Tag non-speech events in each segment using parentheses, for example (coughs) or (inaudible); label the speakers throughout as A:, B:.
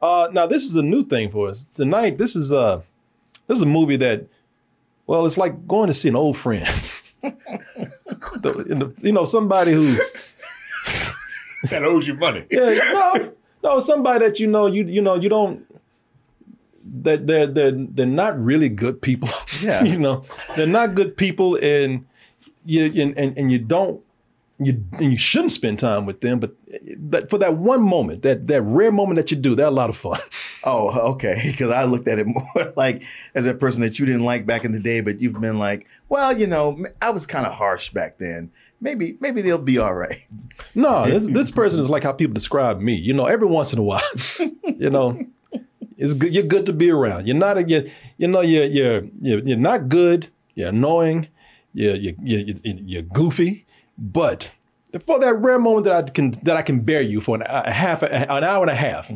A: Uh, now this is a new thing for us tonight. This is uh this is a movie that, well, it's like going to see an old friend. (laughs) The- in the- you know, somebody who (laughs)
B: that owes you money.
A: yeah, no, no, somebody that you know you you know you don't that they're they're they're not really good people. (laughs)
C: Yeah.
A: you know, they're not good people, and you and and, and you don't. You, and you shouldn't spend time with them, but that, for that one moment, that that rare moment that you do, they're a lot of fun.
C: Oh, (laughs) okay. Because I looked at it (laughs) more like as a person that you didn't like back in the day, but you've been like, well, you know, m- I was kind of harsh back then. Maybe, maybe they'll be all right. (laughs)
A: No, this this person is like how people describe me. You know, every once in a while, (laughs) you know, it's good. You're good to be around. You're not a you. You know, you're you're you're, you're not good. You're annoying. You're you're, you're you're you're goofy. But for that rare moment that I can that I can bear you for an, a half an hour and a half,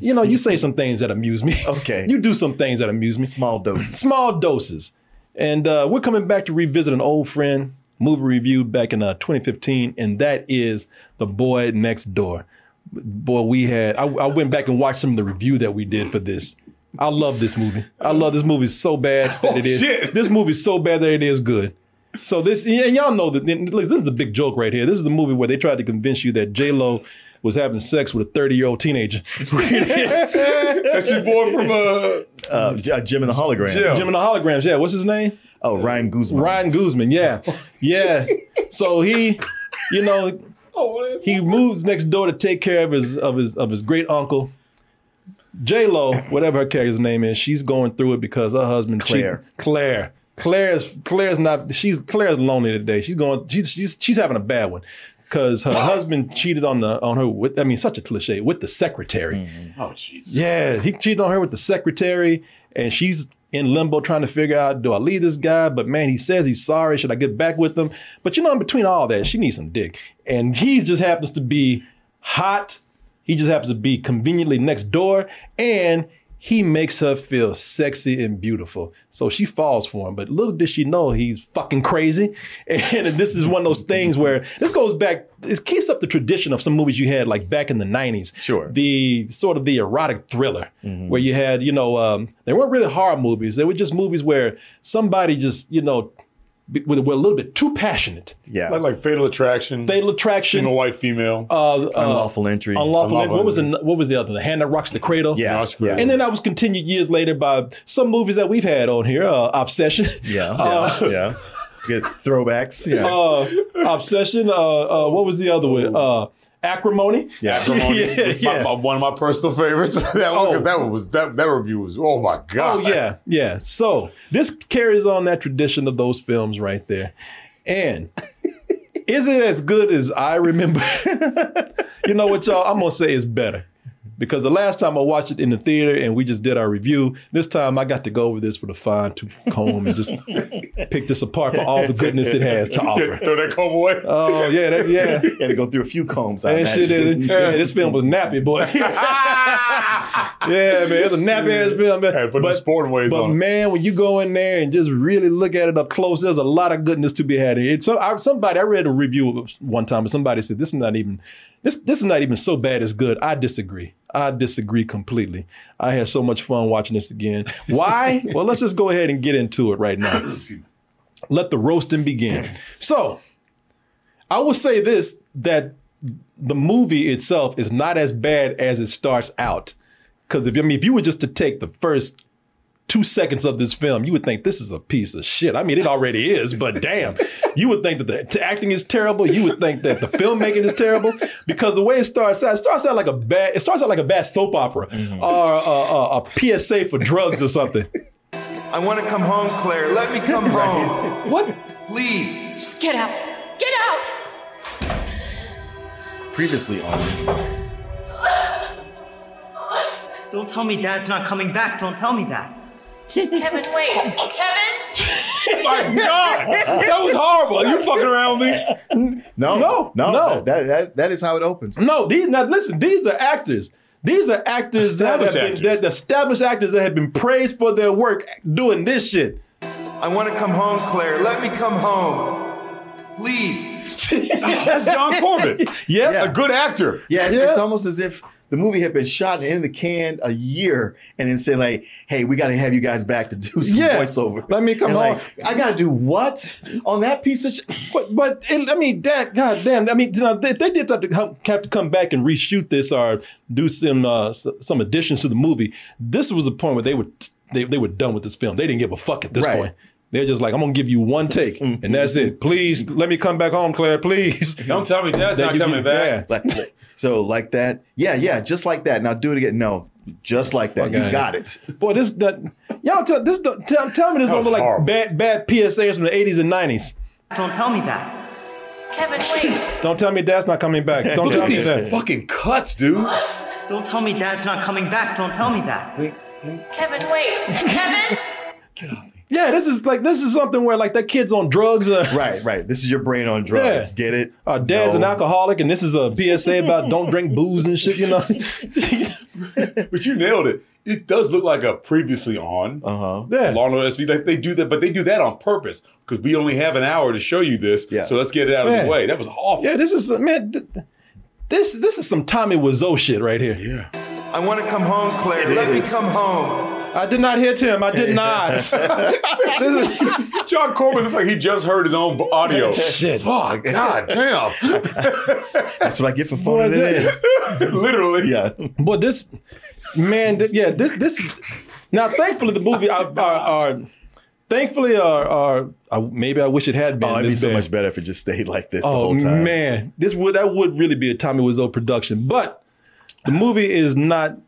A: you know, you say some things that amuse me.
C: Okay.
A: (laughs) you do some things that amuse me
C: Small doses.
A: small doses. And uh, we're coming back to revisit an old friend movie review back in uh, 2015, and that is The Boy Next Door. Boy, we had, I, I went back and watched some of the review that we did for this. I love this movie. I love this movie so bad that it is.
B: shit.
A: This movie's so bad that it is good. So this, and y'all know that. and Look, this is the big joke right here. This is the movie where they tried to convince you that J Lo was having sex with a thirty-year-old teenager. (laughs)
B: That's your boy from uh
C: Uh, J- Jim and the Holograms.
B: Jim.
A: Jim and the holograms. Yeah, what's his name?
C: Oh, Ryan Guzman.
A: Ryan Guzman, yeah. Yeah. So he, you know,
B: oh,
A: he moves next door to take care of his of his of his great uncle. J Lo, whatever her character's name is, she's going through it because her husband cheated-
C: Claire.
A: Claire. Claire's Claire's not she's Claire's lonely today. She's going she's she's she's having a bad one. Cause her husband cheated on the on her with I mean such a cliche with the secretary.
B: oh Jesus.
A: Yeah, he cheated on her with the secretary, and she's in limbo trying to figure out do I leave this guy? But man, he says he's sorry. Should I get back with him? But you know, in between all that, she needs some dick, and he just happens to be hot. He just happens to be conveniently next door, and he makes her feel sexy and beautiful. So she falls for him. But little did she know he's fucking crazy. (laughs) And this is one of those things where this goes back, it keeps up the tradition of some movies you had like back in the 90s.
C: Sure. Mm-hmm.
A: The sort of the erotic thriller where you had, you know, um, they weren't really horror movies. They were just movies where somebody just, you know, be- were, were a little bit too passionate.
C: Yeah.
B: Like, like Fatal Attraction.
A: Fatal Attraction,
B: Single white female.
A: uh, uh,
C: Unlawful entry.
A: Unlawful.
B: Unlawful
A: what was the what was the other? The Hand That Rocks the Cradle.
C: yeah.
B: Oscar.
C: yeah.
A: And then I was continued years later by some movies that we've had on here. Uh, Obsession.
C: Yeah.
A: Uh,
C: yeah, yeah. Good throwbacks. Yeah.
A: (laughs) Uh, Obsession. Uh, uh, what was the other one? Uh, Acrimony.
C: Yeah,
A: (laughs) (laughs)
B: Acrimony.
A: yeah,
B: My-
A: yeah.
B: my- one of my personal favorites. (laughs) that one, 'cause that one was that that review was oh my god.
A: Oh
B: (laughs)
A: yeah, yeah. So this carries on that tradition of those films right there, and is it as good as I remember? (laughs) you know what, y'all? I'm gonna say it's better because the last time I watched it in the theater and we just did our review. This time I got to go over this with a fine tooth comb and just (laughs) pick this apart for all the goodness it has to offer.
B: Throw that comb away.
A: Oh yeah, that, yeah.
C: Had to go through a few combs. I
A: That shit is,
C: imagine.
A: yeah, this film was nappy, boy. (laughs) yeah, man, it's a nappy ass film. Man.
B: Hey, put the sporting ways
A: But
B: on.
A: man, when you go in there and just really look at it up close, there's a lot of goodness to be had. here. It's so I, somebody I read a review of one time, and somebody said this is not even this this is not even so bad as good. I disagree. I disagree completely. I had so much fun watching this again. Why? (laughs) well, let's just go ahead and get into it right now. Let the roasting begin. So, I will say this: that the movie itself is not as bad as it starts out. Because if I mean, if you were just to take the first two seconds of this film, you would think this is a piece of shit. I mean, it already is, but damn, you would think that the t- acting is terrible. You would think that the filmmaking is terrible because the way it starts out, it starts out like a bad, it starts out like a bad soap opera
B: Mm-hmm.
A: or a, a, a PSA for drugs or something.
D: I want to come home, Claire. Let me come home.
A: What?
D: Please.
E: Just get out. Get out!
C: (laughs) Previously on.
F: Don't tell me dad's not coming back. Don't tell me that.
E: Kevin, wait. Kevin?
B: my god, that was horrible. Are you fucking around with me?
C: No,
A: No,
C: no,
A: no.
C: That, that that is how it opens.
A: No, these now listen, these are actors. These are actors that have
B: Established
A: been
B: actors.
A: that established actors that have been praised for their work doing this shit. (laughs)
D: I want to come home, Claire. Let me come home. Please.
B: That's John Corbett.
A: Yeah.
B: A good actor.
C: Yeah, it-
A: Yeah.
C: it's almost as if the movie had been shot and in the can a year, and then said like, "Hey, we got to have you guys back to do some
A: Yeah.
C: voiceover."
A: Let me come
C: And,
A: on.
C: like, I got to do what on that piece of? Sh-
A: But but it, I mean that goddamn I mean you know, if they did have to, come- have to come back and reshoot this or do some uh, s- some additions to the movie. This was the point where they were they, they were done with this film. They didn't give a fuck at this
C: Right.
A: point. They're just like I'm gonna give you one take
B: Mm-hmm.
A: and that's it. Please let me come back home, Claire.
B: (laughs)
A: Please.
B: Don't tell me that's
A: That
B: not
A: you
B: coming
A: can-
B: back.
C: like, so like that? Yeah, yeah, just like that. Now do it again. No, just like that.
A: Okay.
C: You got it.
A: yeah. Boy, this that y'all tell this don't- tell, tell me this don't
B: was
A: look like
B: horrible.
A: bad bad PSAs from the 80s and 90s.
F: Don't tell me that.
E: Kevin, wait.
A: Don't tell me that's not coming back. Don't
B: Look
A: tell
B: at
A: me
B: these
A: that.
B: fucking cuts, dude.
F: Don't tell me dad's not coming back. Don't tell me that.
E: Kevin, wait. Kevin?
A: Yeah, this is like this is something where like that kid's on drugs. Uh,
C: Right, right. This is your brain on drugs.
A: Yeah.
C: Get it?
A: Our Uh, dad's an
C: No.
A: alcoholic, and this is a PSA about don't drink booze and shit. You know, (laughs)
B: But you nailed it. It does look like a previously on.
C: Uh huh.
A: yeah.
B: Long Island SV, like they do that, but they do that on purpose because we only have an hour to show you this.
C: Yeah.
B: So let's get it out of
A: Yeah.
B: the way. That was awful.
A: yeah, this is man. th- th- this this is some Tommy Wiseau shit right here.
D: I want to come home, Claire.
C: It
D: Let me
C: is.
D: come home.
A: I did not hit him. I did
C: (laughs)
A: not.
B: John Corbin looks like he just heard his own b-
A: (laughs)
B: audio.
A: Shit.
B: Fuck, god damn. (laughs)
C: That's what I get for phoning
A: Boy,
C: it in.
B: Literally.
C: (laughs) Yeah.
A: but this man, th- yeah, this this is- now thankfully the movie are, are, are thankfully are, are uh, maybe I wish it had been
C: Oh, it'd be
A: this
C: so
A: bad.
C: much better if it just stayed like this the
A: Oh
C: whole time.
A: man, this would that would really be a Tommy Wiseau production, but the movie is not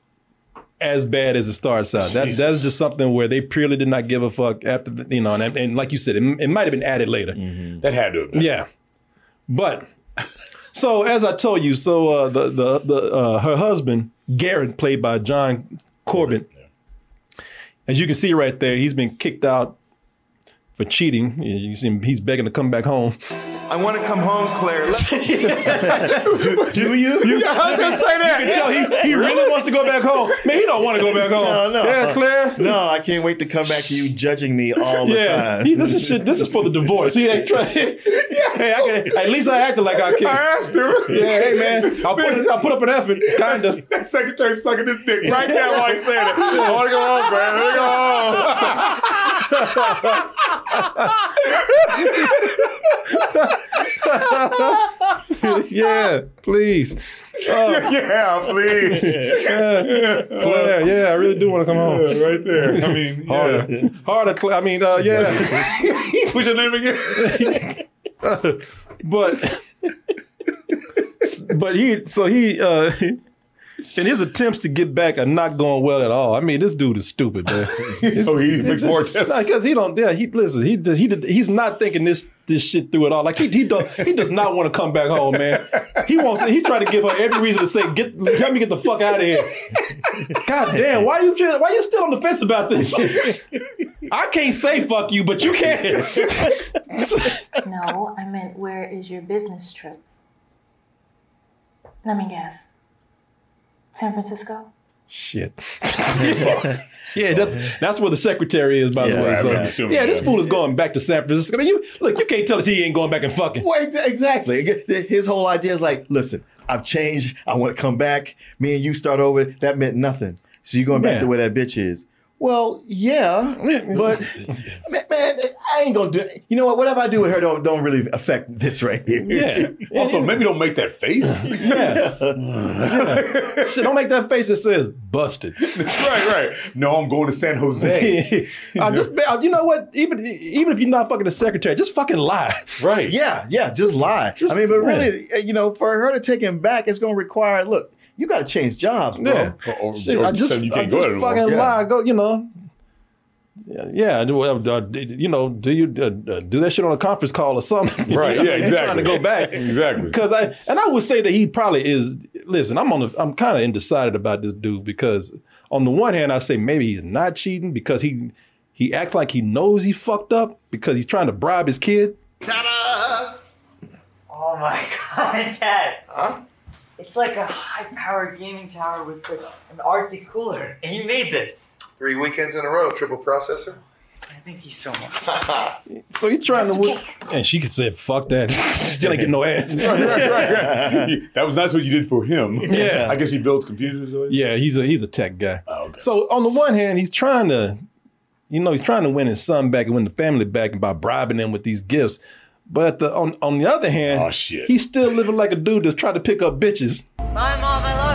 A: as bad as it starts out. That that's just something where they purely did not give a fuck after the, you know, and, and like you said, it, it might have been added later.
C: Mm-hmm.
B: That had to have been.
A: Yeah, (laughs) but (laughs) so as I told you, so uh, the the the uh, her husband Garrett, played by John Corbin, as you can see right there, he's been kicked out for cheating. You you see him; he's begging to come back home.
D: I want to come home, Claire. Let me
C: Do you?
B: Yeah, I was gonna say that.
A: Yo, he,
B: (laughs)
A: he really wants to go back home. Man, he don't want to go back home.
C: No, no.
A: Yeah, Claire.
C: No, I can't wait to come back to
A: (laughs)
C: you judging me all the
A: Yeah,
C: time.
A: he, this is shit. This is for the divorce. He ain't (laughs) trying. Hey, I can, at least I acted like I
B: I
A: can.
B: asked him.
A: (laughs) Yeah, hey man, I put I put up an effort, kinda.
B: That secretary sucking his dick
D: (laughs)
B: right now while he's saying it. I want to go home, man. I want to go home.
A: Yeah, please,
B: Yeah,
A: (laughs)
B: please.
A: Claire. Yeah, I really do want to come home.
B: Yeah, right there. I mean,
A: (laughs)
B: yeah.
A: Harder, harder. Claire. I mean, uh, yeah,
B: What's your name
A: (laughs)
B: again?
A: but but he so he uh, (laughs) and his attempts to get back are not going well at all. I mean, this dude is stupid, man.
B: oh, he makes more attempts.
A: because he don't. Yeah, he listen. He did- he did, he's not thinking this this shit through at all. Like he he does he does not want to come back home, man. He wants. He's trying to give her every reason to say get let me get the fuck out of here. God damn, why you trying- why you still on the fence about this? I can't say fuck you, but you can.
E: No, I meant where is your business trip? Let me guess. San Francisco?
A: shit. yeah, that's, that's where the secretary is, by the
C: Yeah,
A: way.
C: right,
A: so-
B: I'm assuming,
A: yeah, this
B: yeah.
A: fool is going back to San Francisco. I mean, you look, you can't tell us he ain't going back and fucking.
C: (laughs) Well, ex- exactly. His whole idea is like, listen, I've changed. I want to come back. Me and you start over. That meant nothing. So you're going back
A: Yeah.
C: to where that bitch is. Well, yeah, but
A: (laughs)
C: man, man, I ain't gonna do. You know what? Whatever I do with her, don't don't really affect this right here. (laughs)
A: Yeah.
B: Also, maybe don't make that
A: (laughs)
B: face. right,
A: Yeah. Yeah. Shit, don't make that face that says busted.
B: right. No, I'm going to San
A: (laughs)
B: Jose.
A: I just, you know what? Even even if you're not fucking the secretary, just fucking lie.
B: Right.
C: Yeah, yeah, just lie. I mean, but really, eh, you know, for her to take him back, it's gonna require. Look, you got to change jobs, bro.
A: Yeah.
B: Or, or,
A: Shit,
B: or
A: I just,
B: something you
A: I
B: can't go
A: just
B: there anymore.
A: fucking
C: Yeah.
A: lie. Go, you know. Yeah, yeah. I do- uh, uh, you know, do you uh, uh, do that shit on a conference call or something? (laughs)
B: Right,
A: You know,
B: yeah,
A: you're Trying
B: exactly.
A: to go back,
B: (laughs) Exactly.
A: Because I and I would say that he probably is. Listen, I'm on. The, I'm kind of undecided about this dude because on the one hand, I say maybe he's not cheating because he he acts like he knows he fucked up because he's trying to bribe his kid.
D: ta-da.
F: Oh my (laughs) god, Dad. Huh? It's like a high-powered gaming tower with like, an Arctic cooler, and you made this.
D: Three weekends in a row, triple processor.
F: Thank you so much.
A: So he's trying to
E: Mr.
A: whip.
E: Cake.
A: And she could say, fuck that. (laughs) She's gonna get no
B: (laughs)
A: ass.
B: that was that's what you did for him.
A: Yeah.
B: I guess he builds computers. Or
A: Yeah, he's a he's a tech guy.
B: Oh, okay.
A: So on the one hand, he's trying to, you know, he's trying to win his son back and win the family back by bribing them with these gifts. But the, on on the other hand,
B: Oh, shit.
A: he's still living like a dude that's trying to pick up bitches.
F: Bye, mom. I love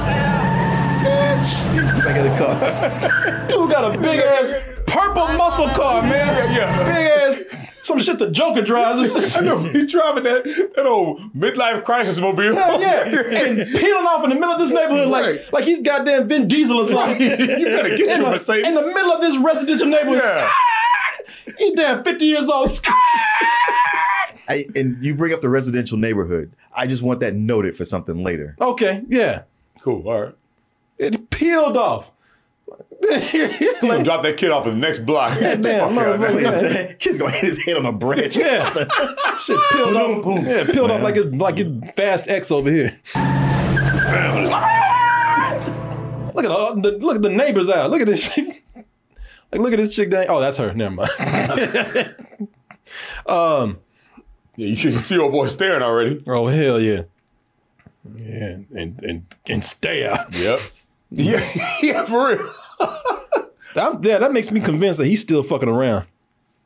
C: Back in the car.
A: Dude got a big ass purple muscle car, man.
B: yeah.
A: Big ass some shit the Joker drives.
B: (laughs) I know he driving that that old midlife crisis mobile.
A: Hell yeah,
B: (laughs)
A: and peeling off in the middle of this neighborhood like
B: Right.
A: like he's goddamn Vin Diesel or something.
B: (laughs) you better get
A: in,
B: your
A: the,
B: Mercedes.
A: in the middle of this residential neighborhood.
B: yeah.
A: He damn 50 years old. (laughs)
C: I, and you bring up the residential neighborhood. I just want that noted for something later.
A: (laughs) okay, yeah.
B: Cool. All right.
A: It peeled (laughs) off.
B: He's gonna drop that kid off in the next block. (laughs)
A: Damn, motherfucker.
C: Kid's gonna hit his head on a
A: (laughs)
C: branch.
A: Yeah. Shit peeled off. Yeah, peeled off like it's like it's fast X over here. look at all the look at the neighbors out. Look at this (laughs) chick. Like look at this chick dang. Oh, that's her. Never mind. (laughs)
B: Yeah, you should see old boy staring already.
A: Oh hell yeah. Yeah, and and and stay out.
B: Yep. (laughs) Yeah, yeah, for real.
A: I'm, yeah, that makes me convinced that he's still fucking around.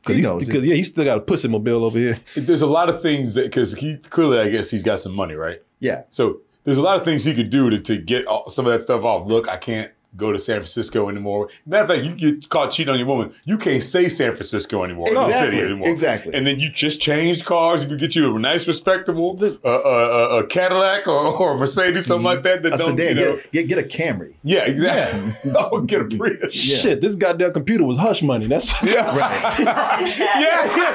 A: Cause
C: He
A: he's,
C: knows it.
A: because yeah, he still got a pussy mobile over here.
B: There's a lot of things that because he clearly, I guess, he's got some money, right?
C: Yeah.
B: So there's a lot of things he could do to, to get all, some of that stuff off. Look, I can't go to San Francisco anymore. Matter of fact, you get caught cheating on your woman, you can't say San Francisco anymore. in the
C: Exactly,
B: city anymore.
C: exactly.
B: And then you just change cars. You could get you a nice, respectable uh, uh, uh, uh, Cadillac or, or a Mercedes, something like that. That
C: A
B: don't,
C: sedan.
B: you know.
C: Get, get, get a Camry.
B: Yeah, exactly. (laughs) oh, get a Prius.
A: Shit, this goddamn computer was hush money. That's (laughs)
B: (laughs) Yeah.
F: you.
B: (laughs) yeah.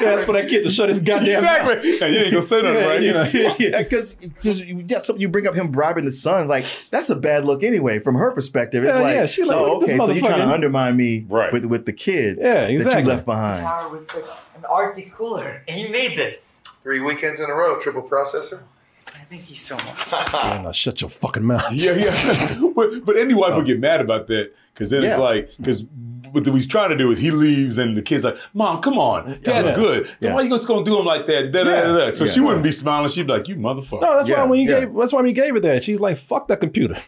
A: that's for that kid to shut his goddamn mouth.
B: Exactly. Yeah, you ain't gonna say nothing, right?
C: (laughs)
A: You know, yeah, yeah.
C: Because you, yeah, so you bring up him bribing the sons, like that's a bad look anyway. From her perspective, it's
A: Yeah,
C: like,
A: yeah, she like,
C: oh,
A: this
C: okay, so you're trying
A: motherfucker-
C: to undermine me
B: Right.
C: with with the kid,
A: Yeah,
C: that you
A: exactly.
C: left behind.
F: Tower with like, an Arctic cooler, and he made this.
D: Three weekends in a row, triple processor.
F: Thank you so much.
A: Man, now shut your fucking mouth.
B: Yeah, yeah. (laughs) but but any
A: Oh.
B: wife would get mad about that because then it's
C: Yeah.
B: like because what he's trying to do is he leaves and the kid's like, "Mom, come on, Dad's
A: Yeah.
B: good. Then
C: Yeah.
B: Why you just gonna do him like that?" Da, da, da, da. So
C: Yeah.
B: she wouldn't be smiling. She'd be like, "You
A: (laughs)
B: motherfucker."
A: No, that's
C: Yeah,
A: why when you
C: yeah.
A: gave that's why when you gave her that, she's like, fuck that computer. Oh.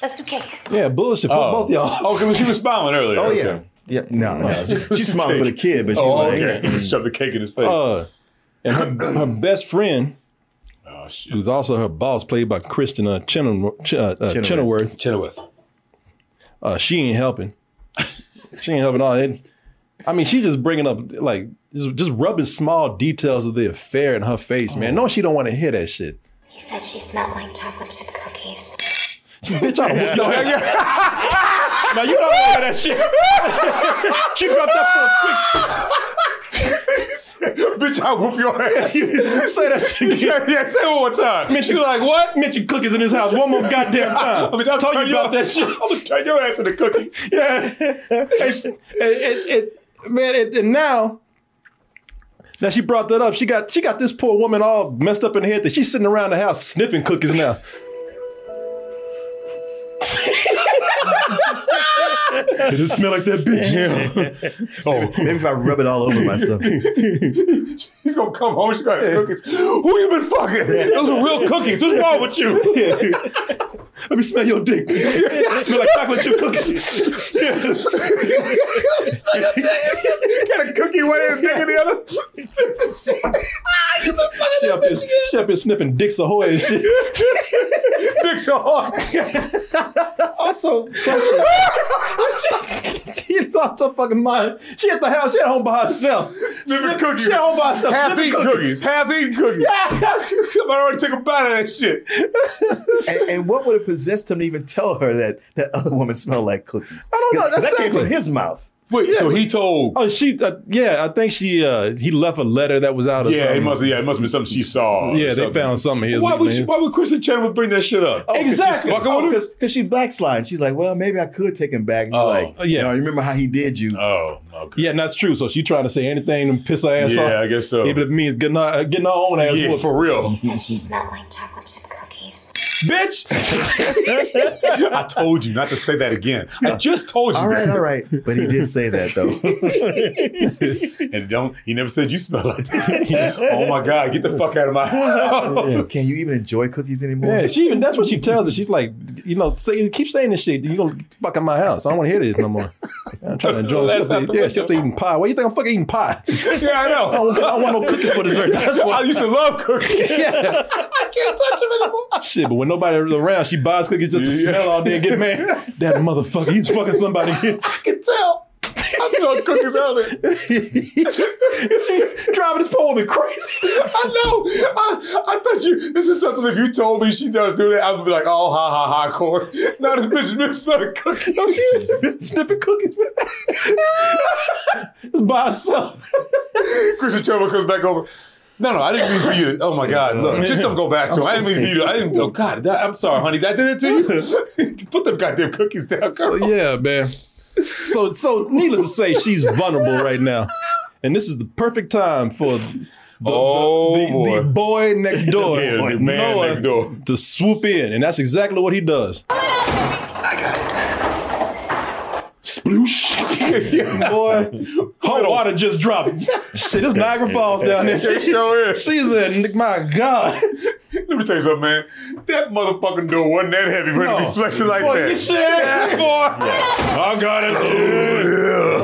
E: Let's do cake.
A: Yeah, bullshit. Fuck both y'all.
B: Okay, well, Oh. she was smiling earlier.
C: Oh
B: okay.
C: yeah, yeah. No, no. She- She's smiling for the kid, but she's
B: Oh,
C: like,
B: okay. (laughs) Shove the cake in his face.
A: (laughs) Uh, and her, her best friend,
B: oh shit.
A: who's also her boss, played by Kristen uh, Chenoweth, Ch- uh, uh,
C: Chenoweth.
A: Chenoweth, (laughs)
B: Chenoweth.
A: Oh, uh, she ain't helping. she ain't helping all. It, I mean, she just bringing up like just, just rubbing small details of the affair in her face, man. No, she don't want to hear that shit.
G: He said she smelled like chocolate chip cookies.
A: Bitch, I don't want no, Now you don't want that shit. she dropped that for a quick.
B: (laughs) Bitch, I whoop your
A: (laughs)
B: ass. (laughs) yeah,
A: Say that shit.
B: yeah. Say it one more time.
A: Mention
B: (laughs)
A: like what? Mention cookies in his house one more goddamn time.
B: I mean, I'm
A: Told you
B: turning
A: about
B: your-
A: that shit.
B: (laughs) I'm gonna turn your ass into cookies.
A: yeah. (laughs) It, it, it, man, it, and now now she brought that up. She got she got this poor woman all messed up in the head that she's sitting around the house sniffing cookies now.
B: Does it smell like that
A: (laughs)
B: bitch? (laughs) Yeah. oh,
C: maybe if I rub it all over myself.
B: He's gonna come home. She got his cookies. Who you been fucking? Those are real cookies. What's wrong with you?
A: (laughs) Let me smell your
B: (laughs)
A: dick. smell like chocolate chip cookies.
B: Got a cookie one in his dick and the other.
A: (laughs) She up, here, she up here sniffing dicks a whore and
B: (laughs)
A: shit.
B: Dick so
A: (laughs)
B: hard.
C: also, question.
A: (laughs) she lost her fucking mind. She at the house. She at home by
B: (laughs)
A: herself.
B: Sniffing
A: (laughs)
B: cookies.
A: She at home by herself.
B: Half
A: sniffing
B: eaten cookies. Half eaten cookies. (laughs) I already took a bite of that shit.
C: and, and what would have possessed him to even tell her that that other woman smelled like cookies?
A: I don't know.
C: 'Cause- 'cause that came
A: Exactly.
C: from his mouth.
B: Wait, so he told.
A: Oh, she. Uh, yeah, I think she. Uh, he left a letter that was out of.
B: Yeah,
A: something.
B: it must. Yeah, it must have been something she saw. or
A: Yeah, they
B: something.
A: found something. Here.
B: Why would she, Why would Kristen Chenoweth bring that shit up?
A: Exactly.
B: Oh, fucking with him?
C: Because she backslided. She's like, well, maybe I could take him back. And be
B: Oh,
C: like,
A: oh, yeah.
C: "No, you remember how he did you?
B: Oh, okay.
A: Yeah, and that's true. So she trying to say anything to piss her ass
B: Yeah,
A: off.
B: I guess so.
A: Even if it means getting her, uh, getting her own ass
B: Yeah,
A: whooped.
B: for real.
G: He said she smelled like chocolate chip cookies.
A: bitch.
B: (laughs) I told you not to say that again. I just told you.
C: All right,
B: that.
C: all right. But he did say that
A: (laughs)
C: though.
B: And don't. He never said you smell like that. oh my god! Get the fuck out of my house. (laughs)
C: Can you even enjoy cookies anymore?
A: Yeah, she even that's what she tells us. She's like, you know, say, keep saying this shit. You gonna get the fuck out my house. I don't want to hear this no more. I'm trying to
B: (laughs)
A: enjoy.
B: That's
A: She's up there-
B: not the
A: yeah,
B: way
A: she's up there eating pie. What do you think I'm fucking eating
B: (laughs)
A: pie?
B: Yeah, I
A: I
B: know.
A: don't, I don't want no cookies for dessert. That's
B: I
A: what.
B: used to love cookies.
A: Yeah.
B: (laughs) I can't touch them anymore.
A: Shit, but when nobody's around, she buys cookies just to
B: Yeah.
A: smell all day and get mad.
B: (laughs)
A: That motherfucker, he's fucking somebody. (laughs)
B: I can tell. I smelled cookies earlier.
A: She's driving this poor woman crazy.
B: I know. I, I thought you. This is something. If you told me she does do that, I would be like, oh, ha ha ha, core. Now this bitch been smelling cookies.
A: No, she (laughs) was sniffing cookies by herself.
B: Christian Trevor comes back over. No, no, I didn't mean for you. to- Oh my God, look, just don't go back to him. I didn't mean for you. To, I didn't. Oh God, that, I'm sorry, honey. That did it
A: (laughs)
B: to you. Put them goddamn cookies down,
A: So,
B: girl.
A: yeah, man. So, so needless to say, she's vulnerable right now, and this is the perfect time for the,
B: Oh,
A: the,
B: boy.
A: (laughs) the boy next door,
B: Yeah, the man
A: Noah,
B: next door.
A: to swoop in, and that's exactly what he does. (laughs) Sploosh!
B: yeah,
A: Boy, hot water just dropped. Shit, it's Niagara Falls down there. (laughs)
B: it sure is.
A: She's in, my God.
B: Let me tell you something, man. That motherfucking door wasn't that heavy for it to
A: No.
B: be flexing like
A: Boy,
B: that.
A: you sure? (laughs)
B: Yeah, boy. I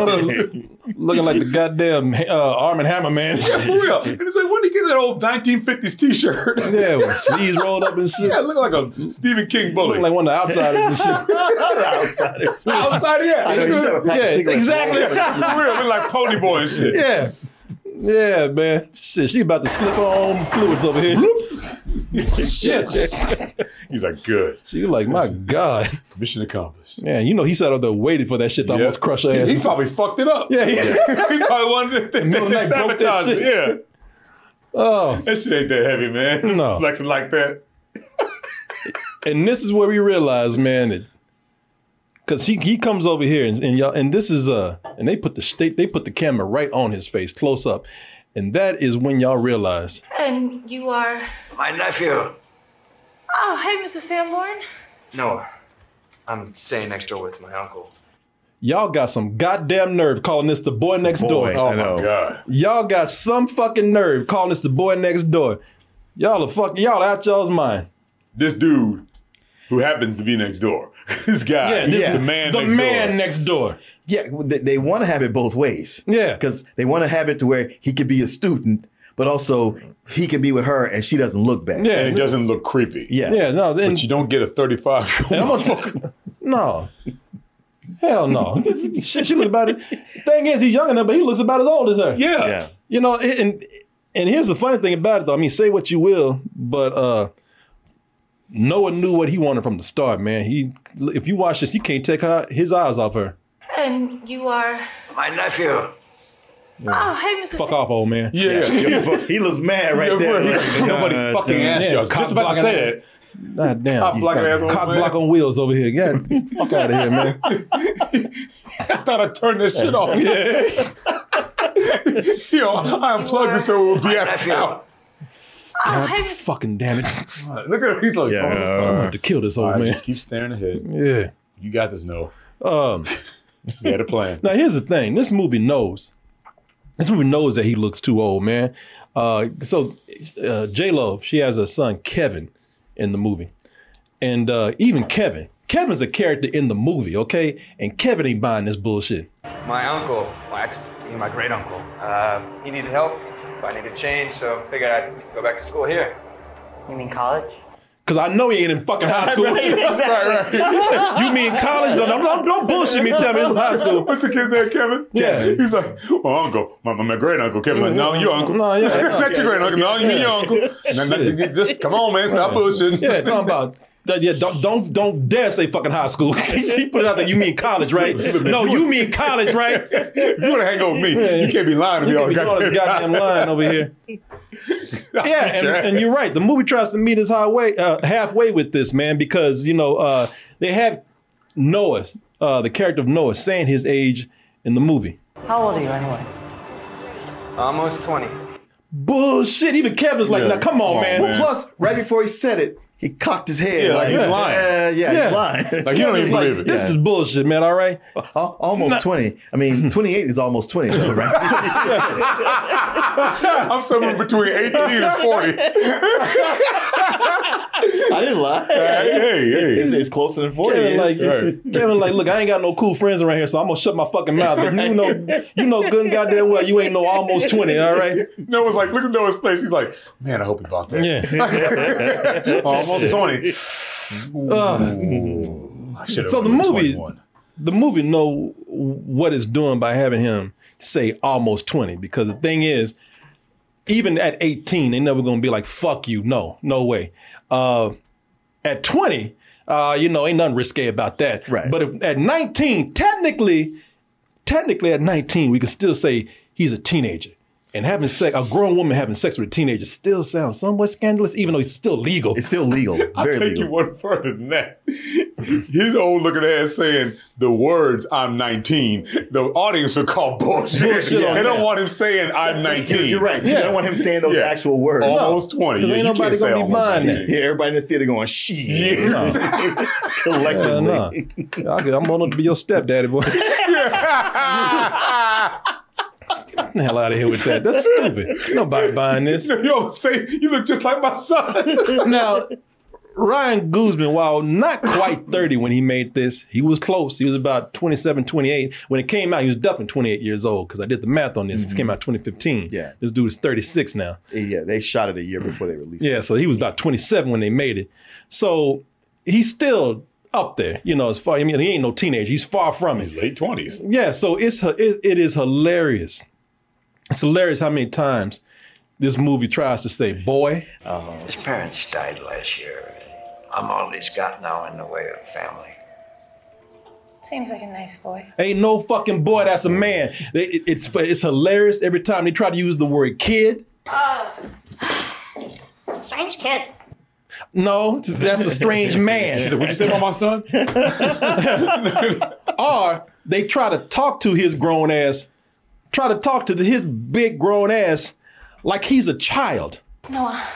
B: got it.
A: (laughs) Looking like the goddamn uh, Arm and Hammer man.
B: Yeah, for real. And it's like, when did he get that old 1950s T-shirt? (laughs) Yeah,
A: (laughs) yeah, with sleeves rolled up and shit.
B: it looked like a Stephen King bully.
A: Look like one of the outsiders and shit. (laughs)
C: Outsiders.
B: Outside, yeah.
C: I know you should have a pack of
A: Yeah,
C: cigarettes.
A: exactly.
B: (laughs) yeah, for real, look like Pony Boy and shit.
A: Yeah. Yeah, man. Shit, she about to slip on fluids over here.
B: (laughs)
A: Shit.
B: He's like, good.
A: She like, my God.
B: Mission accomplished.
A: Man, you know he sat out there waiting for that shit to
B: Yeah.
A: almost crush her ass.
B: He probably fucked it up.
A: (laughs) yeah, he,
B: (laughs) he probably wanted to,
A: middle of the
B: to
A: night, broke that
B: sabotage it. Yeah.
A: shit. oh.
B: That shit ain't that heavy, man.
A: No.
B: (laughs) Flexing like that.
A: And this is where we realize, man, that because he, he comes over here and, and y'all and this is uh and they put the sh- they, they put the camera right on his face, close up. And that is when y'all realize
E: And you are.
F: My nephew.
E: Oh, hey, Mr. Sanborn.
F: Noah. I'm staying next door with my uncle.
A: y'all got some goddamn nerve calling this the boy next door.
C: Boy,
B: Oh,
C: I know.
B: God.
A: Y'all got some fucking nerve calling this the boy next door. Y'all are fucking y'all out y'all's mind.
B: This dude who happens to be next door. (laughs) this guy.
A: Yeah, this
B: Uh, the
C: is-
B: man
A: the
B: next
A: man
B: door.
A: next door.
C: Yeah, they, they want to have it both ways.
A: Yeah.
C: Because they want to have it to where he could be a student, but also he can be with her and she doesn't look bad.
A: Yeah.
B: and it doesn't look creepy.
C: Yeah.
A: Yeah, no, then
B: But you don't get a 35
A: And
B: year
A: I'm
B: old.
A: gonna talk. No. Hell no. Shit, she looks about it. Thing is, he's young enough, but he looks about as old as her.
B: Yeah.
C: Yeah.
A: You know, and and- and here's the funny thing about it though. I mean, say what you will, but uh Noah knew what he wanted from the start, man. He if you watch this, he can't take her his eyes off her.
E: And you are.
F: My nephew.
E: Oh, hey, Mr.
A: Fuck
E: Sa-
A: off, old man.
B: Yeah. yeah.
C: he looks mad right
B: Yeah, bro,
C: there.
B: he's
C: Like,
B: like, (laughs) nobody
C: nah,
B: fucking
C: dude.
B: asked
A: yeah,
B: you. I was
A: cock
B: just about to
A: blocking
B: say
A: ass.
B: that.
A: God damn.
B: Cock blocking ass old
A: Cock
B: man.
A: block on wheels over here.
B: (laughs)
A: God, fuck out of here, man.
B: I thought I turned this shit off. (laughs)
A: Yeah.
B: You know, I unplugged this so it would be
F: nephew.
B: out.
E: Oh, hey, Mr.
A: Fucking damn it.
B: (laughs) Look at him. He's like,
C: Yeah.
B: oh,
A: I'm about to kill this old
B: (laughs) All right,
A: man.
B: just keep staring ahead.
A: Yeah.
B: You got this, Noah.
A: Um
B: (laughs) You had a plan.
A: Now here's the thing: this movie knows. This movie knows that he looks too old, man. Uh, so uh, J Lo, she has a son Kevin in the movie, and uh, even Kevin, Kevin's a character in the movie, okay? And Kevin ain't buying this bullshit.
H: My uncle, well, actually, my great uncle, uh, he needed help. I needed change, so figured I'd go back to school here.
F: You mean college?
A: Cause I know he ain't in fucking high
H: (laughs)
A: school. right, right. you mean college? No, no, no, don't bullshit me. Tell me this is high school.
B: What's the kid's name, Kevin?
A: Yeah.
B: He's like, well, uncle. My, my, my great uncle. Kevin's like, no, your uncle.
A: No,
B: (laughs)
A: yeah, no.
B: Not your great uncle. No, you mean your
A: (laughs)
B: uncle. No, no, you just come on, man. Stop bullshitting.
A: Yeah, talking about. that- Yeah, don't don't don't dare say fucking high school. (laughs) she put it out there. You mean college, right? No, you mean college, right?
B: If (laughs) you want to hang out with me, you can't be lying to me all the
A: Keep all
B: goddamn
A: this goddamn
B: (laughs) time.
A: line over here. yeah, and,
B: your
A: and you're right. The movie tries to meet us highway, uh, halfway with this man because you know uh, they have Noah, uh, the character of Noah, saying his age in the movie.
F: How old are you anyway?
H: Almost 20.
A: Bullshit. Even Kevin's like,
B: Yeah,
A: now come on,
B: come on,
A: man.
B: man.
A: (laughs)
C: Plus, right before he said it, he he cocked his head.
B: Yeah, like he's lying.
C: Yeah, yeah,
A: Yeah.
C: he's
B: (laughs)
C: lying.
B: Like, you don't even believe it.
A: This
C: Yeah.
A: is bullshit, man. All right.
C: Al- almost 20.
B: (laughs)
C: I mean, 28 is almost 20, though, right?
B: I'm somewhere between 18 and 40.
A: (laughs)
C: I didn't lie.
B: hey, hey.
C: It's, it's closer than 40.
A: Kevin, like, (laughs)
B: right.
A: Kevin, like, look, I ain't got no cool friends around here, so I'm gonna shut my fucking mouth. But you know, you know, good and goddamn well, you ain't no almost twenty. All right.
B: Noah's like, look at Noah's face. He's like, man, I hope he bought that. Yeah. Almost 20. Ooh, I should've
A: So the
B: went with
A: movie-
B: 21.
A: the movie know what it's doing by having him say almost 20 because the thing is even at 18 they never gonna be like fuck you no no way uh, at 20 uh, you know ain't nothing risque about that
C: Right.
A: but if, at 19 technically technically at 19 we can still say he's a teenager and having sex a grown woman having sex with a teenager still sounds somewhat scandalous even though it's still legal
C: It's still legal.
B: I'll
C: Very
B: take you
C: legal.
B: one (laughs) further than that. His old looking ass saying the words "I'm 19." The audience would call bullshit.
A: Bullshit on
B: they don't
A: that.
B: want him saying "I'm 19."
C: You're right. You don't want him saying those
B: Yeah.
C: actual words.
B: Almost 20.
A: No, 'cause
B: Yeah,
A: ain't
B: you
A: nobody
B: can't say
A: gonna be
B: almost
A: buying
B: 19.
C: Yeah, everybody in the theater
B: (laughs)
C: going, shit. (laughs) Collectively.
A: Hell no. I could- I'm gonna be your stepdaddy boy. Get the hell out of here with that. That's stupid. Nobody buying this.
B: Yo, say (laughs) you look just like my son.
A: Now, Ryan Guzman, while not quite 30 when he made this, he was close. He was about 27, 28. When it came out, he was definitely 28 years old because I did the math on this. This came out 2015.
C: Yeah.
A: This dude is 36 now.
C: (laughs) Yeah, they shot it a year before they released it.
A: Yeah, so he was about 27 when they made it. So he's still up there, you know, as far, I mean, he ain't no teenager. He's far from it.
B: He's late 20s.
A: Yeah, so it's hi- it, it is hilarious. It's hilarious how many times this movie tries to say boy.
F: His parents died last year. I'm all he's got now in the way of family.
E: Seems like a nice boy.
A: Ain't no fucking boy that's a man. They- it- it's it's hilarious every time they try to use the word kid.
G: Uh, Strange kid.
A: No, that's a
B: (laughs)
A: strange
B: He
A: man.
B: said, "What you say about my son?"
A: (laughs) Or they try to talk to his grown ass, try to talk to his big grown ass like he's a child.
E: Noah,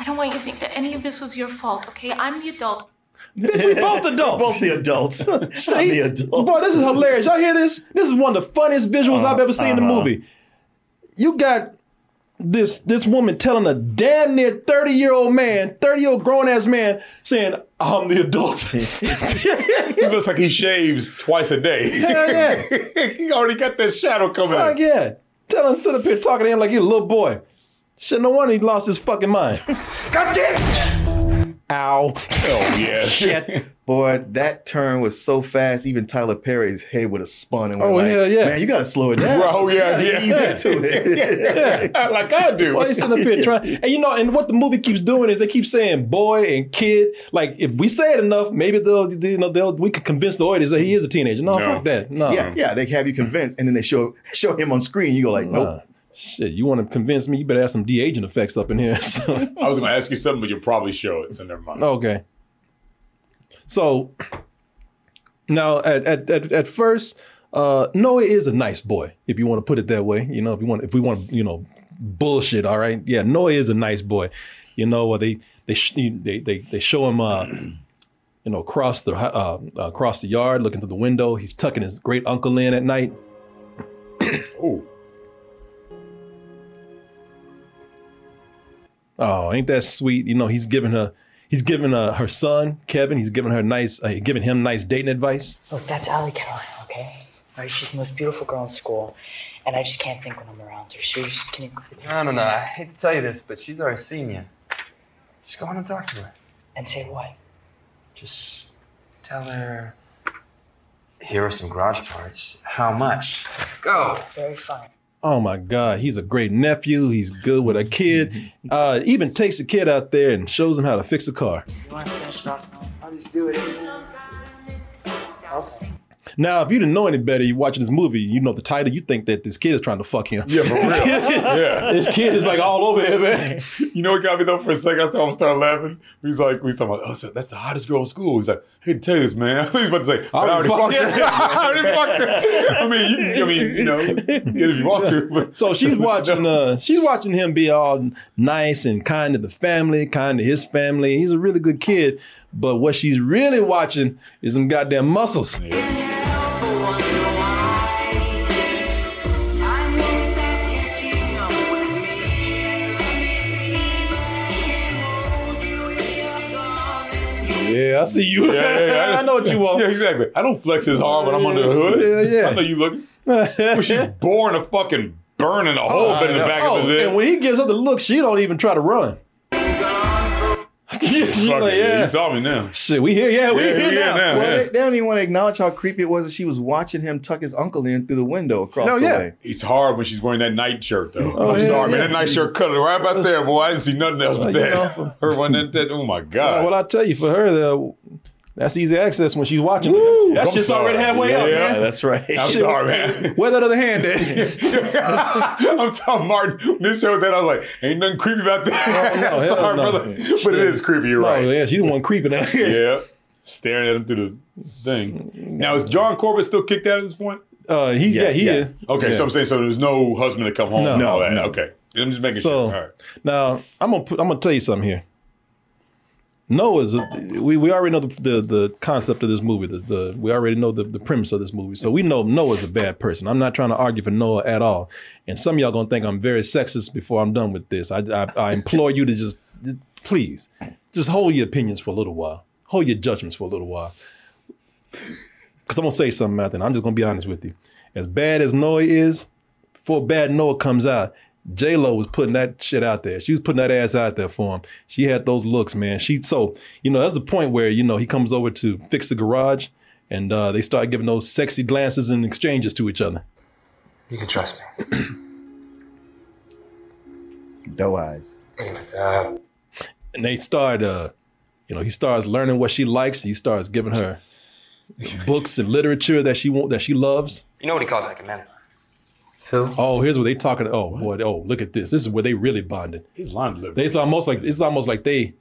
E: I don't want you to think that any of this was your fault, okay? I'm the adult.
A: We both
B: (laughs)
A: adults.
C: Both the adults. (laughs) Shot the adult. Uh-huh,
A: Boy, this is hilarious. Y'all hear this? This is one of the funniest visuals I've ever seen in the movie. You got this this woman telling a damn near 30 year old man, 30 year old grown ass man, saying, I'm the
C: (laughs)
A: adult.
B: He looks like he shaves twice a day. (laughs)
A: Hell yeah.
B: he already got that shadow coming.
A: Fuck
B: out.
A: yeah. Telling sit up here talking to him like he's a little boy. Shit, no wonder he lost his fucking mind.
D: God damn!
A: Ow.
B: Oh yeah, (laughs)
A: Shit.
C: Boy, that turn was so fast, even Tyler Perry's head would have spun. And we're
A: Oh,
C: like,
A: hell yeah. Oh,
C: Man, you got to slow
A: (laughs)
C: it down.
B: Bro, yeah,
C: You gotta
B: yeah.
C: Ease into it.
B: like I do.
A: Why you sitting up here trying? And you know, and what the movie keeps doing is they keep saying boy and kid. Like if we say it enough, maybe they'll, they- you know, they'll we could convince the audience that he is a teenager. No,
B: No.
A: fuck that. No,
C: (laughs) yeah, yeah, they have you convinced, and then they show show him on screen. You go like,
A: Nah.
C: nope.
A: Shit, you want to convince me? You better have some de aging effects up in here. (laughs) So,
B: I was gonna ask you something, but you'll probably show it, so never mind.
A: okay. So now, at at at, at first, uh, Noah is a nice boy, if you want to put it that way. You know, if you want, if we want, to, you know, bullshit. All right, yeah, Noah is a nice boy. You know, uh, they they sh- they they they show him. Uh, you know, across the uh, uh, across the yard, looking through the window. He's tucking his great uncle in at night.
B: Oh,
A: Oh, ain't that sweet? You know, he's giving her, he's giving uh, her son Kevin. He's giving her nice, uh, giving him nice dating advice.
I: Look, that's Allie Caroline, okay? All right, she's the most beautiful girl in school, and I just can't think when I'm around her. She just can't.
H: No, no, no. I hate to tell you this, but she's our senior. Just go on and talk to her.
I: And say what?
H: Just tell her. Here are some garage parts. How much? Go.
I: Very fine.
A: Oh my God, he's a great nephew. He's good with a
B: (laughs)
A: kid. Uh, even takes the kid out there and shows him how to fix a car.
I: You want to finish it off now?
F: I'll just do it.
A: Now, if you didn't know any better, you watching this movie, you know the title, you think that this kid is trying to fuck him.
B: Yeah,
A: (laughs)
B: for real. yeah.
A: This kid is like all over him, man.
B: (laughs) You know what got me though? For a second, I started, I started laughing. He's like, we was talking about, oh, so that's the hottest girl in school. He's like, I hate to tell you this, man. (laughs) I think he's about to say, I
A: already
B: already, fucked
A: fucked
B: her. (laughs) I already fucked her. I mean, you, I mean, you know, yeah, if you want to. But
A: So
B: (laughs)
A: she's watching. Uh, she's watching him be all nice and kind to the family, kind to his family. He's a really good kid, but what she's really watching is them goddamn muscles. Yeah, I see you.
B: Yeah, yeah,
A: (laughs)
B: yeah.
A: I know what you want.
B: Yeah, exactly. I don't flex his arm when I'm under the hood.
A: Yeah, yeah.
B: I know you looking.
A: (laughs)
B: But she's boring a fucking burn in a hole but in the back
A: oh,
B: of his
A: And
B: head.
A: when he gives her the look, she don't even try to
B: (laughs)
A: run. She's
B: Fuck
A: like,
B: it,
A: yeah.
B: You saw me now.
A: Shit, we here. Yeah, we
B: Yeah,
A: here
B: we here
A: now.
B: now.
C: Well,
B: Yeah.
C: they, they don't even want to acknowledge how creepy it was that she was watching him tuck his uncle in through the window across
A: No,
C: the
A: yeah. (laughs)
C: way.
B: It's hard when she's wearing that night shirt though.
A: Oh,
B: I'm
A: yeah,
B: sorry,
A: yeah.
B: man. That night shirt cut it right about there, boy. I didn't see nothing else
A: Well,
B: but
A: you
B: (laughs) that.
A: know.
B: Her one that, that oh my god.
A: Well, I tell you, for her, though, that's easy access when she's watching. That's
B: I'm
A: just
B: sorry.
A: already halfway up,
B: Yeah.
A: man.
C: Oh, That's right.
B: I'm sorry, man. (laughs)
A: Where that other hand at?
B: I'm telling Martin, when they showed that, I was like, ain't nothing creepy about that.
A: Oh,
B: (laughs)
A: no, hell
B: sorry,
A: no.
B: brother. But it is creepy, you're
A: Oh,
B: right.
A: yeah, she's the one creeping out.
B: yeah. Staring at him through the thing. Now, is John Corbett still kicked out at this point?
A: Uh, he, yeah,
C: Yeah,
A: he
C: yeah.
A: is.
B: Okay,
A: Yeah.
B: so I'm saying so there's no husband to come home
A: No.
B: and all
C: No,
B: that.
C: no.
B: Okay. I'm just making
A: So
B: sure. All right.
A: now I'm gonna put, I'm gonna tell you something here. Noah's a, we, we already know the, the the concept of this movie. The, the we already know the, the premise of this movie. So we know Noah's a bad person. I'm not trying to argue for Noah at all. And some of y'all gonna think I'm very sexist before I'm done with this. I I, I implore you to just please just hold your opinions for a little while. Hold your judgments for a little while. Cause I'm gonna say something out there. and I'm just gonna be honest with you. As bad as Noah is, before Bad Noah comes out, J Lo was putting that shit out there. She was putting that ass out there for him. She had those looks, man. She so you know that's the point where you know he comes over to fix the garage, and uh, they start giving those sexy glances and exchanges to each other.
H: You can trust me.
C: Doe eyes.
H: Anyways, uh,
A: And they start, uh, you know, he starts learning what she likes. He starts giving her books and literature that she want that she loves.
H: you know what he called like a mentor?
A: Oh, here's what they talking. Oh boy, oh look at this. This is where they really bonded.
B: He's line delivery.
A: They- It's almost like it's almost like they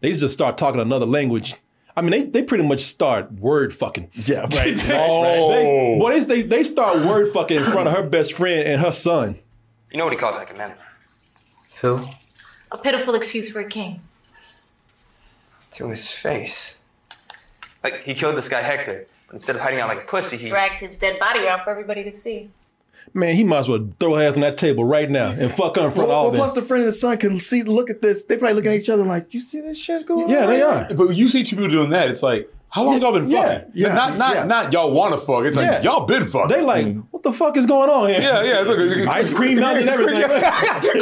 A: they just start talking another language. I mean, they, they pretty much start word fucking. (laughs)
C: Yeah, right.
B: oh.
A: They, boy, they, they, they start word fucking in front of her best friend and her son.
H: You know what he called like a mentor?
I: Who?
E: A pitiful excuse for a king.
H: To his face. Like, he killed this guy Hector. but Instead of hiding out like a pussy, he.
E: Dragged his dead body around for everybody to see.
A: Man, he might as well throw her ass on that table right now and fuck her in front
C: (laughs) Well,
A: of all
C: well,
A: of them.
C: plus the friend and the son can see, look at this. They probably looking at each other like, "You see this shit going on?"
A: yeah, they
C: right
A: are.
B: But you see two people doing that, it's like, how long y'all been
A: Yeah,
B: fucking?
C: yeah,
B: not not
C: yeah.
B: not y'all want to fuck. It's like
A: Yeah.
B: y'all been fucking.
A: They like,
C: Mm.
A: what the fuck is going on here?
B: yeah, yeah. Look,
A: Ice cream
B: (laughs)
A: mountain and everything.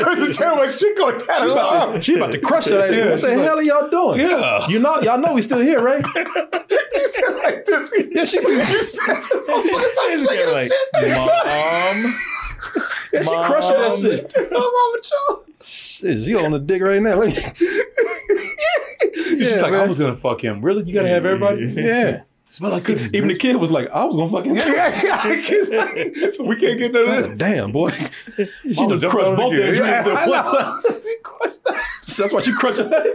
B: Kristen Chenoweth, shit going down. her arm.
A: she about to crush that ass. what the hell are y'all doing?
B: (laughs) Yeah.
A: You know, y'all know we still here,
B: (laughs)
A: right?
B: You said "Oh, like this.
A: Yeah, she.
C: It's like, mom,
A: Yeah, she crushing that shit.
B: What's wrong with y'all?
A: Shit, she on the dick right now. (laughs)
B: She's
A: Yeah,
B: like,
A: man.
B: I was gonna fuck him. Really? You gotta have (laughs) everybody?
A: yeah.
B: Smell like cookies.
A: Even the kid was like, I was gonna fucking
B: (laughs) yeah, yeah. It's like, so we can't get none of
A: God
B: this.
A: damn,
B: (laughs)
A: boy. She just
B: jumped on
A: crushed
B: it
A: both
B: again.
A: their dreams
B: Yeah,
A: at
B: (laughs) I
A: once. That's why she
B: (laughs)
A: crunching that.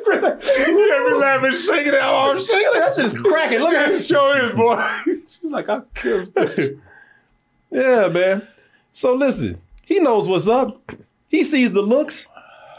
A: (laughs)
B: Yeah, every laughing, shaking (laughs) that arm, shaking
A: that shit is cracking. Look at
B: that
A: it.
B: show is (laughs) boy. She's like, I killed this bitch.
A: Yeah, man. So listen, he knows what's up. He sees the looks,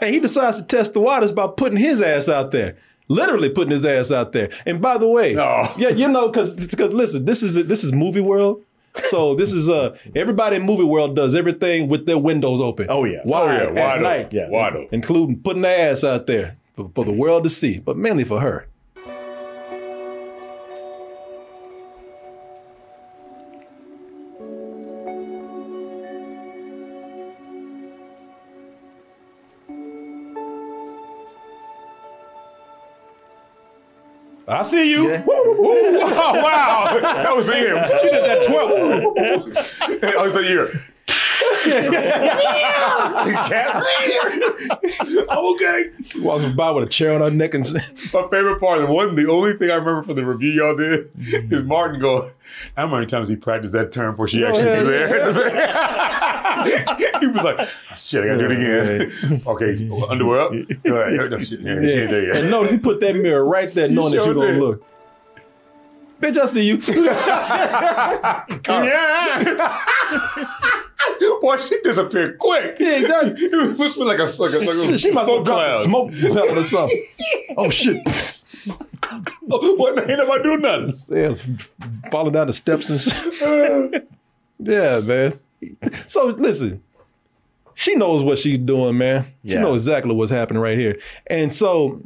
A: and he decides to test the waters by putting his ass out there. Literally putting his ass out there. And by the way,
B: No.
A: yeah, you know, because because listen, this is this is movie world. So this is uh everybody in movie world does everything with their windows open.
C: Oh, yeah.
B: Oh
A: wide
B: yeah,
A: at
B: Waddle.
A: night.
B: Yeah. Waddle.
A: including putting their ass out there for, for the world to see, but mainly for her. I see you.
C: Yeah.
A: Woo, woo, woo.
B: Oh wow, that was the year. She did that twelve. that was the year. Can't breathe. I'm (laughs) okay.
A: Walks by with a chair on her neck and
B: My favorite part, the one, the only thing I remember from the review y'all did is Martin going, how many times he practiced that term before she actually was there? (laughs) he was like, "Ah, shit, I gotta do it again. okay, underwear up? All right, no, shit, yeah, she ain't there yet.
A: And
B: (laughs)
A: notice he put that mirror right there, knowing that she
B: sure
A: gonna
B: did.
A: look. Bitch, I see you. (laughs)
B: Yeah. (laughs) Boy, she disappeared quick.
A: Yeah, it
B: (laughs)
A: does.
B: It was whispering like a, like a, like
A: (laughs)
B: a
A: she must have
B: smoke
A: dropped
B: cloud.
A: a smoke pellet or something. Oh shit!
B: (laughs) What ain't nobody doing nothing?
A: Yeah, it's falling down the steps and shit. yeah, man. So listen, she knows what she's doing, man. She
C: Yeah.
A: knows exactly what's happening right here, and so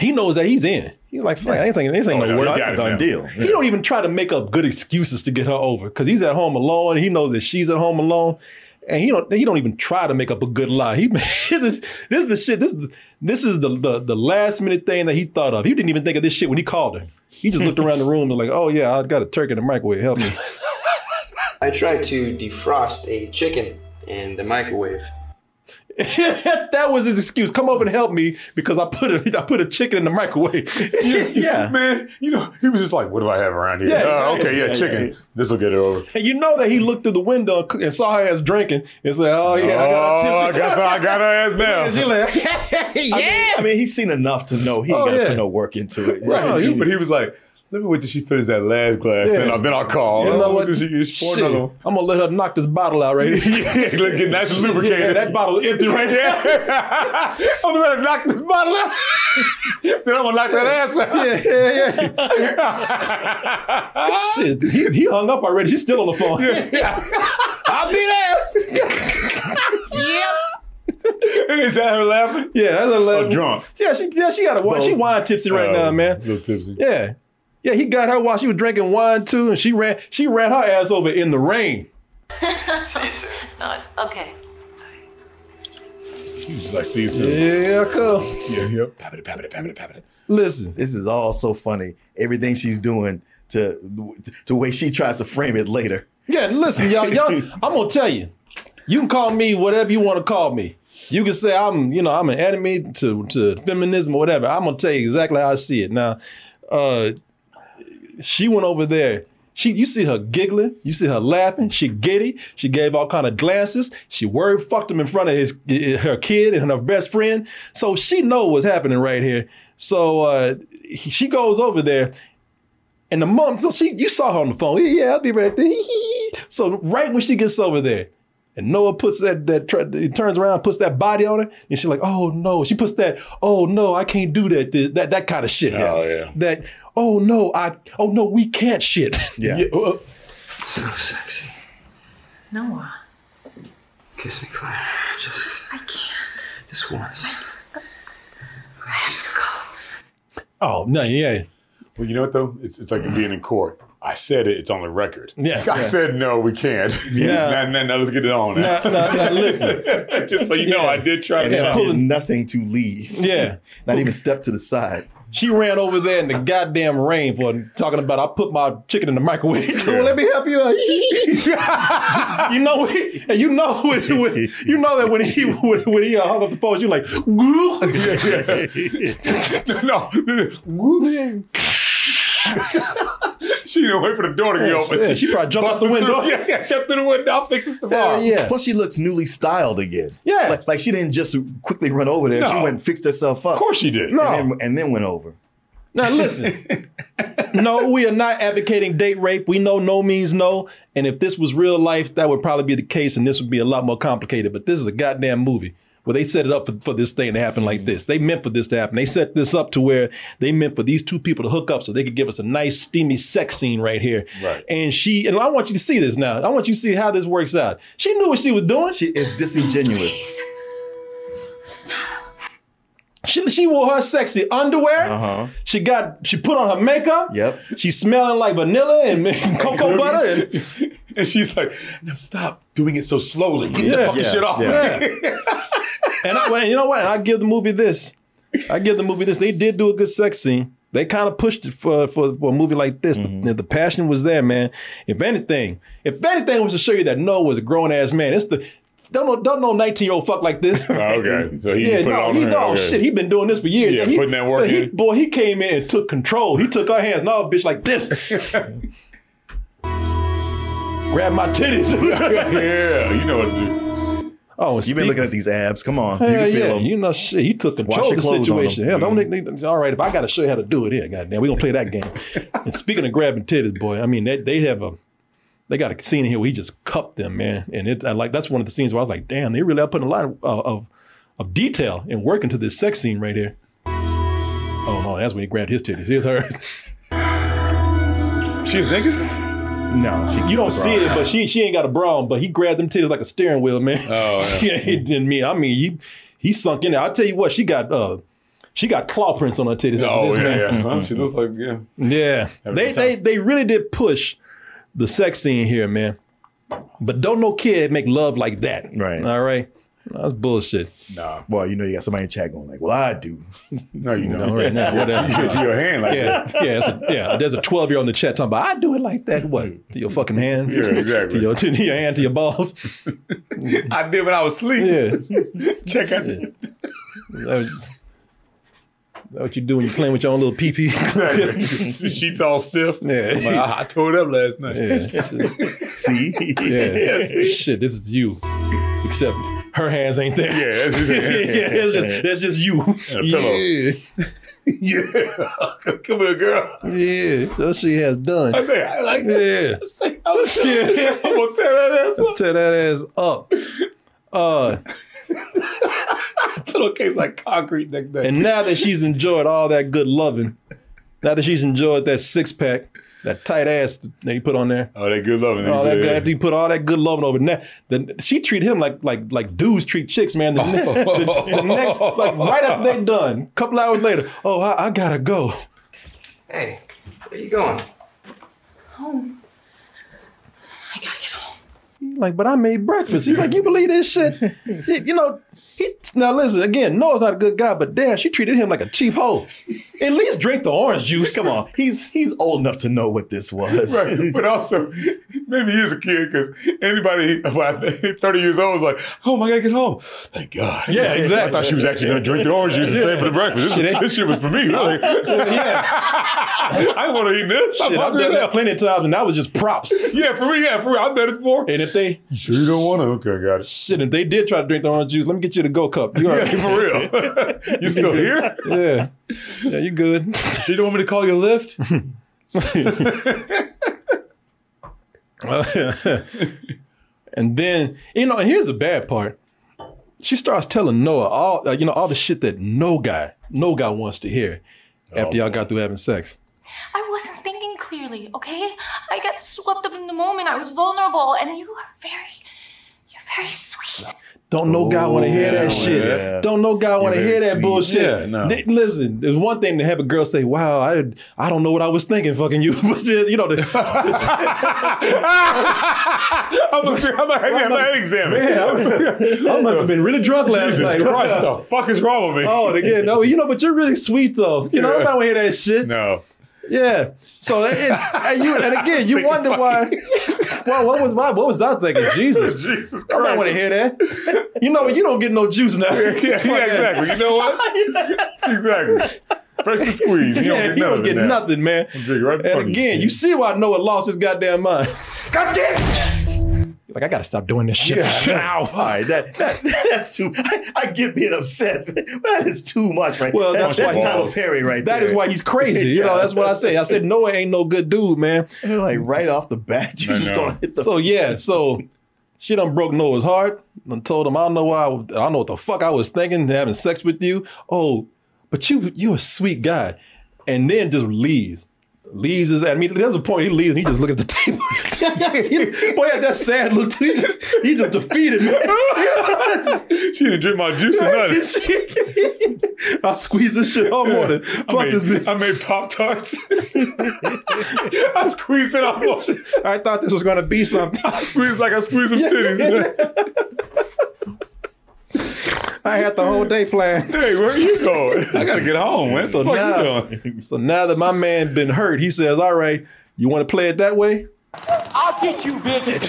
A: he knows that he's in. He's like, fuck, I ain't saying, this ain't
B: Oh,
A: no
B: yeah,
A: work.
B: he
A: I
B: got
A: ain't
B: it
A: done
B: now.
C: Done deal.
A: He don't even try to make up good excuses to get her over because he's at home alone. He knows that she's at home alone, and he don't he don't even try to make up a good lie. He (laughs) this, this is the shit. This is the- this is the, the the last minute thing that he thought of. He didn't even think of this shit when he called her. He just looked around the room and like, oh yeah, I got a turkey in the microwave. Help me. (laughs)
J: I tried to defrost a chicken in the microwave.
A: that was his excuse. Come over and help me because I put a I put a chicken in the microwave.
C: Yeah.
B: Man, you know, he was just like, what do I have around here?
A: Yeah,
B: Uh,
A: exactly.
B: okay, yeah,
A: Yeah,
B: chicken.
A: yeah.
B: This will get it over.
A: and you know that he looked through the window and saw her ass drinking. It's like, oh yeah, I got
B: oh,
A: our
B: I
A: chips.
B: got, I got
A: (laughs)
B: her ass now.
A: And she like, (laughs) yeah.
C: I mean, he's seen enough to know he ain't
A: Oh,
C: gotta
A: yeah.
C: put no work into it.
B: Right.
A: No,
B: (laughs) but he was like, let me wait till she finishes that last glass,
A: Yeah.
B: then, I'll, then I'll call.
A: You know
B: I'll
A: what?
B: wait till she- she pour
A: Shit.
B: another one.
A: I'm gonna let her knock this bottle out right here.
B: (laughs) yeah, let's get nice and lubricated.
A: Yeah,
B: (laughs)
A: that bottle is empty right there. (laughs)
B: Yeah. I'm gonna knock this bottle out. (laughs) then I'm gonna knock that ass out. (laughs)
A: yeah, yeah, yeah. (laughs) Shit, he, he hung up already. She's still on the phone. I'll be there.
B: Is that her laughing?
A: (laughs) Yeah, that's a
B: Or
A: little
B: drunk?
A: Yeah, she yeah she got a wine. She wine tipsy right
B: Oh,
A: now,
B: A
A: man.
B: little tipsy.
A: Yeah, yeah. He got her while she was drinking wine too, and she ran she ran her ass over in the rain.
H: See you soon.
E: No, okay.
B: She was just like, see you soon.
A: Yeah, come.
B: (laughs) Yeah, yeah. Pap it, pap it, pap it, pap it.
A: Listen,
C: This is all so funny. Everything she's doing to the way she tries to frame it later.
A: Yeah, and listen, y'all, y'all, I'm gonna tell you. You can call me whatever you want to call me. You can say I'm, you know, I'm an enemy to to feminism or whatever. I'm gonna tell you exactly how I see it. Now, uh, she went over there. She, you see her giggling, you see her laughing. She giddy. She gave all kind of glances. She worried, fucked him in front of his her kid and her best friend. So she know what's happening right here. So uh, he- she goes over there and the mom, so she, you saw her on the phone. Yeah, yeah, I'll be right there. (laughs) so right when she gets over there, and Noah puts that that tr- he turns around, puts that body on her, and she's like, "Oh no!" She puts that, "Oh no, I can't do that." That that, that kind of shit.
B: Oh, yeah.
A: That, oh no, I, oh no, we can't shit. (laughs)
C: Yeah.
A: uh,
J: So sexy.
E: Noah.
J: Kiss me, Claire. Just,
E: I can't.
J: just once.
E: I have to go.
A: oh no, yeah,
B: Well, you know what though? It's, it's like being in court. I said it. It's on the record.
A: Mm. Yeah.
B: (laughs) I said no. We can't. (laughs)
A: Yeah.
B: now, now, now let's get it on.
A: no,
B: Now.
A: no, no, listen,
B: (laughs) Just so you know, I did try.
A: Yeah.
B: to
C: And
A: pulling-
C: did nothing to
B: (laughs)
C: leave.
A: yeah.
C: Not even step to the side.
A: She ran over there in the goddamn rain for talking about I put my chicken in the microwave. Well, (laughs) let me help you. out." (laughs) you know, he- and you know when, when- you know that when he when, when he uh, hung up the phone, you're like, (laughs) "Woo."
B: (laughs) no, no. (laughs) she didn't wait for the door to be open.
A: yeah, she probably jumped out the
B: busted
A: window.
B: Through, (laughs) yeah,
A: (laughs)
B: yeah, jumped through the window. I'll fix this tomorrow.
A: Hell yeah.
C: Plus, she looks newly styled again.
A: Yeah.
C: Like, like she didn't just quickly run over there. She
B: No.
C: went and fixed herself up.
B: Of course she did.
A: No.
C: And then, and then went over.
A: Now listen, no, we are not advocating date rape. We know no means no, and if this was real life, that would probably be the case, and this would be a lot more complicated. But this is a goddamn movie where they set it up for, for this thing to happen like this. They meant for this to happen. They set this up to where they meant for these two people to hook up so they could give us a nice steamy sex scene right here.
B: Right.
A: And she and I want you to see this now. I want you to see how this works out. She knew what she was doing.
C: She is disingenuous.
A: She, she wore her sexy underwear. She got she put on her makeup.
C: Yep.
A: She's smelling like vanilla and (laughs) cocoa butter. And,
B: and she's like, "No, stop doing it so slowly. Get the
A: (laughs) Yeah,
B: fucking
C: yeah,
B: shit off."
C: yeah.
A: and I, well, you know what? And I give the movie this. I give the movie this. They did do a good sex scene. They kind of pushed it for, for, for a movie like this. The- The, passion was there, man. If anything, if anything was to show you that Noah was a grown ass man, it's the don't know don't know nineteen year old fuck like (laughs) this.
B: (laughs) okay. So he
A: yeah,
B: put it
A: no,
B: on
A: he,
B: her.
A: no
B: okay.
A: shit. He been doing this for years.
B: Yeah,
A: he,
B: putting that work
A: but he-
B: in.
A: Boy, he came in and took control. He took our hands. No, bitch, like
B: (laughs)
A: this. Grab my
B: (laughs)
A: titties.
B: (laughs) yeah, you know what to do.
A: oh,
C: You've been
A: speak-
C: looking at these abs. Come on, you
A: Hell
C: can feel
A: yeah,
C: them.
A: you know shit. He took
C: Wash
A: control of
C: your
A: the
C: clothes on Mm-hmm.
A: situation. Hell,
C: them.
A: don't make me- all right. If I got to show you how to do it, here, goddamn, we gonna play that
C: (laughs)
A: game. and speaking of grabbing titties, boy, I mean they they have a they got a scene here where he just cupped them, man. And it I like that's one of the scenes where I was like, damn, they really are putting a lot of uh, of, of detail and work into this sex scene right here. Oh no, that's when he grabbed his titties. Here's hers.
B: She's naked?
C: no, she
A: You
C: keeps
A: don't
C: the
A: see
C: bra.
A: it, but she she ain't got a bra on, but he grabbed them titties like a steering wheel, man.
B: Oh, yeah.
A: (laughs) he didn't mean. I mean, he he sunk in there. I'll tell you what, she got uh she got claw prints on her titties. after
B: Oh,
A: this,
B: yeah,
A: man.
B: yeah. Huh? She looks like, yeah.
A: (laughs) Yeah.
B: Every
A: They
B: time.
A: they they really did push the sex scene here, man. But don't no kid make love like that.
C: Right.
A: All right. That's bullshit.
B: Nah.
C: Well, you know you got somebody in chat going like, "Well, I do."
B: No, you
A: All
B: know. (laughs)
A: right, now,
B: You
A: whatever.
B: do your hand
A: (laughs)
B: like
A: Yeah, yeah, it's a, yeah. There's a 12 year old in the chat talking about I do it like that. What to your fucking hand?
B: Yeah,
A: (laughs) To
B: exactly.
A: your, to your hand, to your balls.
B: that. (laughs) I did when I was asleep.
A: Yeah,
B: (laughs) Check out.
A: That was- that what you do when you playing with your own little pee
B: (laughs)
A: pee.
B: She's all stiff.
A: Yeah.
B: I'm like, I, I tore it up last night.
A: yeah.
B: (laughs)
C: See,
A: Yeah.
B: see?
A: Shit, this is you. Except her hands ain't there.
B: Yeah,
A: (laughs)
B: that's just-
A: yeah, that's just, that's just you.
B: a
A: Yeah.
B: pillow. Yeah. (laughs) Come here, girl.
A: Yeah. That's what she has done.
B: I, think I like that.
A: Yeah.
B: I was
A: (laughs) Yeah.
B: I'm gonna tear that ass up.
A: Tear that ass up. Uh,
B: Pillowcase like concrete next day.
A: and now that she's enjoyed all that good loving, now that she's enjoyed that six pack, that tight ass that he put on there,
B: oh, that good loving.
A: all that
B: Yeah.
A: good, after he put all that good loving over, now then she treat him like like like dudes treat chicks, man. The, ne- the, the next, like right after they done, couple hours later, oh, I, I gotta go.
J: Hey, where you going?
E: Home. I gotta get home.
A: Like, but I made breakfast. He's like, you believe this shit? You, you know, he now listen again. Noah's not a good guy, but damn, she treated him like a cheap hoe. At least drink the orange juice.
C: come on, he's he's old enough to know what this
B: (laughs)
C: was.
B: Right, but also maybe he is a kid because anybody about (laughs) thirty years old is like, "Oh my god, get home!" Thank God.
A: Yeah, exactly.
B: I thought she was actually going to drink the orange juice and stay for the breakfast. This, this shit was
A: (laughs)
B: for me, really. (laughs)
A: yeah,
B: I want to eat this. I'm
A: shit, I've
B: hungry
A: done
B: now.
A: that plenty of times, and that was just props.
B: Yeah, for real. Yeah, for real. I've done it before.
A: And if they
B: Sure, you don't want to? Okay,
A: (laughs)
B: got it.
A: shit, if they did try to drink the orange juice, let me get you the go cup. You all
B: Yeah,
A: right?
B: for real. (laughs) you still here?
A: Yeah, yeah, you good.
B: Sure, you don't want me to call you (laughs) Lyft?
A: (laughs) and then you know, and here's the bad part. She starts telling Noah all uh, you know all the shit that no guy, no guy wants to hear
B: Oh,
A: after y'all got through having sex.
E: I wasn't thinking clearly, okay? I got swept up in the moment. I was vulnerable, and you are very, you're very sweet.
A: Don't no guy want to hear that
C: yeah,
A: shit.
C: yeah.
A: Don't no guy want to
C: You're
A: hear
C: very
A: that
C: sweet.
A: bullshit.
B: Yeah, no.
A: Th- Listen, there's one thing to have a girl say, "Wow, I I don't know what I was thinking, fucking you," (laughs) but you know, the,
B: I'm going to have an examine. (laughs)
A: I must have been really drunk last
B: Jesus
A: night. (laughs)
B: Christ, what the fuck is wrong with me?
A: Oh, and again, no, you know, but you're really sweet though. You know,
B: Yeah.
A: nobody want to hear that shit.
B: No. (laughs)
A: Yeah. So that- and, and you and again, you
B: thinking
A: wonder why. (laughs) well, what was why, what was I (laughs) thinking? Jesus,
B: Jesus Christ.
A: I don't want to hear that. You know, you don't get no juice (laughs) now.
B: yeah, yeah, exactly. You know (laughs) what? exactly. Fresh and squeeze. You
A: Yeah,
B: don't
A: you don't
B: get nothing.
A: get
B: now.
A: nothing, man.
B: Drink right in front
A: And
B: of
A: again,
B: (laughs)
A: you see why Noah lost his goddamn mind.
D: God damn it!
A: (laughs) Like I gotta stop doing this shit.
C: Ow.
B: (laughs)
C: All right, that, that (laughs) that's too. I, I get being upset. but That is too much, right?
A: Well, that's
C: that's
A: why-
C: Tyler Perry, right
A: That
C: there.
A: is why he's crazy. You know,
C: Yeah.
A: that's what I say. I (laughs) said Noah ain't no good dude, man.
C: like right off the bat, you
B: I
C: just
B: know.
C: gonna hit the.
A: So yeah, so she done broke Noah's heart and told him, I don't know why I, I don't know what the fuck I was thinking having sex with you. Oh, but you you a sweet guy. And then just leaves. Leaves his I mean, there's a point he leaves and he just look at the table. (laughs) Boy, had that sad look. He just, he just defeated me. (laughs)
B: She didn't drink my juice or nothing.
A: I'll squeeze this shit all morning. Fuck
B: I
A: this bitch.
B: made, I made Pop Tarts. (laughs) I squeezed it off.
A: I thought this was gonna be something.
B: (laughs) I squeezed like I squeezed some titties.
A: I had the whole day planned.
B: Hey, where are you going? (laughs) I gotta get home, man.
A: So
B: What the fuck you
A: now,
B: doing?
A: so now that my man been hurt, he says, "All right, you want to play it that way?"
K: I'll get you, bitch.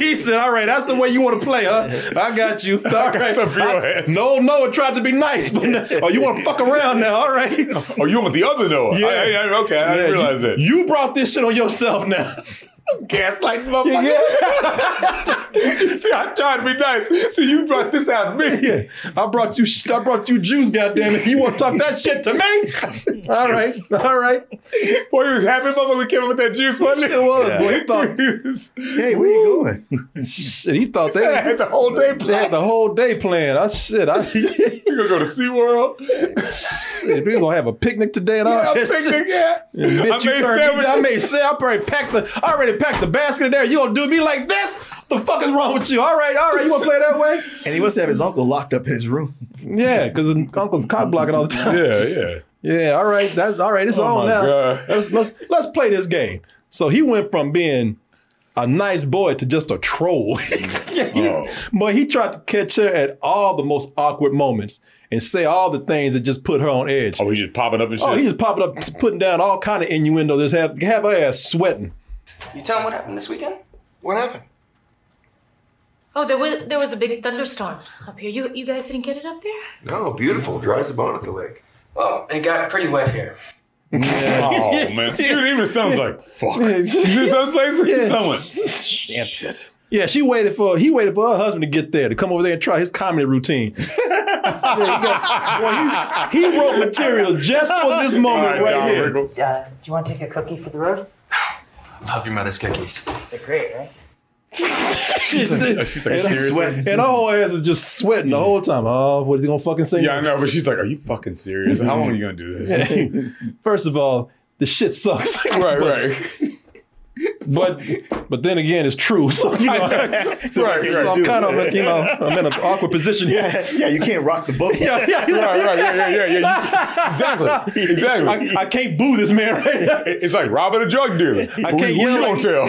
A: he said, "All right, that's the way you want to play, huh? I got you. All right.
B: (laughs)
A: I- no, no, it tried to be nice, but no- oh, you want to fuck around now? All right.
B: Oh, you want the other Noah?
A: Yeah.
B: I, I, I- okay, I
A: Yeah,
B: didn't realize
A: you,
B: that.
A: You brought this shit on yourself now.
B: Gaslight motherfucker. (laughs) See, I tried to be nice. See, you brought this out of me.
A: I brought you. sh- I brought you juice. Goddamn it! You want to talk that shit to me? All right, all right.
B: Boy, he was happy motherfucker came up with that juice, wasn't he?
A: It was. Boy, he
B: (laughs)
A: thought.
C: hey, where you
A: going? Shit, he thought they
B: They had the whole day
A: They had the whole day planned. I shit. I shit,
B: You gonna go to
A: (laughs)
B: SeaWorld?
A: we gonna have a picnic today and (laughs)
B: Yeah,
A: all. that shit.
B: picnic, yeah.
A: Yeah, bitch, you
B: I made
A: turned me down. I
B: sandwiches.
A: made say I already packed the I already packed the basket in there. You gonna do me like this? What the fuck is wrong with you? All right, all right, you wanna play that way?
C: And he must have his uncle locked up in his room.
A: Yeah, because uncle's cock blocking all the time.
B: (laughs) Yeah, yeah.
A: Yeah, all right. That's all right. It's
B: Oh
A: on
B: my
A: now.
B: God.
A: Let's, let's let's play this game. So he went from being a nice boy to just a troll. (laughs)
B: Oh.
A: But he tried to catch her at all the most awkward moments and say all the things that just put her on edge.
B: (laughs) Oh, he just popping up and shit.
A: Oh, he just popping up, putting down all kind of innuendo. Just have have her ass sweating.
J: You tell him what happened this weekend? What happened?
E: Oh, there was there was a big thunderstorm up here. You you guys didn't get it up there?
J: No, beautiful. Dry as a bone at the lake. Well, it got pretty wet here.
A: (laughs)
B: oh man, dude, it even sounds like fuck. You see those places? Someone.
A: Damn shit. Yeah, she waited for he waited for her husband to get there to come over there and try his comedy routine. (laughs) Yeah, he, got- boy, he- he wrote material just for this moment right, here.
F: Uh, do you want to take a cookie for the road?
J: Love your mother's cookies.
F: They're great, right?
A: (laughs) She's like,
B: (laughs) she's
A: and,
B: seriously?
A: sweating. and her whole ass is just sweating the whole time. Oh, what is he gonna fucking say?
B: Yeah, I know, but she's like, "Are you fucking serious? How long are you gonna do this?"
A: First of all, the shit sucks. (laughs)
B: (laughs) right, right.
A: But but then again, it's true. (laughs) So you know, so,
B: Right,
A: so
B: right,
A: I'm
C: dude.
A: kind of you know I'm in an awkward position here. (laughs)
C: Yeah, you can't rock the (laughs) boat.
A: Yeah, yeah,
B: Right, right, (laughs) yeah, yeah, yeah, (laughs)
A: (laughs)
B: yeah. Exactly, exactly.
A: I, I can't boo this man right now.
B: it's like robbing a drug dealer.
A: I can't
B: Who
A: yell
B: you
A: like,
B: gonna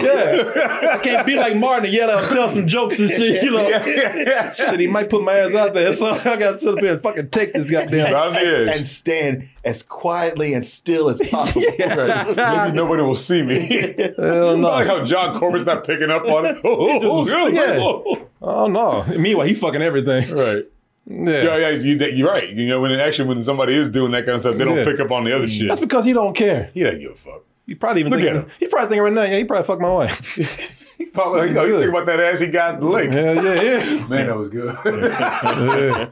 A: (laughs)
B: tell?
A: Yeah. I can't be like Martin and yell out, tell some jokes and shit. You
B: (laughs)
A: know, shit. He might put my ass out there, so (laughs) I got to sit up here and fucking take this goddamn.
B: Round the edge.
C: And stand as quietly and still as (laughs) possible.
B: Right. Maybe nobody will see me.
A: Hell
B: (laughs) I like
A: no.
B: how John Corbett's not picking up on it. (laughs) Oh, oh,
A: Just-
B: oh,
A: yeah.
B: oh,
A: Oh no. Meanwhile, he fucking everything.
B: oh. Right. Yeah,
A: Yeah.
B: yeah, you, that, you're right. You know, when actually when somebody is doing that kind of stuff, they don't
A: Yeah.
B: pick up on the other shit.
A: That's because he don't care.
B: He doesn't give a fuck.
A: He probably even
B: Look
A: thinking,
B: at him.
A: He probably thinking right now, yeah, he probably fucked my wife.
B: (laughs) He probably, you know, you
A: Good.
B: think about that ass he got in the lake.
A: Hell yeah, yeah.
B: Man, that
A: (laughs)
B: was good.
A: yeah.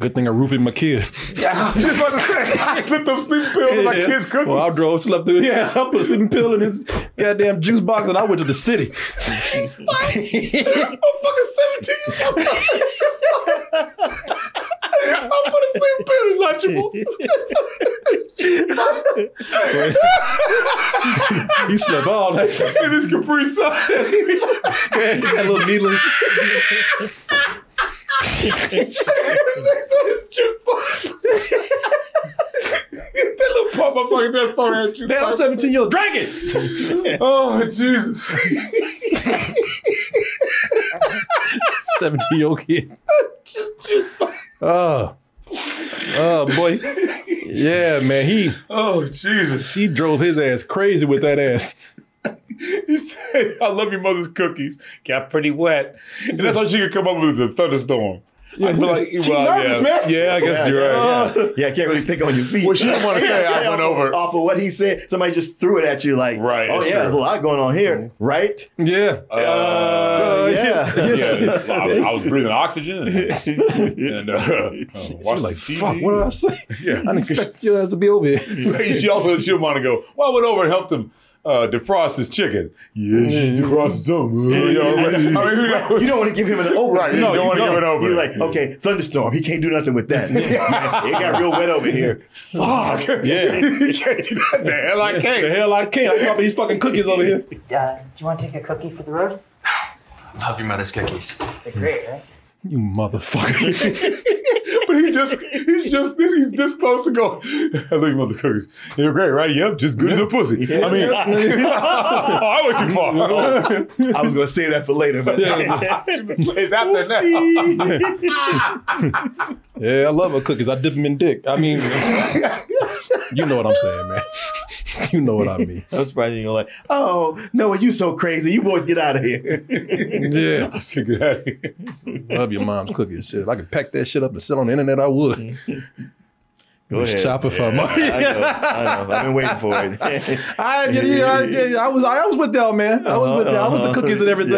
A: Good thing I roofied my kid.
B: (laughs) I was just about to say, I slipped them sleeping pills in my
A: Yeah.
B: kids' cookies.
A: Well,
B: (laughs)
A: I drove, slept through. Yeah, (laughs) I put a sleeping pill in his goddamn juice box, and I went to the
B: (laughs)
A: city.
B: I'm fucking 17 years old. (laughs) I put a sleeping pill
A: (laughs)
B: in Lunchables.
A: he slept all night.
B: (laughs) in his
A: (laughs)
B: Capri Sun.
A: Yeah, he got a little needle. and shit.
B: It's on his jukebox. that little pump, my fucking death phone had
A: Damn, I'm
B: jukebox.
A: 17 year old. Drag it. (laughs)
B: Oh, Jesus.
A: 17 year old kid. Oh. Oh boy. Yeah, man. He
B: Oh, Jesus.
A: she drove his ass crazy with that ass.
B: He said, I love your mother's cookies. Got pretty wet. And that's all she could come up with is a thunderstorm. I'd be like,
A: She
B: well,
A: nervous,
B: yeah.
A: man.
B: Yeah, I guess you're right.
C: Yeah, yeah. Yeah, I can't really think on your feet.
B: Well, she didn't wanna say I
C: Yeah, (laughs)
B: went
C: off of-
B: over.
C: Off of what he said, somebody just threw it at you like,
B: Right,
C: oh, yeah,
B: that's
C: there's a
B: true.
C: lot going on here, right?
A: Yeah.
C: Uh, yeah.
B: yeah, I was, I was breathing oxygen and, and uh, uh, watching
A: She's like,
B: TV.
A: fuck, what did I say?
B: Yeah,
A: I didn't expect your ass to be over here.
B: she also she didn't want to go. Well, I went over and helped him uh, defrost his chicken. Yeah, she defrosted some. uh, you know, I mean, (laughs) who knows?
C: You don't want to give him an opening.
B: Right, you
C: No,
B: don't
C: you
B: wanna give an opening.
C: You're like, okay, thunderstorm. He can't do nothing
B: (laughs)
C: with that. it got real wet over here.
B: Fuck.
A: Yeah.
B: (laughs) you can't do that. The hell I
A: The
B: can't.
A: hell I can't. I copy these fucking cookies over here.
F: Uh, do you want to take a cookie for the road?
J: Love your mother's cookies.
F: They're great, right?
A: (laughs) You motherfucker.
B: But he he just he's just he's this close to going. (laughs) I love you, mother cookies. You're great, right? Yep, just good as a pussy. I (laughs) mean, Oh, I went too (laughs) far.
C: I was gonna save that for later, but (laughs)
B: it's after now.
A: Yeah, I love her cookies. I dip them in dick. I mean, you know what I'm saying, man. You know what I mean.
C: I'm surprised you're like, oh, Noah, you so crazy. You boys get out of here. (laughs)
A: Yeah, (laughs)
B: I said, get out of here.
A: love your mom's cookies. Shit, if I could pack that shit up and sell on the internet, I would. Go ahead. Shopify money.
C: I know, I know. I've been waiting
B: (laughs)
C: for it.
A: (laughs)
C: (laughs)
A: I, yeah, yeah, I, yeah, I was I was with them, man. I was with them. I was with the cookies and everything.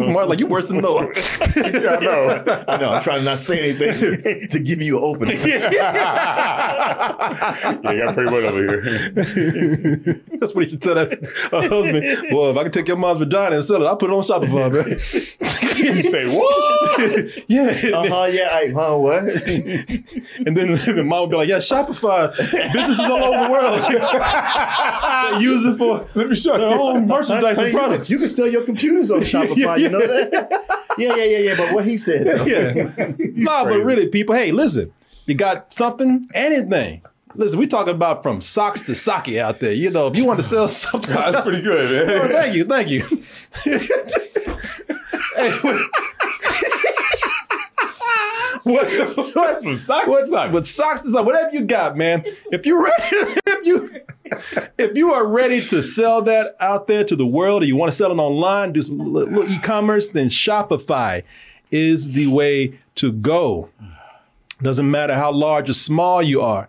A: (laughs) Mark, like you worse than Noah. (laughs)
C: I know. I know. I'm trying to not say anything (laughs) to give you an opening.
B: Yeah, you got pretty wet over here.
A: That's what he should tell that her (laughs) husband. Well, if I could take your mom's vagina and sell it, I'll put it on Shopify, man. (laughs)
B: You (laughs) say what?
A: yeah.
C: Uh huh. Yeah. I, huh. What?
A: (laughs) And then the mom would be like, yeah, Shopify, businesses all over the world (laughs) they use it for
B: Let me show
A: their
B: you.
A: own merchandise
C: (laughs) Honey,
A: and
C: you can-
A: products.
C: You can sell your computers
A: (laughs)
C: on Shopify.
B: (laughs)
C: You know that? Yeah, yeah, yeah, yeah. But what he said, though.
A: yeah. nah, but
B: crazy.
A: really, people, hey, listen, you got something, anything. Listen, we talking about from socks to sake out there. You know, if you want to sell (laughs) something,
B: That's pretty good,
A: Oh, (laughs)
B: man.
A: thank you, thank you. Hey, what- (laughs) what, what,
B: (laughs) From socks to
A: what,
B: socks.
A: what socks to socks, whatever you got, man. If you're ready, (laughs) if you if you are ready to sell that out there to the world, or you want to sell it online, do some little, little e-commerce, then Shopify is the way to go. Doesn't matter how large or small you are.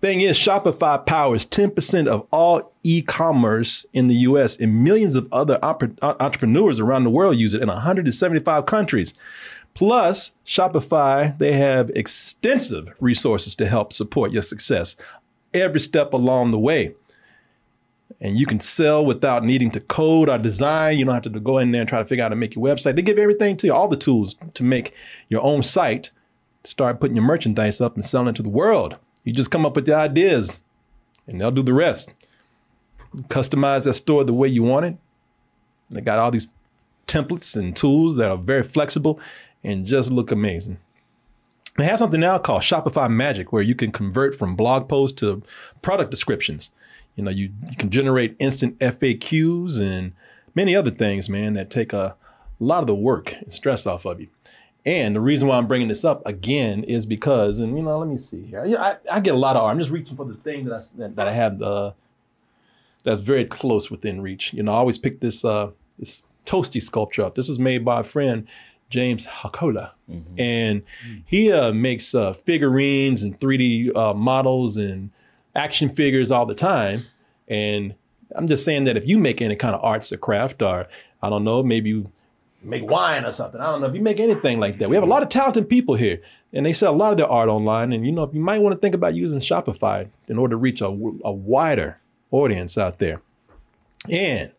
A: Thing is, Shopify powers 10% of all e commerce in the US, and millions of other oper- uh, entrepreneurs around the world use it in 175 countries. Plus, Shopify, they have extensive resources to help support your success every step along the way. And you can sell without needing to code or design. You don't have to go in there and try to figure out how to make your website. They give everything to you, all the tools to make your own site start putting your merchandise up and selling it to the world. You just come up with the ideas and they'll do the rest. Customize that store the way you want it. They got all these templates and tools that are very flexible and just look amazing. They have something now called Shopify Magic where you can convert from blog posts to product descriptions. You know, you, you can generate instant FAQs and many other things, man, that take a lot of the work and stress off of you. And the reason why I'm bringing this up again is because, and you know, let me see here. Yeah, I, I get a lot of art. I'm just reaching for the thing that I s- that, that I have uh, that's very close within reach. You know, I always pick this uh, this toasty sculpture up. This was made by a friend, James Hakola, and he uh, makes uh, figurines and 3D uh, models and action figures all the time. And I'm just saying that if you make any kind of arts or craft, or I don't know, maybe you make wine or something. I don't know if you make anything like that. We have a lot of talented people here, and they sell a lot of their art online. And you know, you might want to think about using Shopify in order to reach a, a wider audience out there. And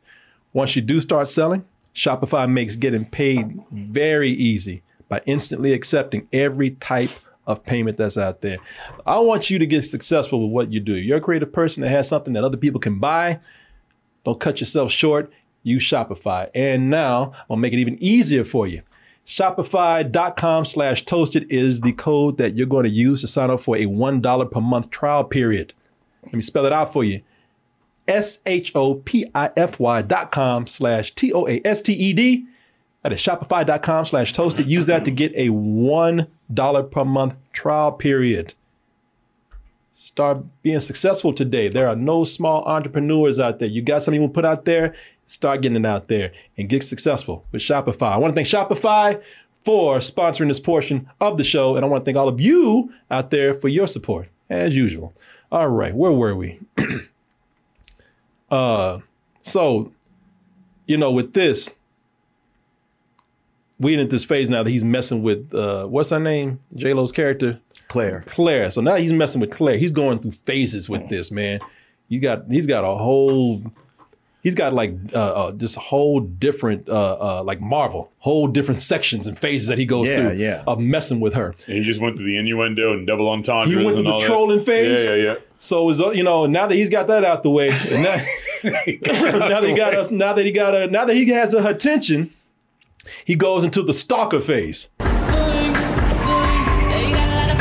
A: once you do start selling, Shopify makes getting paid very easy by instantly accepting every type of payment that's out there. I want you to get successful with what you do. You're a creative person that has something that other people can buy. Don't cut yourself short. Use Shopify. And now I'll make it even easier for you. Shopify.com slash toasted is the code that you're going to use to sign up for a $1 per month trial period. Let me spell it out for you. S H O P I F Y dot com slash T O A S T E D. That is Shopify.com slash toasted. Use that to get a $1 per month trial period. Start being successful today. There are no small entrepreneurs out there. You got something you want to put out there? Start getting it out there and get successful with Shopify. I want to thank Shopify for sponsoring this portion of the show. And I want to thank all of you out there for your support, as usual. All right, where were we? (clears throat) uh so you know with this we in this phase now that he's messing with uh what's her name j lo's character
C: Claire.
A: claire so now he's messing with claire he's going through phases with this man he's got he's got a whole he's got like uh, uh just whole different uh uh like marvel whole different sections and phases that he goes
C: Yeah,
A: through
C: yeah.
A: of messing with her
B: And he just went through the innuendo and double entendres
A: he went through
B: and
A: the
B: all that.
A: trolling phase
B: Yeah, yeah, yeah.
A: so it's, uh, you know now that he's got that out the way and now (laughs) now that he got us, now that he got her, now that he has her attention, he goes into the stalker phase.
L: Soon, soon, yeah, you got a lot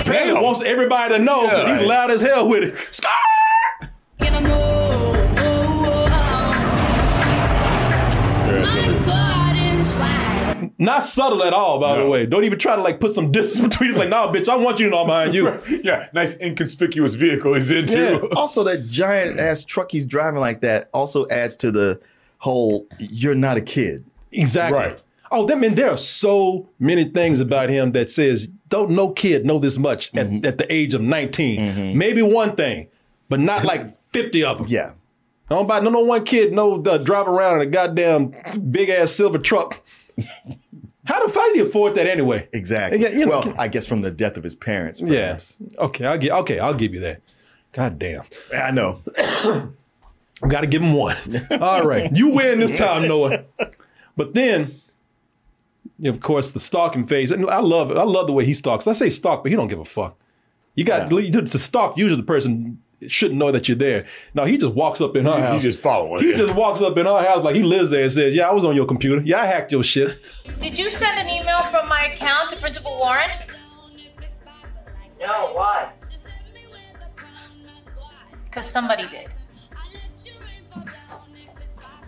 L: of friends on
A: wants everybody to know that he's loud as hell with it. Scar! Not subtle at all, by the way. Don't even try to like put some distance (laughs) between. It's like, nah, bitch, I want you to know I'm behind you.
B: (laughs) yeah, nice inconspicuous vehicle is in too. (laughs)
C: also, that
A: Mm.
C: giant ass truck he's driving like that also adds to the whole "you're not a kid."
A: Exactly. Right. Oh, that man, there are so many things about him that says, don't no kid know this much at, at the age of 19. Maybe one thing, but not like 50 of them.
C: Yeah.
A: I don't buy no, no one kid know uh, drive around in a goddamn big ass silver truck. How the fuck do you afford that anyway?
C: Exactly.
A: Yeah, you know-
C: well, I guess from the death of his parents.
A: Yes. Okay, I'll get okay, I'll give you that. God damn.
C: I know.
A: Gotta give him one. All right. You win this time, Noah. But then, of course, the stalking phase. And I love it. I love the way he stalks. I say stalk, but he don't give a fuck. You got to, to stalk, usually the person shouldn't know that you're there. No, he just walks up in her
B: He- he
A: house.
B: just follow her,
A: He
B: yeah.
A: just walks up in her house like he lives there and says, Yeah, I was on your computer. Yeah, I hacked your shit.
L: Did you send an email from my account to Principal Warren?
F: No, why?
L: Because somebody did.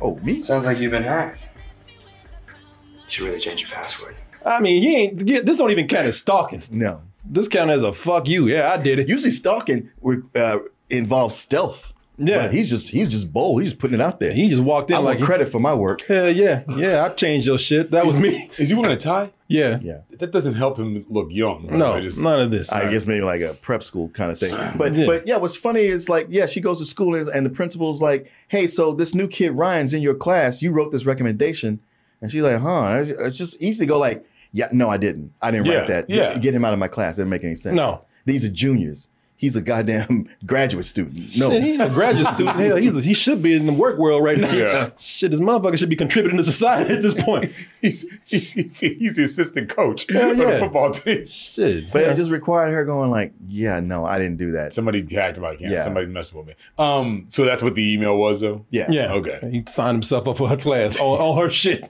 C: Oh, me?
J: Sounds like you've been hacked. You should really change your password.
A: I mean, he ain't, yeah, this don't even count as stalking.
C: No.
A: This count as a fuck you. Yeah, I did it.
C: Usually stalking uh, involves stealth.
A: Yeah.
C: But he's just he's just bold. He's just putting it out there.
A: He just walked in
C: I
A: like
C: want
A: he-
C: credit for my work.
A: Hell yeah. Yeah, I changed your shit. That was me.
B: Is you wearing a tie?
A: Yeah.
C: Yeah.
B: That doesn't help him look young. right?
C: No,
B: I just-
A: none of this.
C: I guess maybe like a prep school kind of thing.
A: (clears throat)
C: But but yeah, what's funny is like, yeah, she goes to school and, and the principal's like, hey, so this new kid Ryan's in your class. You wrote this recommendation. And she's like, huh? It's- It's just easy to go like, yeah, no, I didn't. I didn't
A: Yeah,
C: write that.
A: yeah.
C: Get, get him out of my class. It didn't make any sense.
A: No.
C: These are juniors. He's a goddamn (laughs) graduate student. No.
A: Shit, he ain't a
B: (laughs)
A: graduate student. Hell, he's he should be in the work world right now.
B: Yeah.
A: Shit, this motherfucker should be contributing to society at this
B: (laughs)
A: point.
B: he's, he's, he's, he's the assistant coach
A: Hell
B: for
A: yeah.
B: the football team.
A: Shit.
C: But it just required her going like, yeah, no, I didn't do that.
B: Somebody hacked my account.
C: Yeah.
B: Somebody messed with me. Um, so that's what the email was, though.
C: Yeah.
A: Yeah.
B: Okay.
A: He signed himself up for her class on, on her shit.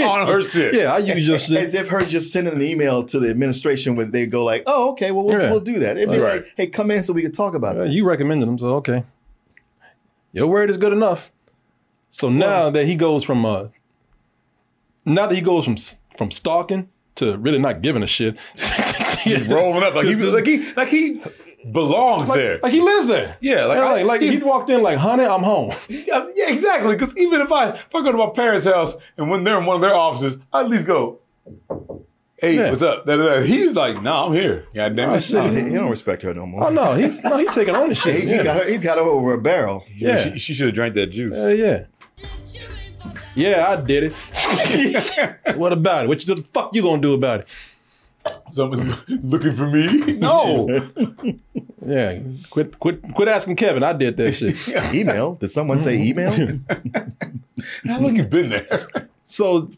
A: (laughs)
B: on her shit.
A: Yeah, I use your shit.
C: As if her just sending an email to the administration where they go like, oh, okay, well, we'll,
A: Yeah.
C: we'll do that. It'd be
A: Right.
C: like, hey, come in so we can talk about
A: Uh,
C: this.
A: you recommended him, so okay. Your word is good enough. So now that he goes from uh, now that he goes from s- from stalking to really not giving a shit, (laughs)
B: Just rolling up like (laughs) he was like he like he belongs
A: like,
B: there.
A: like he lives there.
B: Yeah, like
A: like
B: I-
A: like, he, walked in like, honey, I'm home.
B: yeah, uh, yeah, exactly. Because even if I if I go to my parents' house and when they're in one of their offices, I at least go, "Hey,
A: Yeah.
B: what's up?" Da, da, da. He's like, "Nah, I'm here." God damn
A: Oh,
B: it.
C: (laughs)
A: shit.
C: He don't respect her no more.
A: Oh no, he no he taking on the shit.
C: He, he
A: yeah.
C: got her, he got her over a barrel.
A: Yeah.
B: She, she should have drank that juice.
A: Hell yeah. Yeah, I did
B: (laughs)
A: it. what about it? What, you, what the fuck you gonna do about it?
B: Someone's (laughs) looking for me. (laughs) No.
A: Yeah, quit, quit, quit asking Kevin. I did that shit.
C: Email? Did someone say email?
B: How long you been there? (laughs)
A: So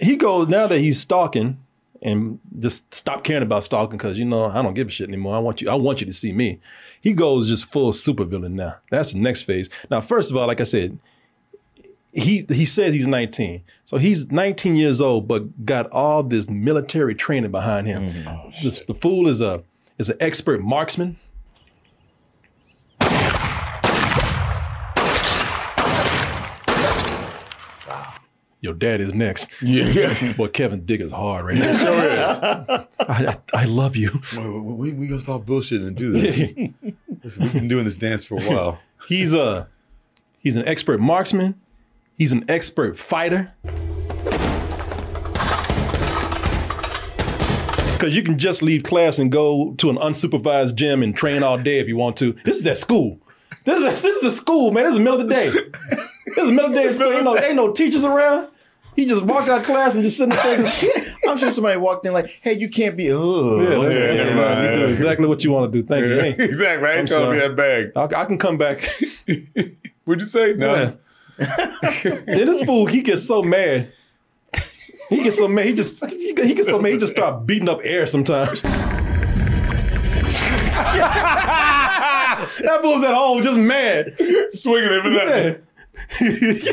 A: he goes now that he's stalking and just stop caring about stalking because you know I don't give a shit anymore. I want you. I want you to see me. He goes just full supervillain now. That's the next phase. Now, first of all, like I said, he he says he's 19, so he's 19 years old, but got all this military training behind him. This- the fool is a is an expert marksman. Your dad is next.
B: Yeah. (laughs)
A: Boy, Kevin Digger's hard right now. (laughs) I, I, I love you.
B: we, we, we gonna stop bullshitting and do
A: (laughs)
B: this. Listen, (laughs) We've been doing this dance for a (laughs) while.
A: He's a he's an expert marksman. He's an expert fighter. Cause you can just leave class and go to an unsupervised gym and train all day if you want to. This is at school. This is this is at school, man. This is the middle of the day. This is the middle of the day at school. Ain't no, ain't no teachers around. He just walked out of class and just sitting there thinking,
C: I'm sure somebody walked in like, hey, you can't be. Ugh.
A: yeah, yeah,
B: yeah,
A: yeah,
B: yeah.
A: you do exactly what you want to do. Thank
B: (laughs)
A: you. Hey,
B: exactly. I
A: I'm
B: ain't trying to be
A: sorry.
B: that bag.
A: I, I can come back.
B: What'd you say? No. (laughs)
A: (laughs) Yeah. then this fool, he gets so mad. He gets so mad. He just he get- he gets so mad. He just start beating up air sometimes. (laughs) that fool's at home just mad. (laughs)
B: Swinging him and
A: Yeah.
B: that.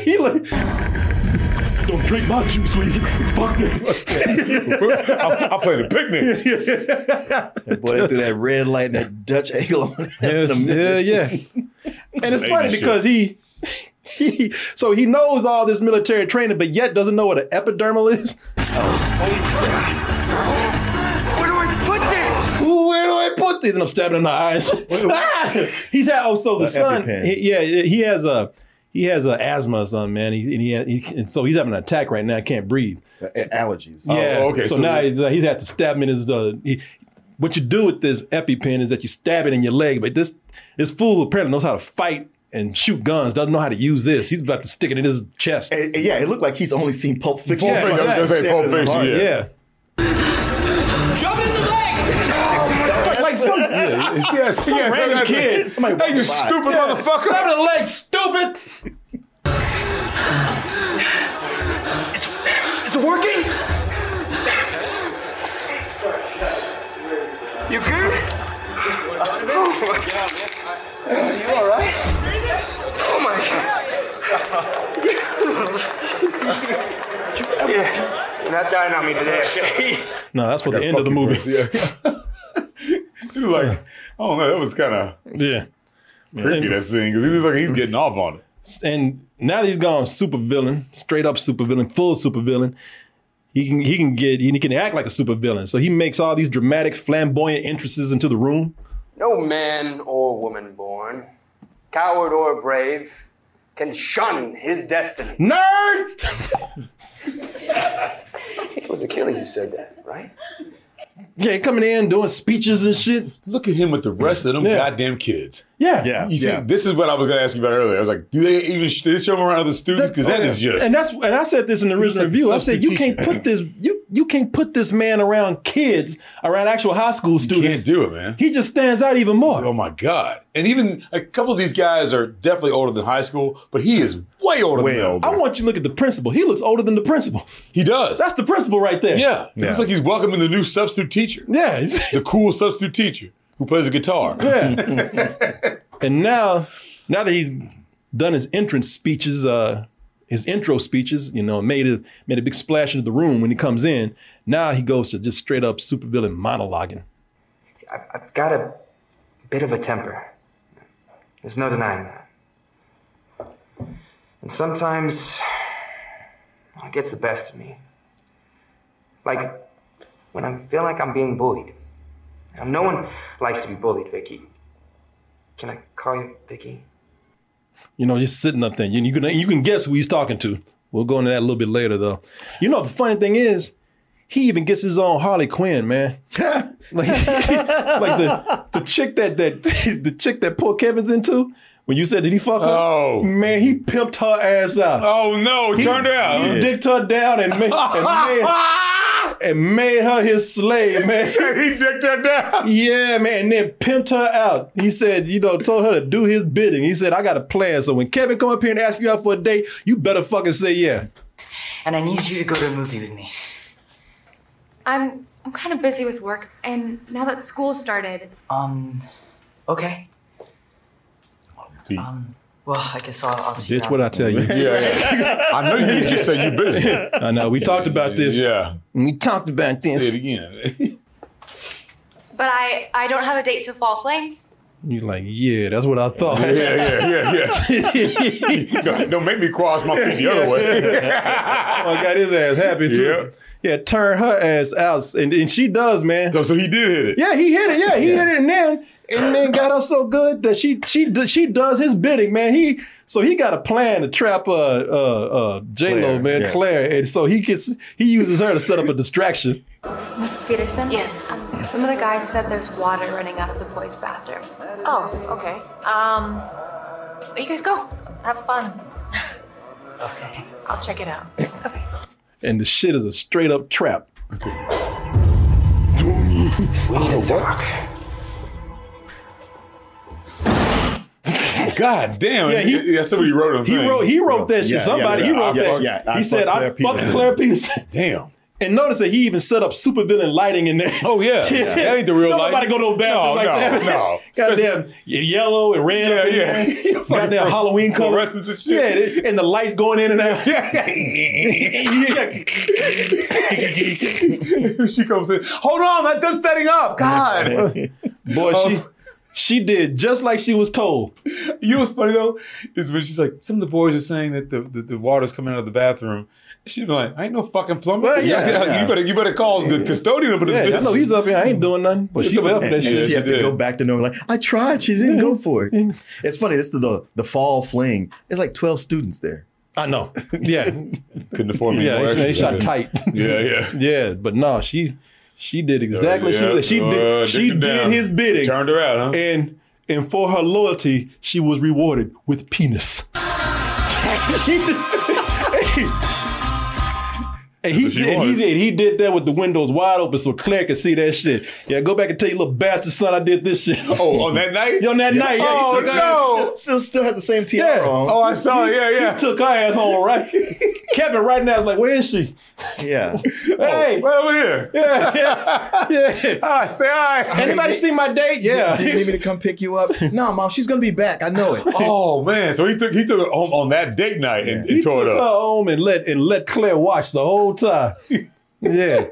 A: he like, don't drink my juice
B: (laughs)
A: when you fuck that.
B: I, I play the (laughs) picnic.
C: That boy threw that red light and that Dutch angle on it. (laughs) in a minute.
A: yeah,
C: (laughs)
A: and it's funny because he, (laughs) he, so he knows all this military training, but yet doesn't know what an epidermal is.
K: Oh. Where do I put this?
A: Where do I put these? And I'm stabbing him in the eyes. Ah! (laughs) He's had oh, so the
K: Uh,
A: son,
K: EpiPen.
A: he- yeah, he has a he has a asthma or something, man. He, and, he, had- he and so he's having an attack right now. Can't breathe.
C: Uh, allergies.
A: Yeah.
C: Oh,
A: okay.
C: okay,
A: So,
C: so
A: now
C: the-
A: he's, uh, he's had to stab him in his. Uh, he, what you do with this EpiPen is that you stab it in your leg, but this this fool apparently knows how to fight and shoot guns. Doesn't know how to use this. He's about to stick it in his chest.
C: yeah, it looked like he's only seen Pulp Fiction.
A: Yeah,
C: Pulp Fiction, I was
A: exactly.
C: gonna say Pulp Fiction, yeah.
A: yeah.
K: Shove it in the leg.
A: Like (laughs) some, yes, (laughs)
B: yes,
K: some
B: yes,
K: random
B: yes,
K: kid.
B: yes. Hey, you stupid motherfucker!
A: Stab in the leg, stupid.
K: Is it working? You good? Oh my
J: (laughs)
K: god. You alright? Oh my
D: (laughs)
K: god. Yeah. Not dying on me
D: Oh,
K: today.
A: No, that's what the end of the movie.
B: Yeah. He was like, I don't know. That was kind
A: (laughs)
B: of
A: yeah
B: creepy that scene because he was like he's getting off on it.
A: and now that he's gone super villain, straight up super villain, full super villain. He can he can get he can act like a super villain. So he makes all these dramatic, flamboyant entrances into the room.
J: No man or woman born, coward or brave, can shun his destiny.
A: Nerd. (laughs)
J: It was Achilles who said that, right?
A: Yeah, coming in doing speeches and shit.
B: Look at him with the rest of them goddamn kids.
A: Yeah,
B: You see, this is what I was going to ask you about earlier. I was like, do they even do they show him around other students? Because that is just.
A: Oh, and that's and I said this in the original
B: like
A: review. I said you
B: substitution.
A: can't put this you you can't put this man around kids around actual high school students.
B: can't do it, man.
A: He just stands out even more.
B: Oh my god! And even a couple of these guys are definitely older than high school, but he is way older. than them.
A: I want you to look at the principal. He looks older than the principal.
B: He does.
A: That's the principal right there.
B: Yeah.
A: Yeah.
B: It's like he's welcoming the new substitute teacher.
A: Yeah. (laughs)
B: the cool substitute teacher who plays a guitar.
A: Yeah. and now, now that he's done his entrance speeches, uh, his intro speeches, you know, made a made a big splash into the room when he comes in. Now he goes to just straight up supervillain monologuing.
J: I've got a bit of a temper. There's no denying that. And sometimes well, it gets the best of me. Like when I feel like I'm being bullied. Now, no one likes to be bullied, Vicky. Can I call you Vicky?
A: You know, just sitting up there. You, you can you can guess who he's talking to. We'll go into that a little bit later, though. You know, the funny thing is, he even gets his own Harley Quinn, man. like, (laughs) like the the chick that that (laughs) the chick that poor Kevin's into. When you said did he fuck her? Oh man, he pimped her ass out.
B: Oh no,
A: he,
B: turned her out,
A: He
B: huh?
A: dicked her down and made, and
B: (laughs)
A: made and made her his slave, man.
B: he dicked her down.
A: Yeah, man. And then pimped her out. He said, you know, told her to do his bidding. He said, I got a plan. So when Kevin come up here and ask you out for a date, you better fucking say yeah.
I: And I need you to go to a movie with me.
M: I'm I'm kind of busy with work, and now that school started,
I: Um, okay. Um, well, I guess I'll, I'll see you.
A: Bitch, what I tell you?
B: (laughs) yeah. I know you just say you busy.
A: I know. We talked about this.
B: Yeah.
A: We talked about this.
B: Say it again.
M: but I I don't have a date to Fall Fling.
A: You're like, yeah, that's what I thought. (laughs)
B: Yeah, yeah, yeah, (laughs) yeah. don't, don't make me cross my feet the other way.
A: I got his ass happy too. Yeah, turn her ass out, and, and she does, man.
B: So, he did hit it.
A: Yeah, he hit it. Yeah, he hit it, and then and then got her so good that she she do- she does his bidding, man. He so he got a plan to trap uh uh, uh J Lo,
K: Claire,
A: man,
K: yeah.
A: Claire, and so he gets he uses her to set up a distraction.
M: Mrs. Peterson. Yes. Um, some of the guys said there's water running out of the boys' bathroom.
E: Oh, okay. Um, you guys go. Have
F: (laughs)
E: fun. okay. I'll check it out.
A: and the shit is a straight up trap.
J: We need to talk.
B: God damn.
A: Yeah,
B: Yeah,
A: he-
B: that's what he wrote on
A: he
B: thing.
A: wrote- he wrote that shit. Somebody- he wrote
B: I
A: that.
B: fucked-
A: He said, "I fucked Claire Peterson."
B: Damn.
A: And notice that he even set up supervillain lighting in there.
B: Oh
A: (laughs)
B: yeah, that ain't the real
A: Don't
B: light.
A: Nobody go to a bathroom
B: No,
A: like
B: no,
A: that.
B: no.
A: (laughs) Goddamn yellow and red.
B: Yeah,
A: up in
B: (laughs) yeah.
A: There. Goddamn Halloween colors.
B: Fluorescence and
A: Yeah, and the lights going in and (laughs) out.
B: (laughs) she comes in. Hold on, that does setting
A: (laughs)
B: up. God.
A: Boy,
B: Oh.
A: she she did just like she was told.
B: You know what's funny though? Is when she's like, some of the boys are saying that the, the, the water's coming out of the bathroom. She'd be like, I ain't no fucking plumber.
A: Well, yeah, yeah.
B: (laughs) You better you better call the custodian up in this
A: Yeah,
B: bitch.
A: I know he's up here. I ain't doing nothing. But she fell for that
C: and
A: shit.
C: she had to go back to normal. Like I tried, she didn't go for it. It's funny. This is the the fall fling. There's like twelve students there.
A: I know.
B: (laughs)
A: Yeah,
B: couldn't afford me.
A: yeah,
B: more
A: they- they shot
B: extras.
A: tight. (laughs)
B: Yeah, yeah.
A: yeah, but no, she she did exactly
B: Oh, yeah.
A: she was- she
B: Uh,
A: did she
B: dick her
A: did
B: down.
A: his bidding.
B: Turned her out, huh?
A: And and for her loyalty, she was rewarded with penis. (laughs) And he
B: what she
A: did, he
B: wanted.
A: did, he did that with the windows wide open so Claire could see that shit. Yeah, go back and tell your little bastard son I did this shit. (laughs)
B: Oh, on that night?
A: on that night. yeah, he
B: Oh,
A: took her-
B: no.
C: Still, still has the same tiara
A: Yeah.
C: on.
B: Oh, I saw it. Yeah, yeah.
A: He took her ass home, right? (laughs) Kevin right now is like, where is she?
C: Yeah. (laughs)
B: Oh. (laughs)
A: Hey,
B: Right over here.
A: yeah, yeah, yeah.
B: All right, say hi.
A: Anybody see my date? Yeah.
C: Do you need me to come pick you up? No, mom. She's gonna be back. I know it.
B: (laughs) Oh man, so he took he took it home on that date night and,
A: (laughs) He
B: and
A: took
B: tore it
A: her
B: up.
A: home and let and let Claire watch the whole
B: (laughs)
A: time. Yeah,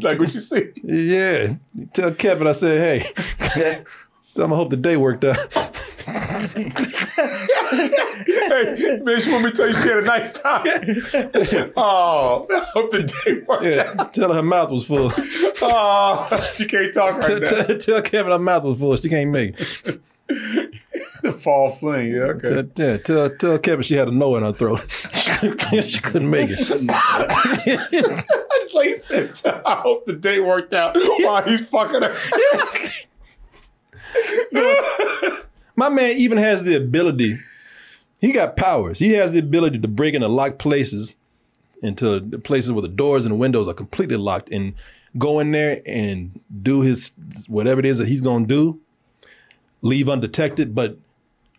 B: Like what
A: (laughs)
B: you see?
A: yeah. Tell Kevin I said, hey, I'm gonna hope the day worked out.
B: hey, man, she want me to tell you she had a nice time.
A: (laughs)
B: oh, I hope the day worked
A: Yeah,
B: out.
A: tell her her mouth was full.
B: Oh, (laughs) she can't talk
A: (laughs)
B: right
A: tell, (laughs)
B: now.
A: tell, tell Kevin her mouth was full. She can't make. it.
B: the fall fling. Yeah, okay.
A: Tell, yeah, tell, tell Kevin she had a no in her throat. (laughs) she, couldn't, she couldn't make it.
B: I just like you said, I hope the day worked
C: (laughs)
B: out while he's fucking her.
A: My man even has the ability. He got powers. He has the ability to break into locked places, into the places where the doors and the windows are completely locked, and go in there and do his whatever it is that he's gonna do. Leave undetected, but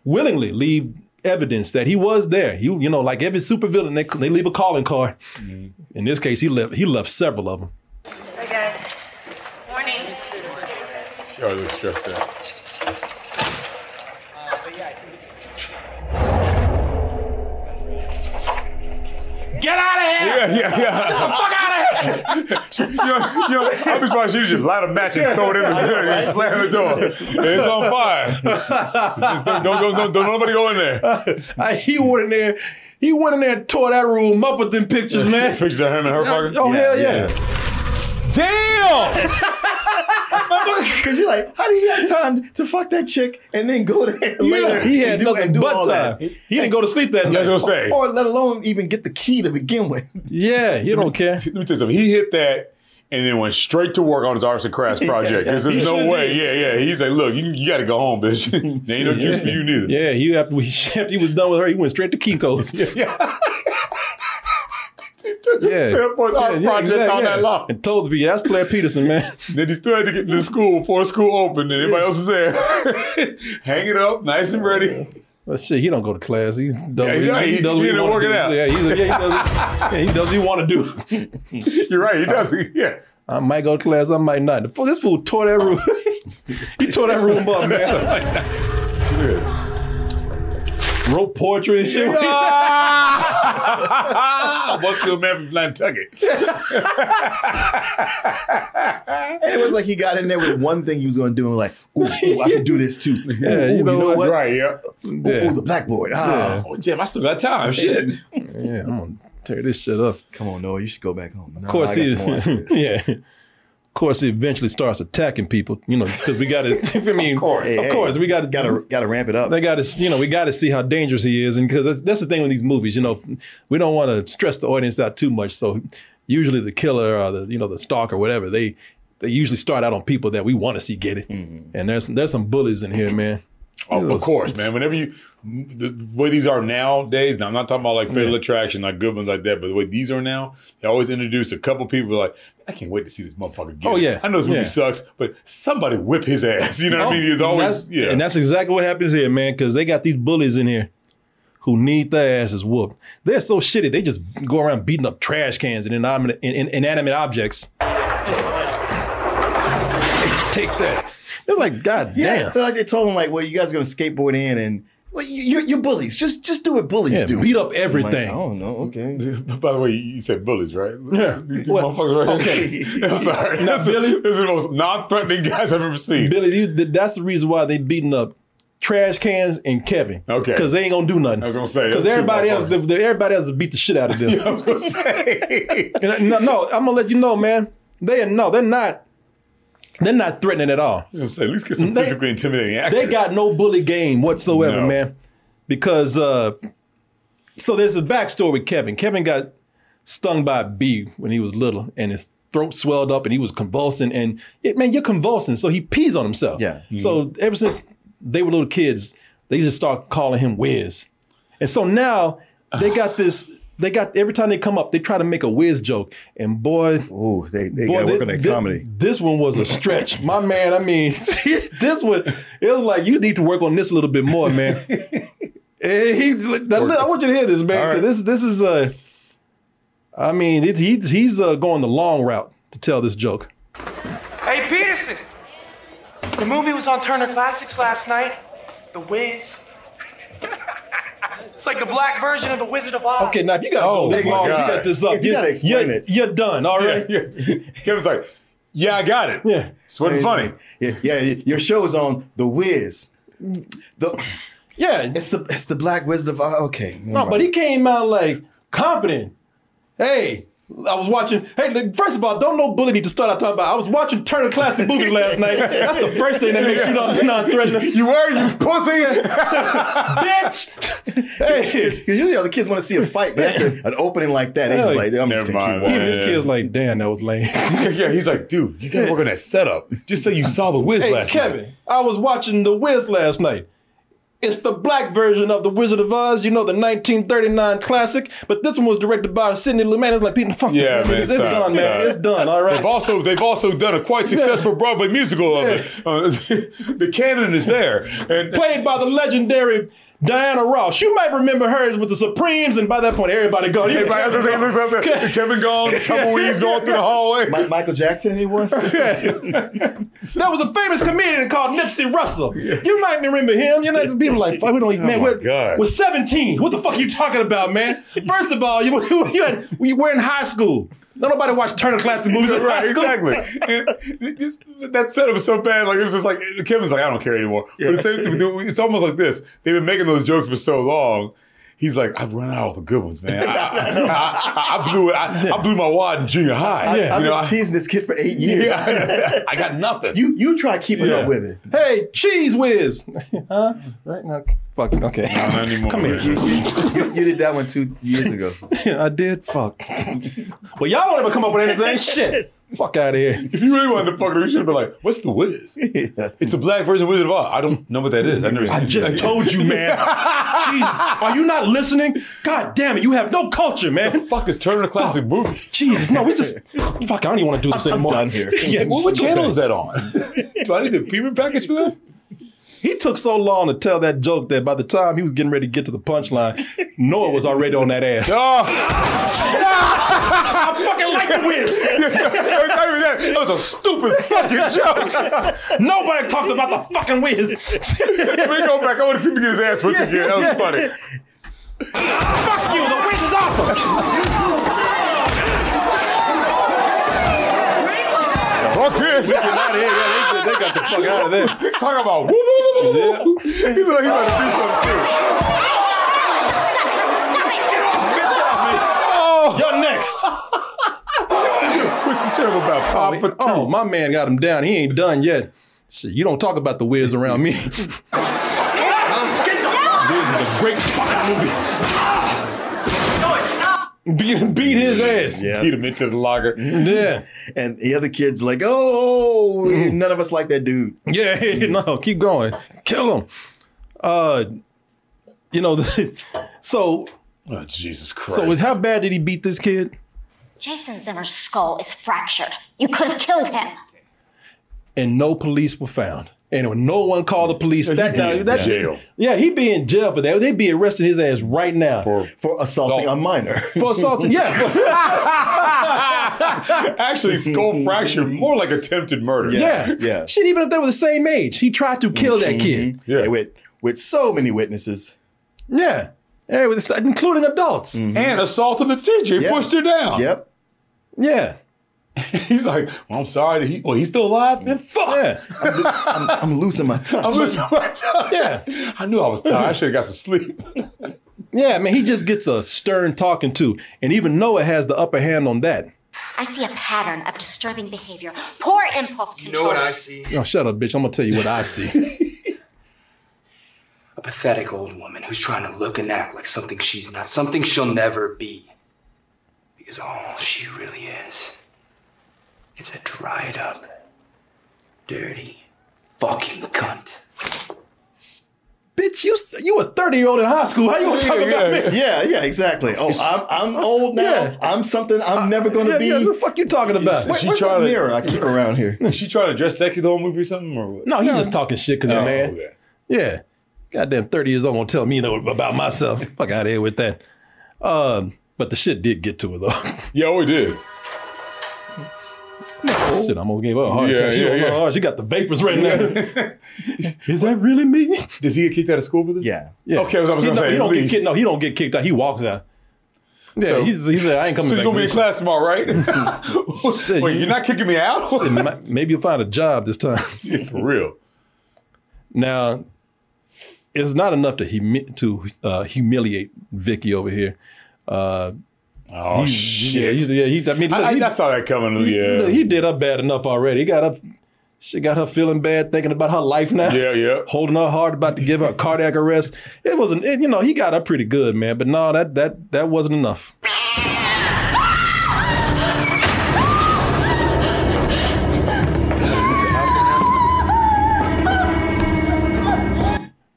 A: willingly leave evidence that he was there. You you know, like every supervillain, they they leave a calling card. In this case, he left he left several (laughs) of them.
L: Hi, guys. Morning.
B: Y'all Oh, just stressed out.
A: Get out of here!
B: Yeah, yeah, yeah.
A: Fuck out of here!
B: yo, yo, I be surprised you just light a match and throw it in the dirt and slam the door. And it's on fire. It's- it's- don't, don't, don't, don't, don't nobody go in there.
A: I, he went in there. He went in there and tore that room up with them pictures, man.
B: Pictures of him and her fucking.
A: Oh hell yeah!
B: Damn!
C: (laughs) Because you're like, how do you have time to fuck that chick and then go there later?
A: He
C: and
A: had
C: do-
A: nothing
C: and do
A: but
C: all
A: time.
C: that?
A: He didn't go to sleep that
B: That's
A: night.
B: what I'm saying.
C: Or let alone even get the key to
A: (laughs)
C: begin with.
A: Yeah, you don't care.
B: Let me tell you something. He hit that and then went straight to work on his arts
A: (laughs)
B: and crafts project. Because there's
A: He
B: no
A: sure
B: way. Yeah, yeah. He's like, look, you, you got to go home, bitch. (laughs) there ain't no juice for you neither.
A: Yeah, he after, we, (laughs) after he was done with her, he went straight to Kinko's. (laughs)
B: (laughs)
A: yeah,
B: Yeah.
A: yeah,
B: Fairport's art
A: yeah,
B: project
A: exact-
B: all
A: yeah.
B: night long.
A: And told to be that's Claire Peterson, (laughs) man.
B: Then he still had to get to school before school opened and everybody else was there. (laughs) Hang it up, nice and ready. (laughs)
A: Well, Oh, shit, he don't go to class. He does.
B: Yeah, yeah, he- he didn't
A: wanna
B: work it
A: do.
B: out.
A: Yeah, he's a, yeah, he
B: (laughs)
A: does. yeah, he does. He want to do.
B: You're right, he does. Yeah. (laughs)
A: I might go to class. I might not. The fool- This fool tore that room. (laughs) he tore that room up, man. Wrote poetry and shit.
B: (laughs) Ah! What's the man from Nantucket?
A: (laughs)
C: And it was like he got in there with one thing he was going to do and like, ooh, ooh, I can do this too.
A: (laughs) Yeah,
C: ooh,
A: you know what?
B: Right, yeah.
C: Ooh,
A: Yeah.
C: ooh, the blackboard. Ah.
B: Oh, damn, I still got time. Shit.
A: Yeah, I'm gonna tear this shit up.
C: Come on, Noah, you should go back home. No,
A: Of course,
C: I got
A: he.
C: some more ideas.
A: yeah. (laughs) Of course, he eventually starts attacking people. (laughs) You know, because we got to. I mean, of course,
C: Hey, hey,
A: we got to.
C: Gotta, gotta ramp it up.
A: They got to. You know, we got to see how dangerous he is, and because that's, that's the thing with these movies. You know, we don't want to stress the audience out too much. So usually, the killer or the you know the stalker, whatever they. They usually start out on people that we want to see get it, and there's there's some bullies in here, man.
B: Oh,
A: Those-
B: of course, man. Whenever you, the way these are nowadays, now I'm not talking about like Fatal Attraction, like good ones like that, but the way these are now, they always introduce a couple people like, I can't wait to see this motherfucker get
A: Oh,
B: it.
A: yeah.
B: I know this movie
A: Yeah. Oh,
B: sucks, but somebody whip his ass. You know what I mean? He's
A: And
B: always,
A: that's-
B: yeah.
A: and that's exactly what happens here, man. Because they got these bullies in here who need their asses whooped. They're so shitty, they just go around beating up trash cans and inanimate, in, in- inanimate objects. Take that. They're like, God
C: Yeah, they're like they told him like, well, you guys are gonna skateboard in and well, you, you're, you're bullies. Just just do what bullies
A: Yeah,
C: do.
A: beat up
C: I'm like,
A: everything.
C: I don't know. Okay.
B: (laughs) By the way, you said bullies, right?
A: Yeah.
B: These
A: What?
B: motherfuckers right here. (laughs) I'm sorry.
A: Now,
B: this,
A: Billy-
B: is, this is the most non-threatening guys I've ever seen. (laughs)
A: Billy, you, th- that's the reason why they beating up trash cans and Kevin.
B: Okay.
A: Because they ain't gonna do nothing. I was
B: gonna say
A: Because
B: those two
A: everybody else, the, the- everybody else will beat the shit out of
B: (laughs)
A: them.
B: I was gonna (laughs) say.
A: And I- no, no, I'm gonna let you know, man. They are no, they're not. They're not threatening at all.
B: I was gonna say, at least get some
A: They-
B: physically intimidating actors.
A: They got no bully game whatsoever,
B: No.
A: man. Because uh so there's a backstory with Kevin. Kevin got stung by a bee when he was little, and his throat swelled up, and he was convulsing. And it, man, you're convulsing, so he pees on himself. Yeah. So
B: Mm-hmm.
A: ever since they were little kids, they just start calling him Wiz. And so now they got this. They got every time they come up, they try to make a whiz joke, and boy,
C: ooh, they, they gotta work on their comedy.
A: This one was a
B: (laughs)
A: stretch, my man. I mean, (laughs) this one it was like you need to work on this a little bit more,
B: (laughs)
A: man. Eh, he, that- I want you to hear this, man. 'cause This this is uh, I mean, it, he, he's uh, going the long route to tell this joke.
N: Hey, Peterson! The movie was on Turner Classics last night. The Wiz. it's like the black version of The Wizard of Oz.
A: Okay, now if you gotta
B: Oh
A: go this
B: my
A: long, to
B: God.
A: set this up.
B: If you gotta explain
A: you're,
B: it.
A: you're done. All right.
B: (laughs) Yeah, yeah. Kevin's like, yeah, I got it. Yeah. This wasn't
C: Yeah,
B: funny.
C: Yeah, yeah, your show is on The Wiz. The
A: Yeah.
C: It's the it's the Black Wizard of Oz. Okay.
A: No, but he came out like confident. Hey, I was watching. Hey, look, first of all, don't no bully need to start out talking about. I was watching Turner
B: (laughs)
A: Classic Movies last night. That's the first thing that makes you not non-threatening.
B: You were, you pussy,
A: (laughs) bitch. Hey,
C: you know the kids want to see a
A: (laughs)
C: fight, but after an opening like that, they just like, I'm just gonna keep walking.
A: Even his kid's like, damn, that was lame.
B: (laughs) yeah, he's like, dude, you gotta work on that setup. Just so you saw the whiz
A: hey,
B: last
A: Kevin,
B: night.
A: I was watching The Wiz last night. It's the black version of The Wizard of Oz, you know, the 1939 classic, but this one was directed by Sidney Lumet. It's like, Pete, fuck
B: Yeah,
A: that.
B: man,
A: It's,
B: stop,
A: done,
B: stop.
A: man. It's done, all right?
B: They've also they've also done a quite successful Broadway musical of it. Uh, (laughs) the canon is there, and
A: played by the legendary Diana Ross. You might remember hers with the Supremes, and by that point, everybody gone. Yeah,
B: Everybody else is like, looks
A: (laughs)
B: up there. Kevin gone, tumbleweeds going through the hallway.
C: Michael
A: (laughs)
C: Jackson, anyone?
A: There was a famous comedian called Nipsey Russell. You might remember him. You know, people like, fuck, we don't even, man,
B: Oh my
A: we're,
B: God.
A: we're 17. What the fuck are you talking about, man? First of all, you, (laughs) you had, we were in high school. Don't nobody watch Turner Classic movies in
B: right,
A: high school.
B: exactly. And this- that setup was so bad. Like it was just like Kevin's like, I don't care anymore. But it's, it's almost like this. They've been making those jokes for so long. He's like, I've run out of the good ones, man. I,
A: (laughs)
B: I- I- I blew it. I, I blew my wad in junior high.
C: I,
B: You
C: I've
B: know,
C: been
B: I-
C: teasing this kid for eight years.
B: Yeah, (laughs) I got nothing.
C: You you try keeping
B: Yeah.
C: up with it.
A: Hey, cheese whiz. (laughs) huh? Right now. Fuck, okay.
B: not anymore.
A: Come here.
C: You, (laughs) you- you did that one two years ago.
A: I did. Fuck. well, y'all won't ever come up with
C: (laughs)
A: anything. Shit. Fuck out of here.
B: If you really wanted to fuck it, you should have been like, "What's the Wiz? It's a black version of Wizard of Oz. I don't know what that is. I've never seen
A: I
B: it.
A: just told you, man. (laughs) Jesus, are you not listening? God damn it, you have no culture, man.
B: (laughs) fuck is Turner Classic Movies?
A: Jesus, no, we (laughs) just fuck. I don't even want to do this
B: I'm
A: anymore.
B: done here.
A: (laughs) Yeah,
B: Well,
A: so
B: what channel
A: bad.
B: is
A: (laughs)
B: that on? Do I need the premium package for that?
A: He took so long to tell that joke that by the time he was getting ready to get to the (laughs) punchline, Noah was already on that (laughs) ass.
B: Oh. (laughs) I
A: fucking like the Wiz.
B: Not even that. That was a stupid fucking joke.
A: Nobody talks about the fucking Wiz.
B: Let me go back. I want to see him get his ass whipped again. That was
A: Yeah.
B: funny.
A: Fuck you, the Wiz is
B: Fuck this.
A: We get out of here. Yeah, they, they got the fuck out of there.
B: Talk about woo woo woo woo woo. He looked like he about to do something too. Oh.
A: You're next.
B: What's the terrible about Papa Two?
A: Oh, my man got him down. He ain't done yet. Shit, you don't talk about the Wiz around (laughs) me. This is a great fucking movie. Beat, beat his ass.
C: Yeah.
B: Beat him into the locker.
A: Yeah.
C: And the other kid's like, oh, none of us like that dude.
A: Yeah, (laughs) no, keep going. Kill him. Uh, you know, (laughs) so
B: Oh, Jesus Christ.
A: so how bad did he beat this kid?
O: Jason Zimmer's skull is fractured. You could have killed him.
A: And no police were found. and when no one called the police.
B: Yeah,
A: That,
B: he'd be
A: now,
B: in
A: that-
B: jail.
A: Yeah, he'd be in jail for that. They'd be arresting his ass right now for,
C: for assaulting
A: (laughs)
C: a minor.
A: For
B: (laughs)
A: assaulting, yeah. for- (laughs)
B: Actually, skull
A: (laughs)
B: fracture, more like attempted murder.
A: yeah, Shit, even if they were the same age, he tried to kill
C: (laughs)
A: that kid.
B: Mm-hmm.
C: Yeah. Mhm. with with so many witnesses.
A: Yeah, yeah with- including adults.
B: And assaulted the teacher. He pushed her down.
C: Yep.
A: Yeah.
B: (laughs) He's like, well, I'm sorry. He, well, he's still
A: Mm.
B: alive? Then fuck. (laughs)
A: Yeah.
C: I'm, I'm losing my touch.
B: I'm losing my touch.
A: Yeah.
B: I knew I was tired. I should have got some sleep.
A: Yeah, man, he just gets a stern talking to, and even Noah has the upper hand on that.
G: I see a pattern of disturbing behavior, poor impulse
J: You
G: control.
J: know what I see?
A: Oh, shut up, bitch! I'm gonna tell you what I
B: (laughs)
A: see.
J: A pathetic old woman who's trying to look and act like something she's not, something she'll never be. Because all she really is is a dried up, dirty fucking cunt.
A: bitch, you you a thirty year old in high school? How you gonna talk about me?
C: Yeah, yeah, exactly. Oh, I'm I'm old now.
A: Yeah. Uh,
C: I'm something I'm never going to
A: yeah,
C: be.
A: yeah, the fuck you talking about?
C: Wait, what's that mirror I keep around here?
B: Is she trying to dress sexy the whole movie or something? Or what?
A: No, he's just talking shit because
B: Oh,
A: man.
B: okay.
A: Yeah. Goddamn 30 years old won't tell me no about myself. (laughs) Fuck out of here with that. Um, but the shit did get to her though. (laughs)
B: Yeah, we did.
A: shit, I'm gonna give her a heart
B: Oh. Yeah,
A: attack. She,
B: yeah,
A: don't know
B: yeah.
A: hard. she got the vapors right
B: (laughs)
A: now. Is that really me?
B: Does he get kicked out of school with it?
C: Yeah.
A: Yeah.
B: Okay, that's what I was
A: He-
B: going
A: no,
B: to say.
A: He
B: at
A: don't get
B: least.
A: kicked. No, he don't get kicked out. He walks out. Yeah,
B: So-
A: he, he said, I ain't coming
B: So
A: back.
B: you're going to be in
A: for
B: class tomorrow, right?
A: (laughs)
B: (laughs)
A: this shit." Shit,
B: Wait,
A: you-
B: you're not kicking me out?
A: (laughs) shit, ma- maybe you'll find a job this time. (laughs)
B: For real.
A: Now, it's not enough to humi- to uh, humiliate Vicky over here. Uh,
B: oh
A: Yeah,
B: shit.
A: he, yeah, he, I mean,
B: I,
A: look,
B: I,
A: he-
B: I saw that coming. yeah.
A: look, he did her bad enough already. He got up. She got her feeling bad, thinking about her life now.
B: Yeah, yeah.
A: Holding her hard, about to give her a cardiac arrest. It wasn't, it, you know, he got her pretty good, man. But no, that that that wasn't enough.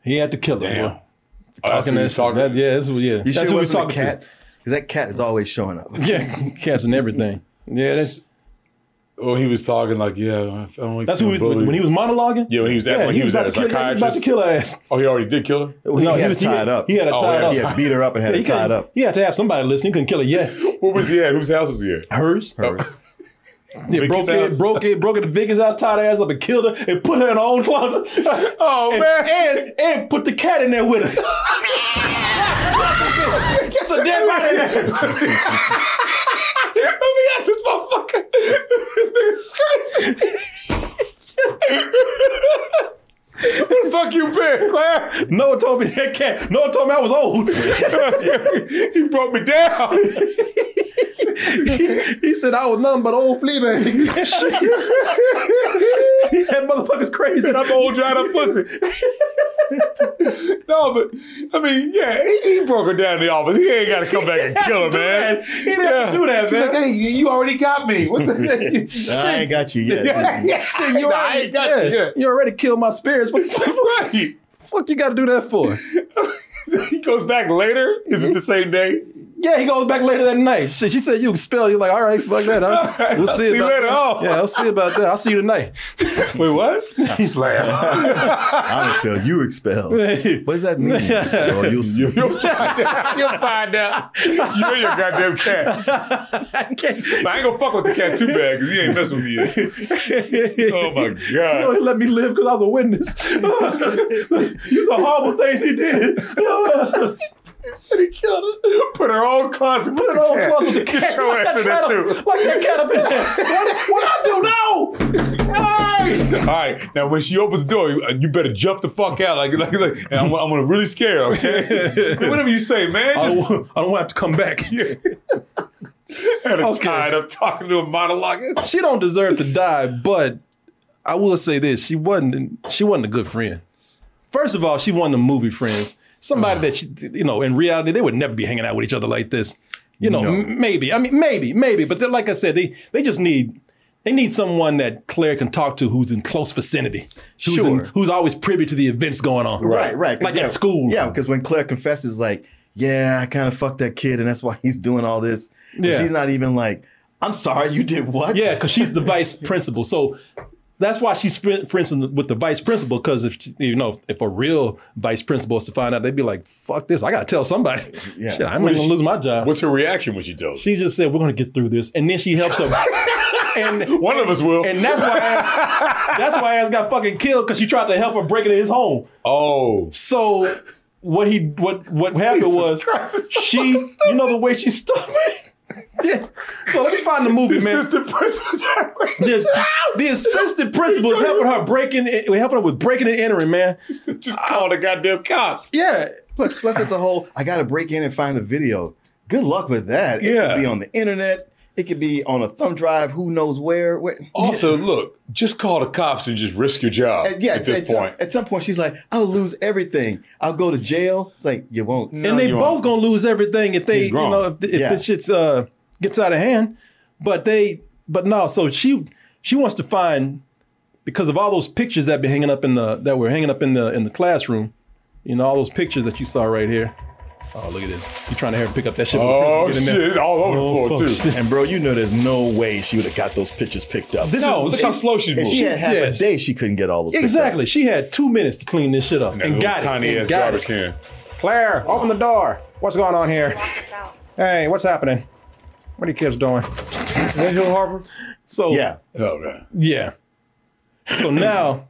A: He had to kill her.
B: Damn.
A: boy.
B: Oh, that's
A: Talking
B: who
A: that,
B: he's talking
A: that- yeah, that's what, yeah.
C: You
A: that's
C: sure it
A: who he's
C: wasn't a
A: talking to.
C: cat? Because that cat is always
A: (laughs)
C: showing up.
A: Yeah, cats and everything. Yeah, that's
B: Oh, he was talking like, yeah, I only
A: that's who he, when he was monologuing.
B: Yeah, when he was at,
A: Yeah,
B: when
A: he
B: he was
A: was
B: at a
A: about to kill- he was about to
B: psychiatrist.
A: kill her ass.
B: Oh, he already did kill her.
C: Well, he
A: No, he
C: had
A: was-
C: her
A: he-
C: tied up.
A: he had her
B: Oh,
A: tied
B: yeah.
A: up.
C: He had beat her up and had
A: Yeah, (laughs) he
C: her
A: couldn't-
C: tied up.
A: He had to have somebody listen. He couldn't kill her.
B: (laughs)
A: Yeah,
B: Who was he at? Whose house was he at? Oh,
A: hers.
C: Her.
A: Yeah, broke it,
B: house.
A: broke it, broke it. The biggest ass, tied her ass up, and killed her, and put her in her own closet. (laughs)
B: Oh,
A: and,
B: man.
A: and and put the cat in there with
B: (laughs)
A: her. Get your dead body in there.
B: Let me at this motherfucker. This nigga's crazy. Where the fuck you been, Claire?
A: No one told me that cat. No one told me I was
B: (laughs)
A: old.
B: he broke me down.
A: he, he said I was nothing but old flea bag. (laughs) that motherfucker's crazy.
B: And I'm old, dried up pussy. no, but I mean, yeah, he, he broke her down in the office. He ain't got to come back and kill her,
A: do
B: man.
A: that. He didn't have to do that,
B: She's
A: man.
B: Like, hey, you you already got me.
A: (laughs)
B: What the
C: I ain't got you yet.
A: Shit, you,
B: Nah, I
A: already,
B: ain't got you,
A: yeah,
B: yeah.
A: you already killed my spirits. What the fuck-
B: right.
A: fuck you got to do that for?
B: He goes back later. Is it the same day?
A: Yeah, he goes back later that night. Shit, she said you expelled. You're like, all right, fuck that.
B: (laughs)
A: Huh? We'll see,
B: See you
A: about
B: later. Oh.
A: Yeah, I'll see about that. I'll see you tonight.
B: Wait, what? He's laughing.
C: I'm expelled.
A: (laughs)
C: You expelled. What does that mean? oh, you'll see.
B: You'll find out. You'll find out. You're your goddamn cat. But (laughs) I ain't gonna fuck with the cat too bad because he ain't messing with me
A: (laughs)
B: yet. Oh my
A: You know,
B: god.
A: he let me live because I was a
B: (laughs)
A: witness. These are horrible things he
B: (laughs)
A: did.
B: He said he killed her. Put her own closet.
A: Put it on plus with
B: (laughs)
A: the cat.
B: Get your ass in there too.
A: Like that cat up in there. What, what I do now?
B: All right, now when she opens the door, you, you better jump the fuck out. Like, like, like and I'm, I'm gonna really scare her. Okay,
A: (laughs)
B: whatever you say, man.
A: I
B: Just
A: don't, I don't have to come back.
B: (laughs) had her
A: okay.
B: tied (laughs) up talking to a monologue.
A: She don't deserve to die, but I will say this: she wasn't. She wasn't a good friend. First of all, she wasn't a movie friends.
C: Uh.
A: Somebody that she, you know, in reality, they would never be hanging out with each other like this. You know,
C: No.
A: m- maybe. I mean, maybe, maybe. But they're, like I said, they they just need they need someone that Claire can talk to who's in close vicinity, who's in-
C: Sure.
A: who's always privy to the events going on.
C: Right, right. 'Cause,
A: Like
C: yeah,
A: at school.
C: Yeah, because when Claire confesses, like, yeah, I kind of fucked that kid, and that's why he's doing all this. and
A: Yeah.
C: She's not even like, I'm sorry, you did
B: (laughs)
C: what?
A: Yeah, because she's the vice principal. So That's why she's fri- friends with the, with the vice principal because if she- you know if a real vice principal is to find out, they'd be like, "Fuck this! I gotta tell somebody. Shit, I'm not
B: What
A: gonna
B: is she-
A: lose my job."
B: What's her reaction when she tells?
A: She just said, "We're gonna get through this," and then she helps
B: (laughs)
A: her. and
B: one of us will.
A: And that's why ass, that's why ass got fucking killed because she tried to help her break into his home.
B: Oh,
A: so what he what what happened was she you know the way she stuck me. (laughs) Yes. So let me find the movie, man.
B: assistant principal.
A: Just, the assistant principal is helping her breaking, helping her with breaking and entering, man.
B: Just
A: Ah.
B: call the goddamn cops.
C: Yeah. Plus, plus it's a whole. I got to break in and find the video. Good luck with that. It
B: Yeah.
C: could be on the internet. It could be on a thumb drive. Who knows where? Wait.
B: Also, look, just call the cops and just risk your job
C: At- yeah,
B: at this
A: uh,
C: some-
B: point.
C: at some point, she's like, "I'll lose everything. I'll go to jail." It's like you won't.
A: and they both gonna lose everything if they
C: He's
A: you
C: wrong.
A: know if, if
C: Yeah.
A: this shit's uh gets out of hand but they but no so she she wants to find because of all those pictures that been hanging up in the that were hanging up in the in the classroom you know all those pictures that you saw right here oh look at this you trying to have her pick up that shit with the
B: Oh,
A: principal, get in there.
B: shit, all over the floor,
A: fuck,
B: too.
A: shit.
C: (laughs) And bro, you know there's no way she would have got those pictures picked up.
A: This
B: Oh,
A: No, is- look how slow she
C: If
A: moved.
C: she had half
A: Yes.
C: a day, she couldn't get all those. picked up.
A: exactly she had two minutes to clean this shit up and,
C: little
A: got it
C: tiny
A: and
C: ass
A: got
C: garbage
A: it.
B: can.
A: claire open the door what's going on here hey what's happening what are you kids doing
B: that Hill Harbor?
A: So
C: yeah,
B: Oh man.
A: yeah. (clears throat) So now,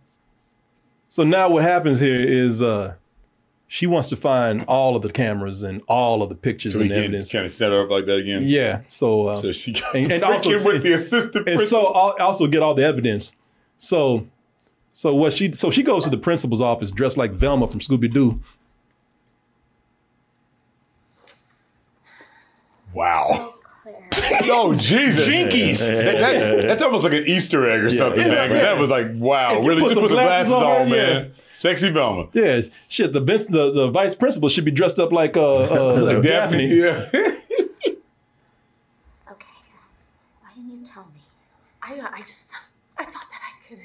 A: so now what happens here is uh she wants to find all of the cameras and all of the pictures
B: So we
A: and
B: can
A: evidence.
B: kind of set her up like that again.
A: Yeah. So uh,
B: So she got
A: and,
B: to
A: and
B: break
A: also
B: in with the assistant.
A: and so
B: principal.
A: I'll also get all the evidence. So so what she so she goes to the principal's office dressed like Velma from Scooby Doo.
B: wow. Oh Jesus!
A: Jinkies.
B: That- that- that's almost like an Easter egg or something,
A: Yeah.
B: man. 'cause That was like, wow,
A: If you
B: really?
A: put
B: just
A: some
B: put some
A: glasses
B: glasses,
A: on
B: on,
A: her,
B: man. Sexy Velma.
A: Yeah, shit. The best, the, the vice principal should be dressed up like uh, uh
B: (laughs)
A: like Daphne.
B: Yeah. (laughs) Oh,
G: Why didn't you tell me?
E: I, I just, I thought that I could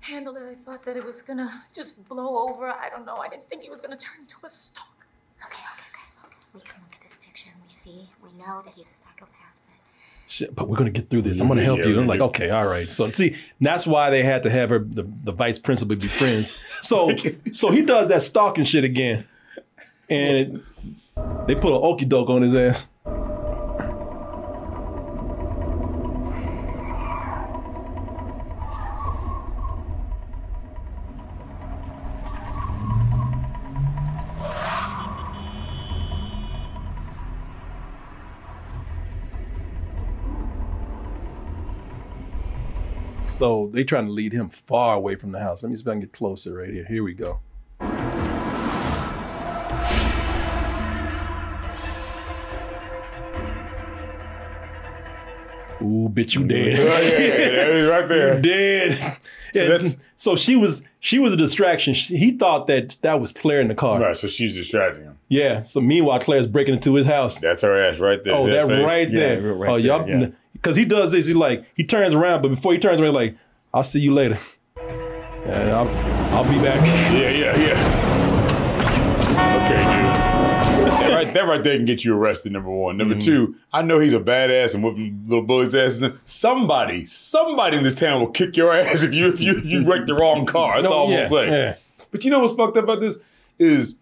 E: handle it. I thought that it was gonna just blow over. I don't know. I didn't think it was gonna turn into a stalk.
G: We can look at this picture and we see, we know that he's a psychopath.
A: Shit, but we're gonna get through this. I'm gonna help
B: Yeah,
A: you.
B: we
A: I'm like,
B: do.
A: okay, all right. So see, that's why they had to have her the, the vice principal be
B: (laughs)
A: friends. So so he does that stalking shit again. And they put an okey doke on his ass. So they trying to lead him far away from the house. Let me see if I can get closer right here. Here we go. Ooh, bitch, you dead. (laughs)
B: right there.
A: You (laughs) dead. So, so she was she was a distraction. She- he thought that that was Claire in the car.
B: Right, so she's distracting him.
A: Yeah. So meanwhile, Claire's breaking into his house.
B: That's her ass right there.
A: Oh,
B: See
A: that
B: face?
A: right there. oh, y'all, because he does this. He like he turns around, but before he turns around, he like I'll see you later, and I'll I'll be
B: (laughs)
A: back.
B: Yeah, yeah, yeah. Okay, dude. that, right, that right there can get you arrested, number one. Number
A: Mm-hmm.
B: two, I know he's a badass and whooping little bullies' ass. Somebody, somebody in this town will kick your (laughs) ass if you if you, if you wreck the wrong car. That's
A: No,
B: all I'm
A: Oh, yeah,
B: gonna say.
A: yeah.
B: But you know what's fucked up about this is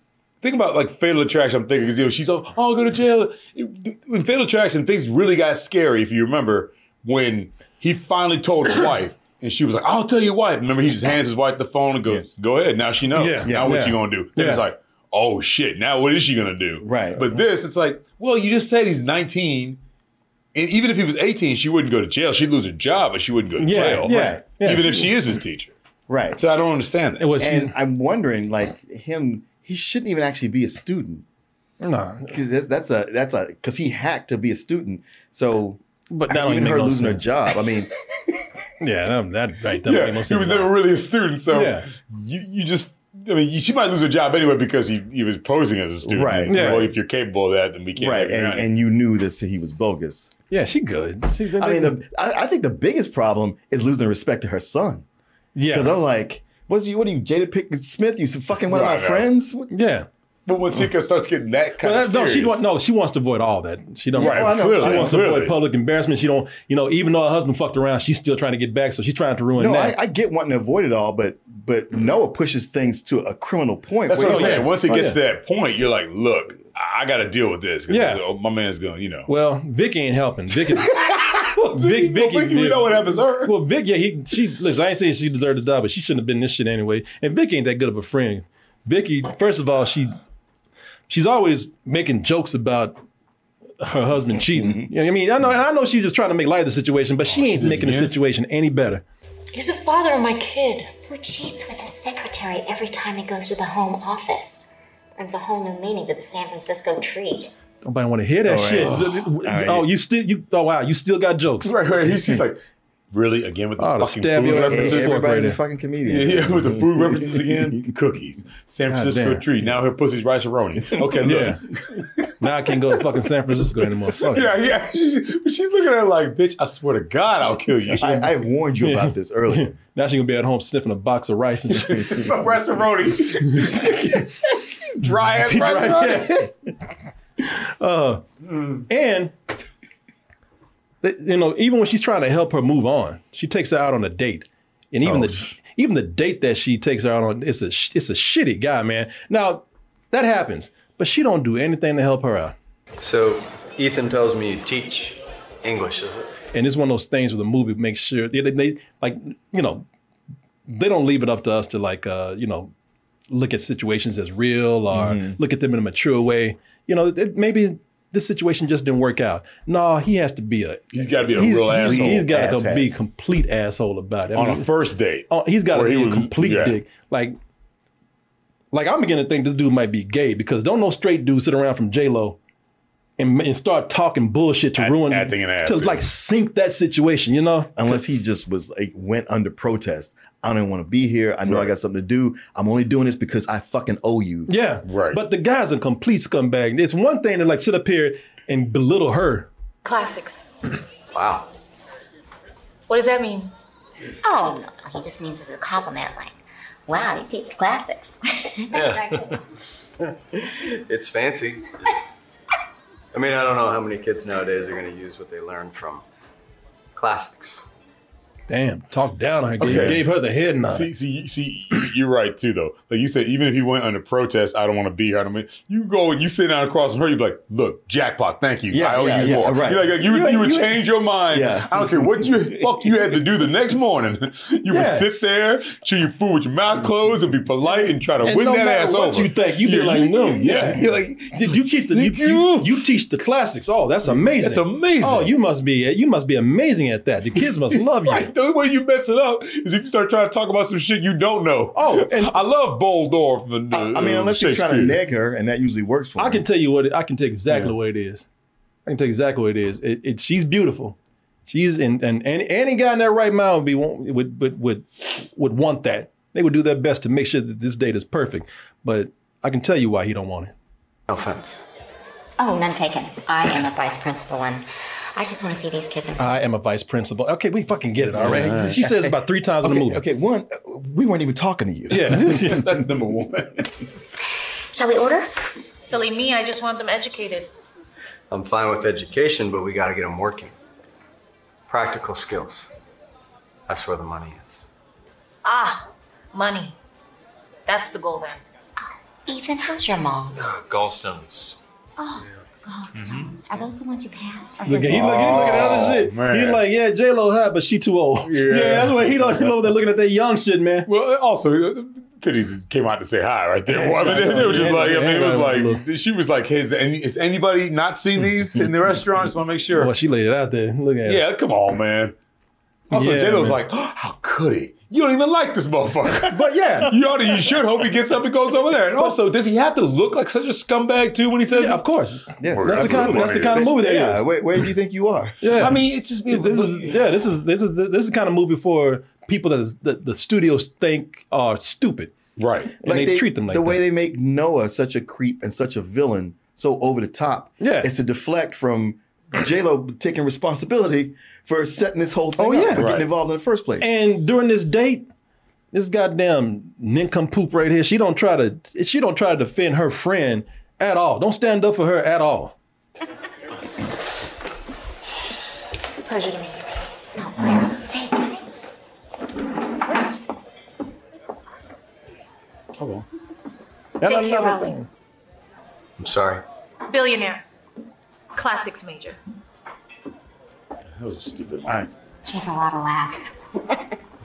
B: think about like Fatal Attraction. I'm thinking because you know she's all, oh, I'll go to jail. It- When Fatal Attraction, things really got scary. If you remember when he finally told his wife, and she was like, "I'll tell your wife." Remember, he just hands his wife the phone and goes, "Go ahead." Now she knows.
A: Yeah.
B: Now what
A: Yeah.
B: you gonna do? Then it's
A: Yeah.
B: like, "Oh shit!" Now what is she gonna do? Right. But this, it's like, well, you just said he's 19. And even if he was 18, she wouldn't go to jail. She'd lose her job, but she wouldn't go to
C: Yeah,
B: jail.
C: yeah,
B: Right.
C: yeah.
B: even if she is his teacher.
C: Right.
B: So I don't understand that.
C: and I'm wondering, like him, he shouldn't even actually be a student.
A: No,
C: because that's, that's a that's a because he hacked to be a student. So,
A: but
B: that don't
C: even
B: make
C: her
B: no
C: losing her
B: sense.
C: job.
B: (laughs)
C: I mean,
A: yeah, that, that right.
B: yeah, he was never really a student, so
A: Yeah.
B: you, you just. I mean, you- she might lose her job anyway because he, he was posing as a student.
C: Right,
B: And,
C: yeah.
B: Well, if you're capable of that, then we can't.
C: right,
B: Right.
C: and, and you knew this he was bogus.
A: Yeah, she good. She,
C: I mean, the, I, I think the biggest problem is losing the respect to her son.
A: Yeah,
C: because I'm like, what's you? What are you, Jada Pickett Smith? You some fucking one of my
B: Right, right.
C: friends? What-
A: Yeah.
B: But when Sika starts getting that kind
A: Well,
B: of
A: that- no,
B: serious,
A: she want, no, she wants to avoid all that. She don't.
B: Right, Oh, I know. clearly,
A: she wants to
B: clearly.
A: avoid public embarrassment. She don't. You know, even though her husband fucked around, she's still trying to get back. So she's trying to ruin
C: No, I,
A: that.
C: I get wanting to avoid it all, but but Noah pushes things to a criminal point.
B: Mm-hmm. that's
C: where
B: what I'm
C: he's
B: saying.
C: like-
B: Once it
C: Oh,
B: gets
C: yeah.
B: to that point, you're like, look, I got to deal with this. 'cause
A: Yeah.
B: oh, my man's going, to you know.
A: well, Vic ain't helping. Vic is. Vic, Vic,
B: Vicky, we know what happens to her.
A: Well, Vic, yeah, he, she. Listen, I ain't saying she deserved to die, but she shouldn't have been in this shit anyway. And Vic ain't that good of a friend. Vicky, first of all, she, she's always making jokes about her husband cheating. You know what I mean, I know, and I know she's just trying to make light of the situation, but she ain't making the situation any better.
G: He's the father of my kid. Who cheats with his secretary every time he goes to the home office? Brings a whole new meaning to the San Francisco treat.
A: Nobody want to hear that
B: All right.
A: shit.
B: All
A: Oh,
B: right.
A: you still you oh wow, you still got jokes.
B: Right, right. He's, he's like, really again with the
A: I'll
B: fucking
A: stab
B: food
A: your ass
B: references.
A: with a fork
C: Everybody's
A: right
C: a fucking
B: Yeah,
C: comedian.
B: yeah, with
C: (laughs)
B: the food references again. Cookies, San
A: God
B: Francisco
A: damn.
B: tree. Now her pussy's rice roni. Okay, look.
A: Yeah. (laughs) now I can't go to fucking San Francisco anymore. Fuck. it.
B: Yeah, yeah. (laughs) But she's looking at it like, bitch, I swear to God, I'll kill (laughs) you.
C: I, I warned you about
A: (laughs)
C: this earlier.
A: Now she's gonna be at home sniffing a box of rice and
B: rice roni. (laughs) Dry ass rice roni.
A: uh, and th- you know, even when she's trying to help her move on, she takes her out on a date, and even
C: Oh,
A: the even the date that she takes her out on, it's a sh- it's a shitty guy, man. Now that happens, but she don't do anything to help her out.
O: So Ethan tells me you teach English, is it?
A: And it's one of those things where the movie makes sure they, they, they, like you know they don't leave it up to us to like uh, you know look at situations as real or
B: Mm-hmm.
A: look at them in a mature way. You know, it, maybe this situation just didn't work out. No, he has to be a
B: He's got to be a
A: he's-
B: real
A: he's-
B: asshole.
A: He's got to
B: Asshat.
A: be a complete asshole about it. I
B: on a
A: mean,
B: first date.
A: oh, he's got to
B: Where
A: be
B: he
A: a
B: would-
A: complete
B: yeah.
A: dick. Like, like I'm beginning to think this dude might be gay because don't no straight dude sit around from J Lo. And, and start talking bullshit to ruin
B: acting an ass,
A: to
B: yeah.
A: like sink that situation, you know.
C: Unless he just was like went under protest. I don't want to be here. I know I got something to do. I'm only doing this because I fucking owe you.
A: Yeah.
B: Right.
A: But the guy's a complete scumbag. It's one thing to like sit up here and belittle her.
L: Classics.
O: Wow.
L: What does that mean?
G: Oh, no. He just means it's a compliment, like, wow, you teach classics. (laughs)
O: Yeah. it's fancy. I mean, I don't know how many kids nowadays are going to use what they learned from classics.
A: Damn, talk down on her. Gave,
B: Okay.
A: gave her the head nod.
B: See, see, see, you're right too, though. Like you said, even if he went under protest, I don't want to be here. I don't mean, you go and you sit down across from her. You'd be like, "Look, jackpot, thank you.
C: Yeah,
B: I owe
C: yeah,
B: you
C: yeah,
B: more."
C: right.
B: You're like, you,
C: You're-
B: you would
C: you're-
B: change your mind.
C: Yeah.
B: I don't care what you fuck you had to do the next morning. (laughs) You would
A: Yeah.
B: sit there, chew your food with your mouth closed, and be polite and try to
A: And
B: win
A: no
B: that
A: matter
B: ass
A: what
B: over.
A: you think, you be
B: Yeah,
A: like, no,
B: yeah.
A: yeah.
B: You're like,
A: Did you teach the you, you, you teach the classics? Oh, that's amazing.
B: That's amazing.
A: Oh, you must be you must be amazing at that. The kids must love you.
B: The only way you mess it up is if you start trying to talk about some shit you don't know.
A: (laughs) Oh, and
B: I love Boldorf. And, uh,
C: I mean,
B: uh,
C: unless you're trying to
B: Shakespeare.
C: neg her, and that usually works for
A: I
C: him.
A: can tell you what it, I can tell exactly what it is. I can tell exactly what it is. It, it she's beautiful. She's in and any any guy in that right mind would be want- would would would would want that. They would do their best to make sure that this date is perfect. But I can tell you why he don't want it.
O: No offense.
G: oh, none taken. I am a vice principal, and I just want to see these kids in
A: I am a vice principal. Okay, we fucking get it. All right. She says about three times in
C: Okay,
A: the movie.
C: okay, one, uh, we weren't even talking to you.
A: (laughs) Yeah.
B: (laughs) That's number one.
G: Shall we order?
L: Silly me, I just want them educated.
O: I'm fine with education, but we got to get them working. Practical skills. That's where the money is.
L: Ah, money. That's the goal then.
G: Ethan, how's your mom?
P: Gallstones.
G: Oh, gallstones. Are those the ones you passed? Are
A: Look,
G: those
A: he,
G: the-
A: look, he looking at other shit.
B: man.
A: He like, yeah, J Lo hot, but she too old. (laughs) Yeah, that's what he like. You know, they're looking at that young shit, man.
B: Well, also, uh, titties came out to say hi right there. Well, I mean, they, they were just like, I mean, it was like, she was like, hey, is, any, is anybody not seen these in the restaurant? Just want to make sure.
A: Well, she laid it out there. Look at
B: yeah, come on, man. Also,
A: Yeah,
B: J Lo's
A: man.
B: like, oh, how could he? You don't even like this motherfucker. (laughs)
A: But yeah.
B: you ought to, you should hope he gets up and goes over there. And also, does he have to look like such a scumbag too when he says,
A: Yeah, of course.
C: Yes,
B: Word,
A: That's the kind.
B: absolutely.
A: That's the kind of movie that is.
C: yeah, where, where do you think you are?
A: Yeah,
B: I mean, it's just
A: this is, yeah, this is this is this is the kind of movie for people that, is, that the studios think are stupid,
B: right?
A: And they, treat them like
C: the
A: that.
C: way they make Noah such a creep and such a villain, so over the top.
A: Yeah.
C: it's to deflect from J Lo taking responsibility for setting this whole thing
A: Oh,
C: up
A: yeah.
C: for
B: Right.
C: getting involved in the first place.
A: and during this date, This goddamn nincompoop right here. She don't try to. She don't try to defend her friend at all. Don't stand up for her at all.
G: Pleasure to meet you. Stay.
A: Hold
O: And
L: J.K.
O: another
L: Rowling.
O: I'm sorry.
L: Billionaire. Classics major.
B: That was a stupid
C: line.
G: She has a lot of laughs.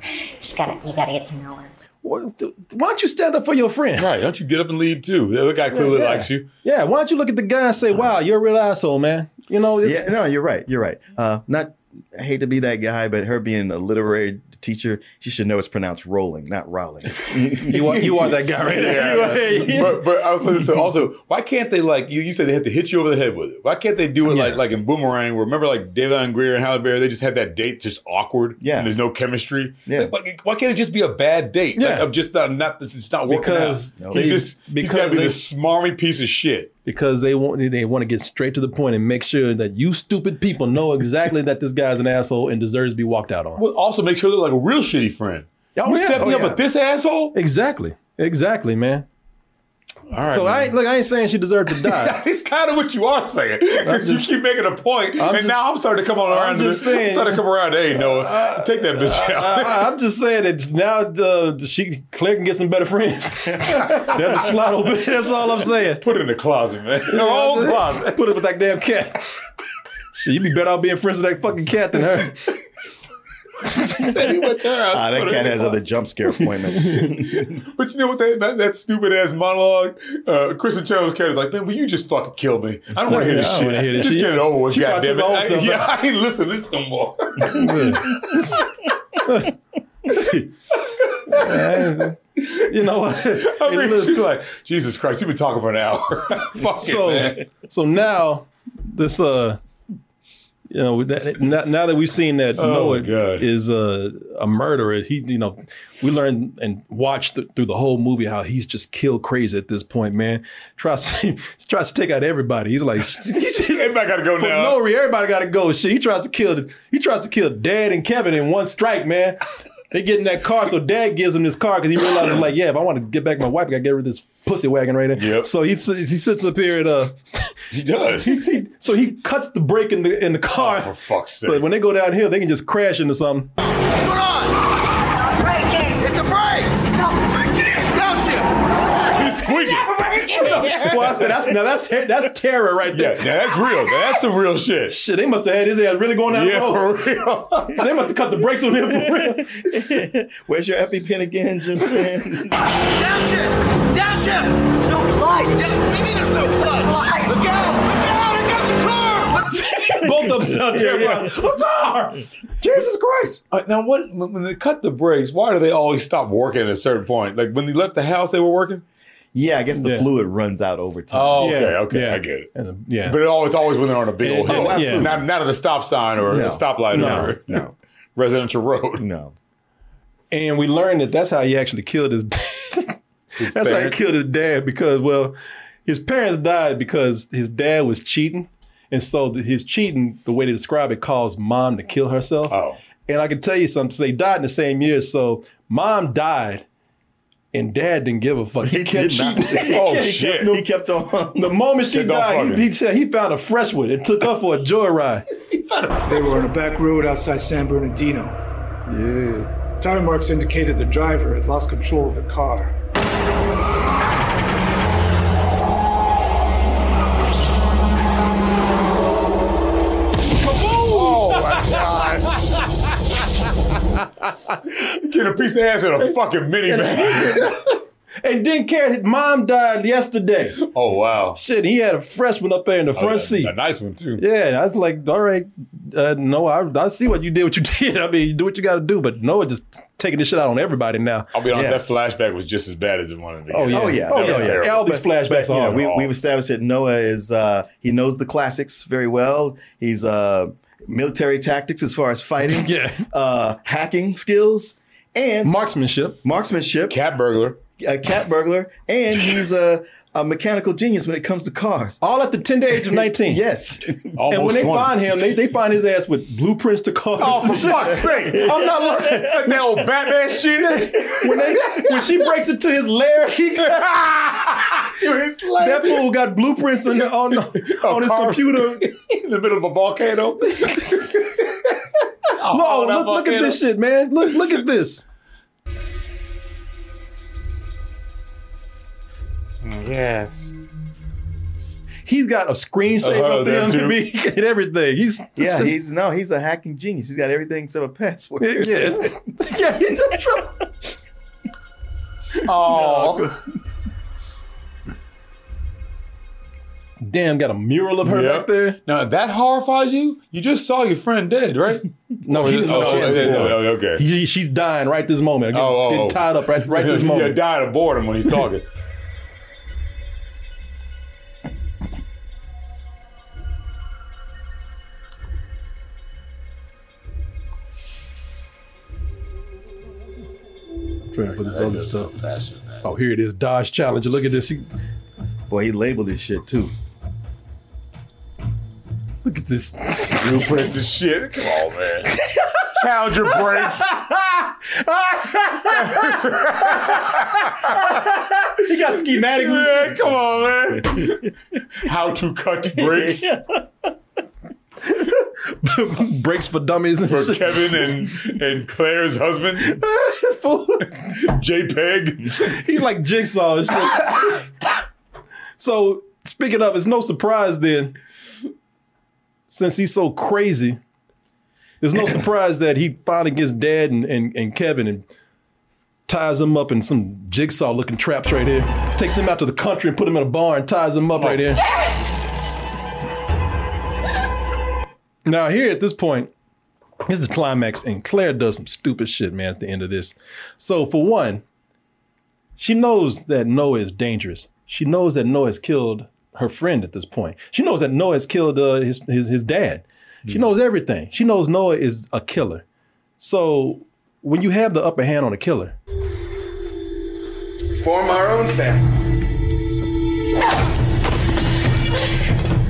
G: (laughs) She's gotta, you gotta get to know her.
A: What, th- why don't you stand up for your friend?
B: Right. Don't you get up and leave too? The other guy clearly
A: Yeah.
B: likes you.
A: Yeah, why don't you look at the guy and say, "Wow, you're a real asshole, man." You know, it's,
C: yeah, no, you're right. You're right.
A: Mm-hmm.
C: Uh, not I hate to be that guy, but her being a literary teacher, she should know it's pronounced rolling, not
A: (laughs)
C: rowling.
A: you are (laughs) you are that guy right
B: (laughs)
A: there.
B: Yeah. but, but I was saying this though, also, why can't they like you? You said they have to hit you over the head with it. Why can't they do it like like in Boomerang? Where remember like David Allen Greer and Halle Berry, they just had that date just awkward.
A: Yeah.
B: and there's no chemistry.
A: Yeah.
B: Like, why can't it just be a bad date? Like,
A: Yeah.
B: I'm just not not this it's not working
A: Because
B: out.
A: they-
B: he's just he's gotta
A: because
B: be
A: they-
B: this smarmy piece of shit.
A: Because they want they want to get straight to the point and make sure that you stupid people know exactly that this guy's an asshole and deserves to be walked out on.
B: Well, also make sure they're like a real shitty friend.
A: Oh,
B: you
A: yeah.
B: set me
A: Oh,
B: up
A: yeah.
B: with this asshole.
A: Exactly, exactly, man.
B: All right.
A: so
B: man.
A: I ain't, look, I ain't saying she deserved to die. (laughs)
B: (laughs) That's kind of what you are saying. 'Cause you keep making a point, and now I'm starting to come on around. to
A: just
B: this.
A: saying. Uh,
B: I'm starting to come around. Hey, Noah, take that bitch out.
A: I, am just saying that now uh, she Claire can get some better friends. (laughs) that's a slot open. That's all I'm saying.
B: Put it in the closet, man. Oh,
A: You
B: Your
A: know what I'm
B: own
A: saying?
B: closet.
A: Put it with that damn cat. Shit, you be better off being friends with that fucking cat than her. (laughs)
B: Send me with (laughs) her. I'll
C: Ah, that
B: put her
C: cat
B: in
C: has
B: the
C: other jump scare
A: (laughs)
C: appointments.
B: closet. (laughs) But you know what? That, that, that stupid ass monologue. Uh, Kristen Chenoweth's character is like, man, will you just fucking kill me? I don't want to hear
A: I
B: this
A: don't
B: shit.
A: wanna hear this
B: just
A: shit.
B: get it over with,
A: She brought
B: goddamn it.
A: your own
B: I,
A: self
B: yeah,
A: up.
B: (laughs) I ain't listening to this no more. (laughs)
A: you know what?
B: I mean, it's like, Jesus Christ, you've been talking for an hour. (laughs) Fuck
A: so,
B: it, man.
A: so now this uh you know that, now, now that we've seen that
B: Oh,
A: Noah
B: my God.
A: is a a murderer he you know we learned and watched th- through the whole movie how he's just kill crazy at this point man tries to, (laughs) tries to take out everybody he's like (laughs)
B: everybody got to go
A: for
B: now.
A: no reason everybody got to go shit he tries to kill the- he tries to kill Dad and Kevin in one strike
B: (laughs)
A: man they get in that car so Dad gives him this car because he realizes like yeah if I want to get back my wife I got to get rid of this pussy wagon right here so he s- he sits up here at uh
B: He does.
A: he- he- so he cuts the brake in the in the car.
B: Oh, for fuck's
A: (laughs)
B: sake!
A: So when they go downhill, they can just crash into
B: (laughs)
A: something.
K: What's going on? Stop braking! Hit the brakes! Stop working! Don't you?
B: He's
A: (laughs)
B: squeaking.
A: well, I said that's now that's ter- that's terror right there.
B: Yeah, that's real. That's some real shit.
A: Shit, they must have had his ass really going down
B: Yeah,
A: the road.
B: for real.
A: So (laughs) they must have cut the brakes on him for real.
C: (laughs) Where's your EpiPen again,
A: (laughs)
C: Jim Sam?
K: Downshift! Downshift! No clutch! What do you mean there's no clutch? Look out! Look out! I got the car!
A: Both (laughs) of them sound terrified. A
B: ah!
A: car! Jesus Christ!
B: Uh, now, what when when they cut the brakes? Why do they always stop working at a certain point? Like when they left the house, they were working.
C: yeah, I guess the
A: Yeah.
C: fluid runs out over time.
B: Oh, okay,
A: Yeah,
B: okay,
A: yeah.
B: I get it.
A: And, yeah.
B: But it all, it's always when they're on a big
A: And-
B: old hill,
A: Oh, absolutely.
B: not not at a stop sign or
C: No.
B: a stoplight
A: No,
B: (laughs) or no. residential
A: (laughs)
B: road.
C: No.
A: And we learned that that's how he actually killed his. (laughs) that's how he
B: parents?
A: killed his dad because well, his parents died because his dad was cheating, and so the, his cheating, the way they describe it, caused mom to kill herself.
B: Oh,
A: And I can tell you something. They died in the same year, so mom died, and dad didn't give a fuck. He, kept
C: did not.
A: cheating.
B: (laughs) Oh,
A: He kept-
B: shit.
A: The,
C: He kept on. (laughs)
A: the moment she
B: Kept on
A: died,
B: fucking.
A: he, he said he found a fresh one and took her for a joyride.
P: They (laughs) were on a back road outside San Bernardino. Yeah. Tire marks indicated the driver had lost control of the car.
B: oh my god! (laughs) Get a piece of ass in a fucking minivan.
A: And didn't care. His mom died yesterday.
B: (laughs) (laughs) oh wow!
A: Shit, he had a fresh one up there in the
B: Oh,
A: front
B: yeah,
A: seat.
B: a nice one too.
A: Yeah, and I was like, all right, uh, no, I, I see what you did, what you (laughs) did. I mean, you do what you got to do, but Noah just taking this shit out on everybody now.
B: I'll be honest,
C: Yeah.
B: that flashback was just as bad as the one in the
A: Oh
B: beginning.
A: yeah,
C: Oh, yeah.
A: oh
C: That was
A: yeah.
B: terrible.
A: All these flashbacks
C: you
A: are
C: know,
A: on.
C: we, we've established that Noah is uh, he knows the classics very well. He's uh, military tactics as far as
A: (laughs)
C: fighting,
A: Yeah.
C: uh, hacking skills, and
A: marksmanship.
C: marksmanship.
B: Cat burglar.
C: A cat burglar, and he's a a mechanical genius when it comes to cars.
A: All at the tender age of
B: (laughs)
A: 19.
C: yes.
A: (laughs) and when they find him, they, they find his ass with blueprints to cars.
B: Oh, for
C: (laughs)
B: fuck's sake.
A: (laughs) I'm not lying.
B: (laughs) That old Batman shit.
A: When, they, when she breaks into his lair, he that fool got blueprints in,
B: (laughs)
A: on, on his
B: car- (laughs)
A: computer.
B: (laughs) in the middle of a volcano. (laughs)
A: no, look, look at this shit, man. Look, look at
B: (laughs)
A: this.
B: Oh, Yes.
A: He's got a screensaver
C: Uh-huh,
A: up there
C: that
A: to
C: too.
A: me (laughs) and everything. He's
C: Yeah, he's no, he's a hacking genius. He's got everything except a password.
B: (laughs)
A: Yeah. yeah, that's right.
B: Oh.
A: (laughs) damn got a mural of her
B: Yep.
A: back there.
B: Now that horrifies you. You just saw your friend dead, right?
A: (laughs) No, he,
B: oh,
A: no,
B: oh,
A: she has
B: yeah,
A: four.
B: no, okay.
A: He- she's dying right this moment. Getting,
B: oh,
A: getting
B: oh.
A: tied up right,
B: (laughs)
A: right this
B: yeah,
A: moment.
B: died of boredom when
A: (laughs)
B: he's talking.
A: Praying for this other stuff. Oh, here it is, Dodge Challenger. Look at this. She-
C: Boy, he labeled this shit too.
A: Look at this.
B: Blueprints and shit. Come on, man.
A: (laughs)
B: Challenger breaks.
A: he got schematics.
B: Yeah, come on, man. (laughs) How to
A: (laughs)
B: cut breaks
A: Breaks for dummies. and (laughs)
B: for
A: shit.
B: Kevin and and Claire's husband,
A: (laughs)
B: JPEG.
A: He's like Jigsaw and shit. (coughs) so speaking of, it's no surprise then, since he's so crazy, there's no surprise that he finally gets Dad and, and, and Kevin and ties them up in some Jigsaw looking traps right here. Takes him out to the country and put him in a barn and ties him up right here. Now here at this point, this is the climax, and Claire does some stupid shit, man, at the end of this. So for one, she knows that Noah is dangerous. She knows that Noah has killed her friend at this point. She knows that Noah has killed uh, his, his his dad.
B: Hmm.
A: She knows everything. She knows Noah is a killer. So when you have the upper hand on a killer,
D: Form our own family.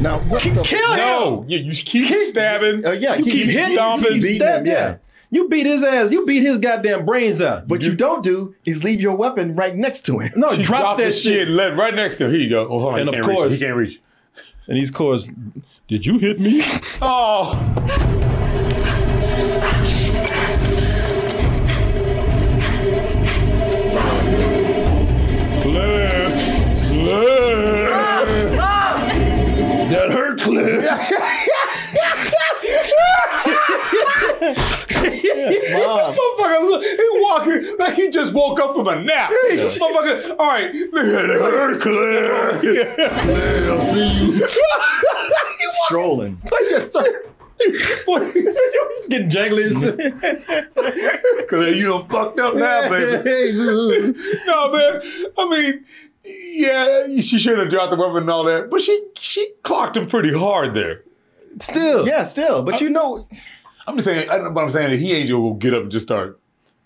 C: Now what the
A: kill
B: No, yeah, you keep stabbing.
C: Uh, yeah,
A: you
C: keep-
A: keep
C: you
A: hitting,
C: keep
A: stomping,
C: beating
A: stab-
C: him,
A: yeah.
C: yeah.
A: You beat his ass. You beat his goddamn brains out.
C: What you don't do is leave your weapon right next to him. (laughs)
A: No,
B: She
A: drop,
B: dropped
A: that
B: this
A: shit.
B: shit. left right next to him. Here you go. Oh, hold on.
A: And
B: he
A: of
B: can't reach it.
A: course-
B: he can't reach. it.
A: And he's course, did you hit me?
B: Oh, Claire, Claire.
A: That hurt, Cliff.
C: Mom.
B: Motherfucker, look, he walking like he just woke up from a nap. Motherfucker, all right, look at her, Claire.
C: I'll see you. Strolling.
A: (laughs)
B: (laughs)
A: he's getting jangly.
B: Claire, you done fucked up (laughs) now, baby. no, man. I mean, yeah, she should have dropped the weapon and all that, but she she clocked him pretty hard there.
A: Still,
C: Yeah, still. But you know,
B: I'm just saying, I don't know what I'm saying. He ain't gonna get up and just start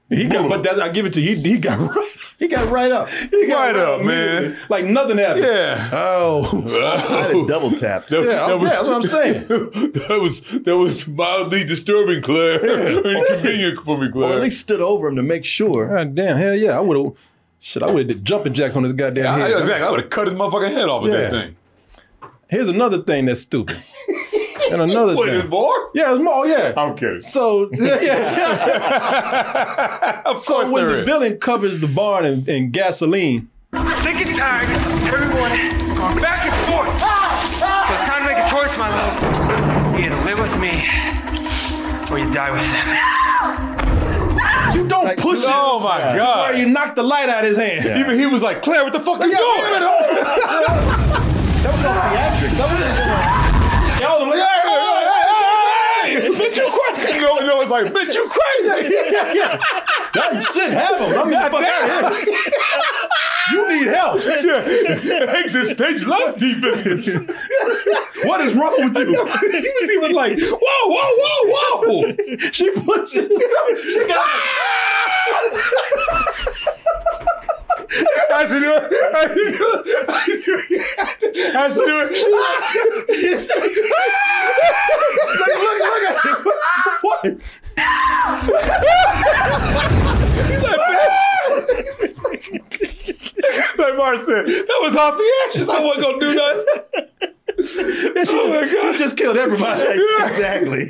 A: he got. But that, I give it to you. He, he got (laughs) right.
C: he got right
A: (laughs)
C: up.
A: He got
B: right up, man.
A: Like nothing happened.
B: Yeah. (laughs)
A: Oh,
C: I had a double tap.
B: That,
A: Yeah, okay, that's what I'm saying.
B: (laughs) That was that was mildly disturbing, Claire. (laughs) Inconvenient for me,
C: Or
B: Claire.
C: at least stood over him to make sure.
A: God damn, hell yeah! I would have. Shit, I would have did jumping jacks on this goddamn
B: I,
A: head.
B: exactly. I would have cut his motherfucking head off with that
A: Yeah.
B: thing.
A: Here's another thing that's stupid.
N: (laughs)
A: and another
B: Wait,
A: thing.
B: there's more?
A: Yeah, it's more. oh, Yeah.
B: I'm kidding.
A: so (laughs) yeah, yeah.
B: Of course
A: so when
B: there
A: the
B: is.
A: villain covers the barn in, in gasoline,
N: Sick and tired, everyone going back and forth.
K: Ah!
N: So it's time to make a choice, my love. You either live with me or you die with them.
A: you don't
C: Like,
A: push
C: dude,
A: it.
B: oh my
A: to
B: god!
A: where you knock the light out of his hand.
C: Yeah.
B: Even he was like, Claire, what the fuck you
A: Yeah, wait a
B: doing?
A: minute, hold on.
C: That was all theatrics. That wasn't
A: Y'all are like, "Hey,
B: Hey,
A: hey, hey."
B: hey, hey, hey, hey, bitch, you crazy? (laughs) No, no, it's like, bitch, you crazy?
A: That shit have him. I'm
B: God
A: fuck out of here. You need help.
B: (laughs) Yeah, exit stage left defense.
A: What is wrong with
B: he
C: (laughs)
A: you?
B: was even like, whoa, whoa, whoa, whoa.
A: She (laughs) pushes. She got.
B: I should do it. I should do it. I should do it. I should do it. look, look, look at it. What? He's like, bitch. like Mark said, that was off the ashes. I wasn't going to do nothing. oh my God.
C: Just killed everybody. (laughs)
B: exactly.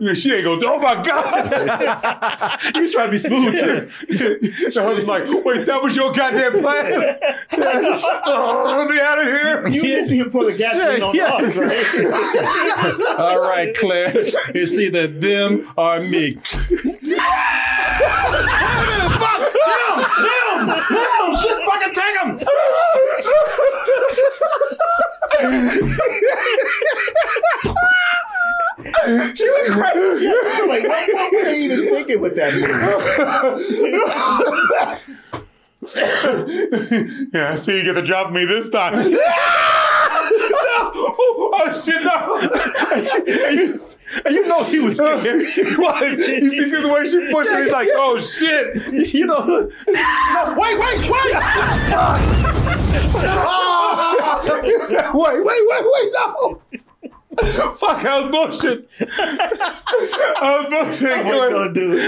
B: yeah, she ain't gonna. do- Oh my god! he was trying to be smooth too. the husband's like, "Wait, that was your goddamn (laughs) plan? oh, let me out of here!"
K: You didn't see him pour the gasoline on us,
B: right?
A: (laughs) All right, Claire. It's either them or me.
K: Fuck! Him! Him! Him! Shit, fucking take him!
C: she was crazy. So like, what, what were they even thinking with that movie?
B: yeah, I see you get to drop me this time. (laughs) no! Oh shit! No!
A: And you know he was
B: (laughs)
A: scared.
B: you see the way she pushed him. He's (laughs) like, "Oh shit!"
A: You know.
K: No, (laughs) wait, wait,
B: (laughs)
K: wait!
B: Ah! wait, wait, wait, wait! No. Fuck, I was bullshit. I was bullshit. I wasn't gonna do it.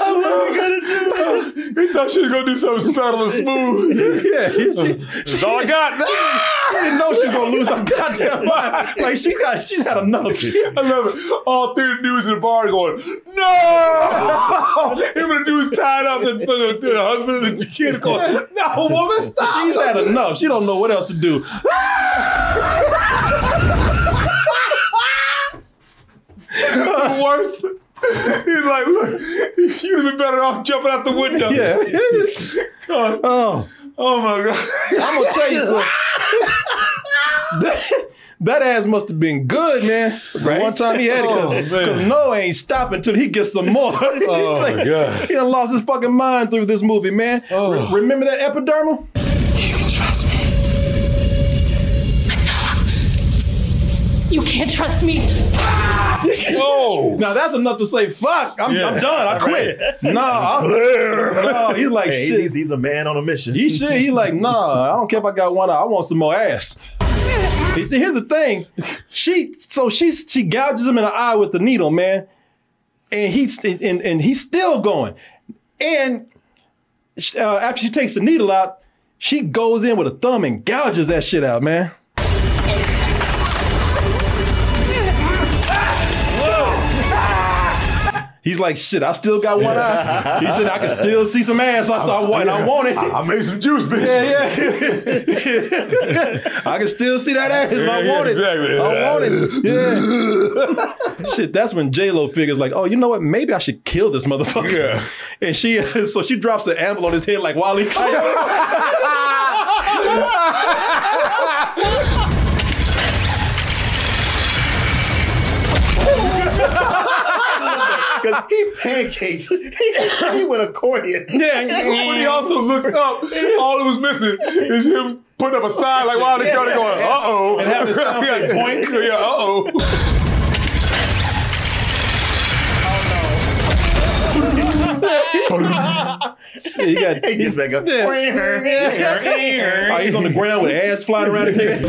B: I wasn't gonna do it. He thought she was gonna do something subtle and smooth.
A: Yeah,
B: that's all I
A: I
B: got.
A: didn't know she was gonna lose her goddamn mind. Like she got, she's had enough.
B: I love it. All three dudes in the bar going,
A: (laughs)
B: no! Him and the dude's tied up, the, the, the husband and the kid going, no, woman, stop!
A: She's had enough. She don't know what else to do.
B: the worst. He's like, look, you'd have been better off jumping out the window.
A: Yeah.
B: God.
A: Oh,
B: oh my
A: (laughs)
B: god!
A: I'm
B: (laughs)
A: gonna tell you something. that, that ass must have been good, man.
B: Right?
A: One time he had
B: Oh,
A: it
B: man.
A: because Noah ain't stopping until he gets some more. (laughs)
B: Oh, my God. Oh.
A: He done lost his fucking mind through this movie, man. Re- remember that epidermal?
K: You can trust me.
E: You can't trust me.
B: Whoa!
A: now that's enough to say, fuck, I'm,
C: Yeah.
A: I'm done. I quit. No, I'm- no, he's like,
C: Hey, he's-
A: shit.
C: He's, he's a man on
A: (laughs)
C: a mission.
A: He shit. He like, nah. I don't care if I got one. eye. I want some more ass. He- Here's the thing. She so she she gouges him in the eye with the needle, man, and he's and and he's still going. And uh, after she takes the needle out, she goes in with a thumb and gouges that shit out, man. He's like, shit, I still got one eye. He said, I can still see some ass. I, I, want, I want it.
B: I made some juice, bitch.
A: Yeah, yeah. (laughs) I can still see that ass. I
B: Yeah,
A: want it.
B: exactly.
A: I want it. Yeah. (laughs) Shit, that's when J Lo figures like, oh, you know what? Maybe I should kill this motherfucker.
B: Yeah.
A: (laughs) And she, so she drops an anvil on his head like Wally (laughs) Coyote.
C: Because he
A: (laughs)
C: pancakes. He, he went accordion.
B: When he also looks up, all it was missing is him putting up a sign like while they going, uh oh.
A: And having the sound
B: (laughs) yeah,
A: say boink.
B: Yeah, uh
A: (laughs)
B: oh.
A: Shit, he
C: (laughs)
A: got.
C: He gets back up.
A: Oh, he's on the ground with ass flying around his head.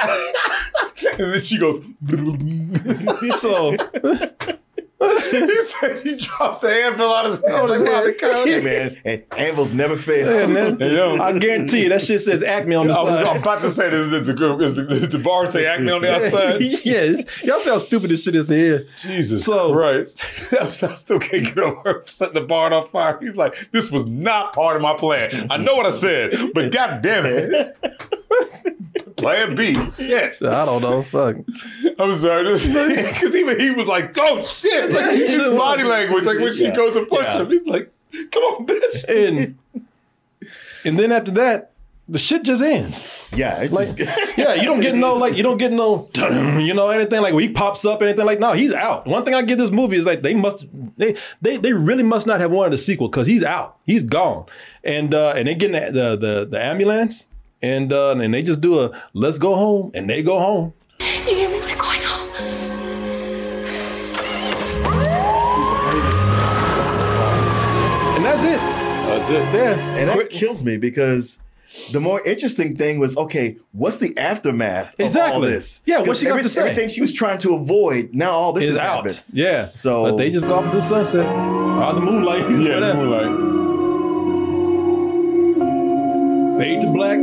B: And then
A: (laughs)
B: she goes, (laughs)
A: So
B: he said he dropped the anvil out of his head like Wally
C: Hey,
B: Coyote.
C: man, hey, anvils never fail.
A: yeah, man.
B: Yeah.
A: I guarantee you that shit says Acme on the
C: Oh,
B: I
A: side.
B: was,
A: (laughs)
B: I was about to say this is the, good- is the, is the bar say acne on the outside.
A: yeah, it's- y'all see how stupid this shit is to hear.
B: (laughs) Jesus
A: So-
B: Christ. (laughs) I was- I still can't get over setting the barn on fire. He's like, this was not part of my plan. I know what I said, but god damn it. (laughs) plan B. Yes.
A: I don't know. Fuck.
B: I'm sorry. (laughs) Because even he was like, oh shit. Like, his body language. Like when she
C: Yeah.
B: goes and pushes
C: Yeah.
B: him, he's like, come on, bitch.
A: And and then after that, the shit just ends.
C: Yeah, it
A: Like, (laughs)
C: just,
A: yeah, you don't get no like you don't get no (clears throat) you know anything like when he pops up anything like no he's out. One thing I get this movie is like they must they they they really must not have wanted a sequel because he's out. He's gone. And uh and they get in the the the, the ambulance and uh and they just do a let's go home and they go home.
E: You hear me? We're going home.
B: That's it.
C: Yeah. (laughs) And that kills me because the more interesting thing was okay, what's the aftermath of all
A: Exactly.
C: this?
A: Yeah, what's
C: 'Cause
A: she got to say?
C: Everything she was trying to avoid, now all this
A: Is
C: is
A: out.
C: Happened.
A: Yeah.
C: So
A: But they just go off into the sunset. Or the moonlight.
B: Yeah, the
A: whatever.
B: moonlight.
A: (laughs) Fade to black.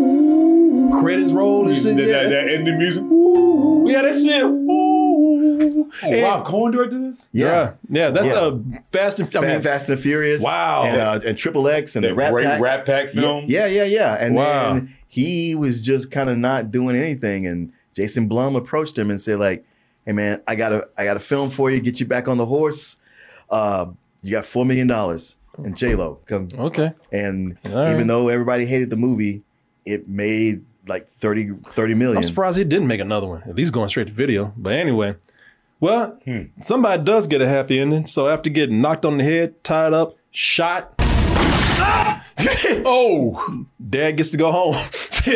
A: Credits roll. And shit,
B: That,
A: yeah.
B: that, that ending music.
A: yeah, that's it. Ooh. And-
B: wow, Cohen directed this?
A: yeah. yeah, that's
C: Yeah.
A: a Fast and I
C: Fa-
A: mean,
C: Fast and the Furious.
A: Wow.
C: And, uh, and Triple X and the
B: That
C: Rat
B: great
C: Pack.
B: Rat Pack film.
C: Yeah, yeah, yeah. And
A: Wow.
C: then he was just kind of not doing anything. And Jason Blum approached him and said, like, hey man, I got a I got a film for you, get you back on the horse. Uh, you got four million dollars. And J Lo come.
A: Okay.
C: And
A: right.
C: even though everybody hated the movie, it made like 30, 30 million.
A: I'm surprised he didn't make another one. At least going straight to video. But anyway, well,
C: Hmm.
A: somebody does get a happy ending. So after getting knocked on the head, tied up, shot.
C: (laughs)
A: oh, dad gets to go home. (laughs)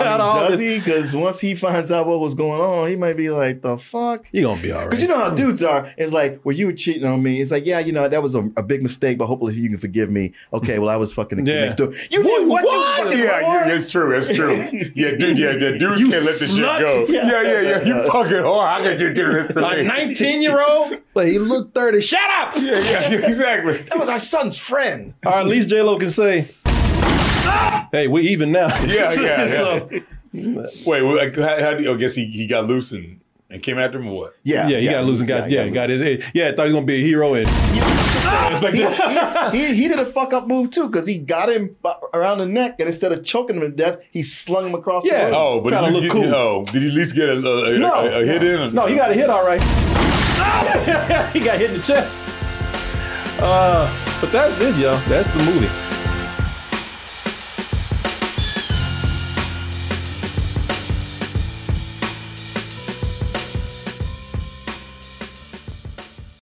A: Out of all
C: Does
A: this-
C: he? Because once he finds out what was going on, he might be like, "The fuck."
A: You gonna be all right.
C: Because you know how dudes are. It's like, well, you were cheating on me. It's like, yeah, you know, that was a, a big mistake, but hopefully you can forgive me. Okay, well, I was fucking the kid
A: Yeah.
C: next door. You did what? You fucking
B: Yeah,
C: whore?
B: you, it's true.
A: (laughs)
B: It's true. Yeah, dude. Yeah, yeah dudes
A: You
B: can't let this shit
A: slut.
B: go.
A: Yeah.
B: Yeah, yeah, yeah. You fucking whore. How could you do this to
A: Like
B: me?
A: 19 year old, (laughs) but he looked 30. Shut up!
B: Yeah, yeah, yeah, exactly.
C: That was our son's friend.
A: Or at least J Lo can say,
C: Ah!
A: "Hey, we even now."
B: Yeah, yeah,
A: (laughs) So-
B: yeah. Wait, well, like, how, how do you, I guess he, he got loose and, and came after him or what?
A: yeah, he got losing. Got yeah, got his. Yeah, I thought he was gonna be a hero and It's like-
C: he, he, he did a fuck up move too because he got him bu- around the neck and instead of choking him to death, he slung him across the room.
B: Oh, but
A: Tryna
B: at least
A: look
B: get,
A: cool.
B: oh, did he at least get a, a, a,
A: No.
B: a, a hit in? or-
A: No, he got a hit all right. (laughs) he got hit in the chest. Uh, but that's it, yo. That's the movie.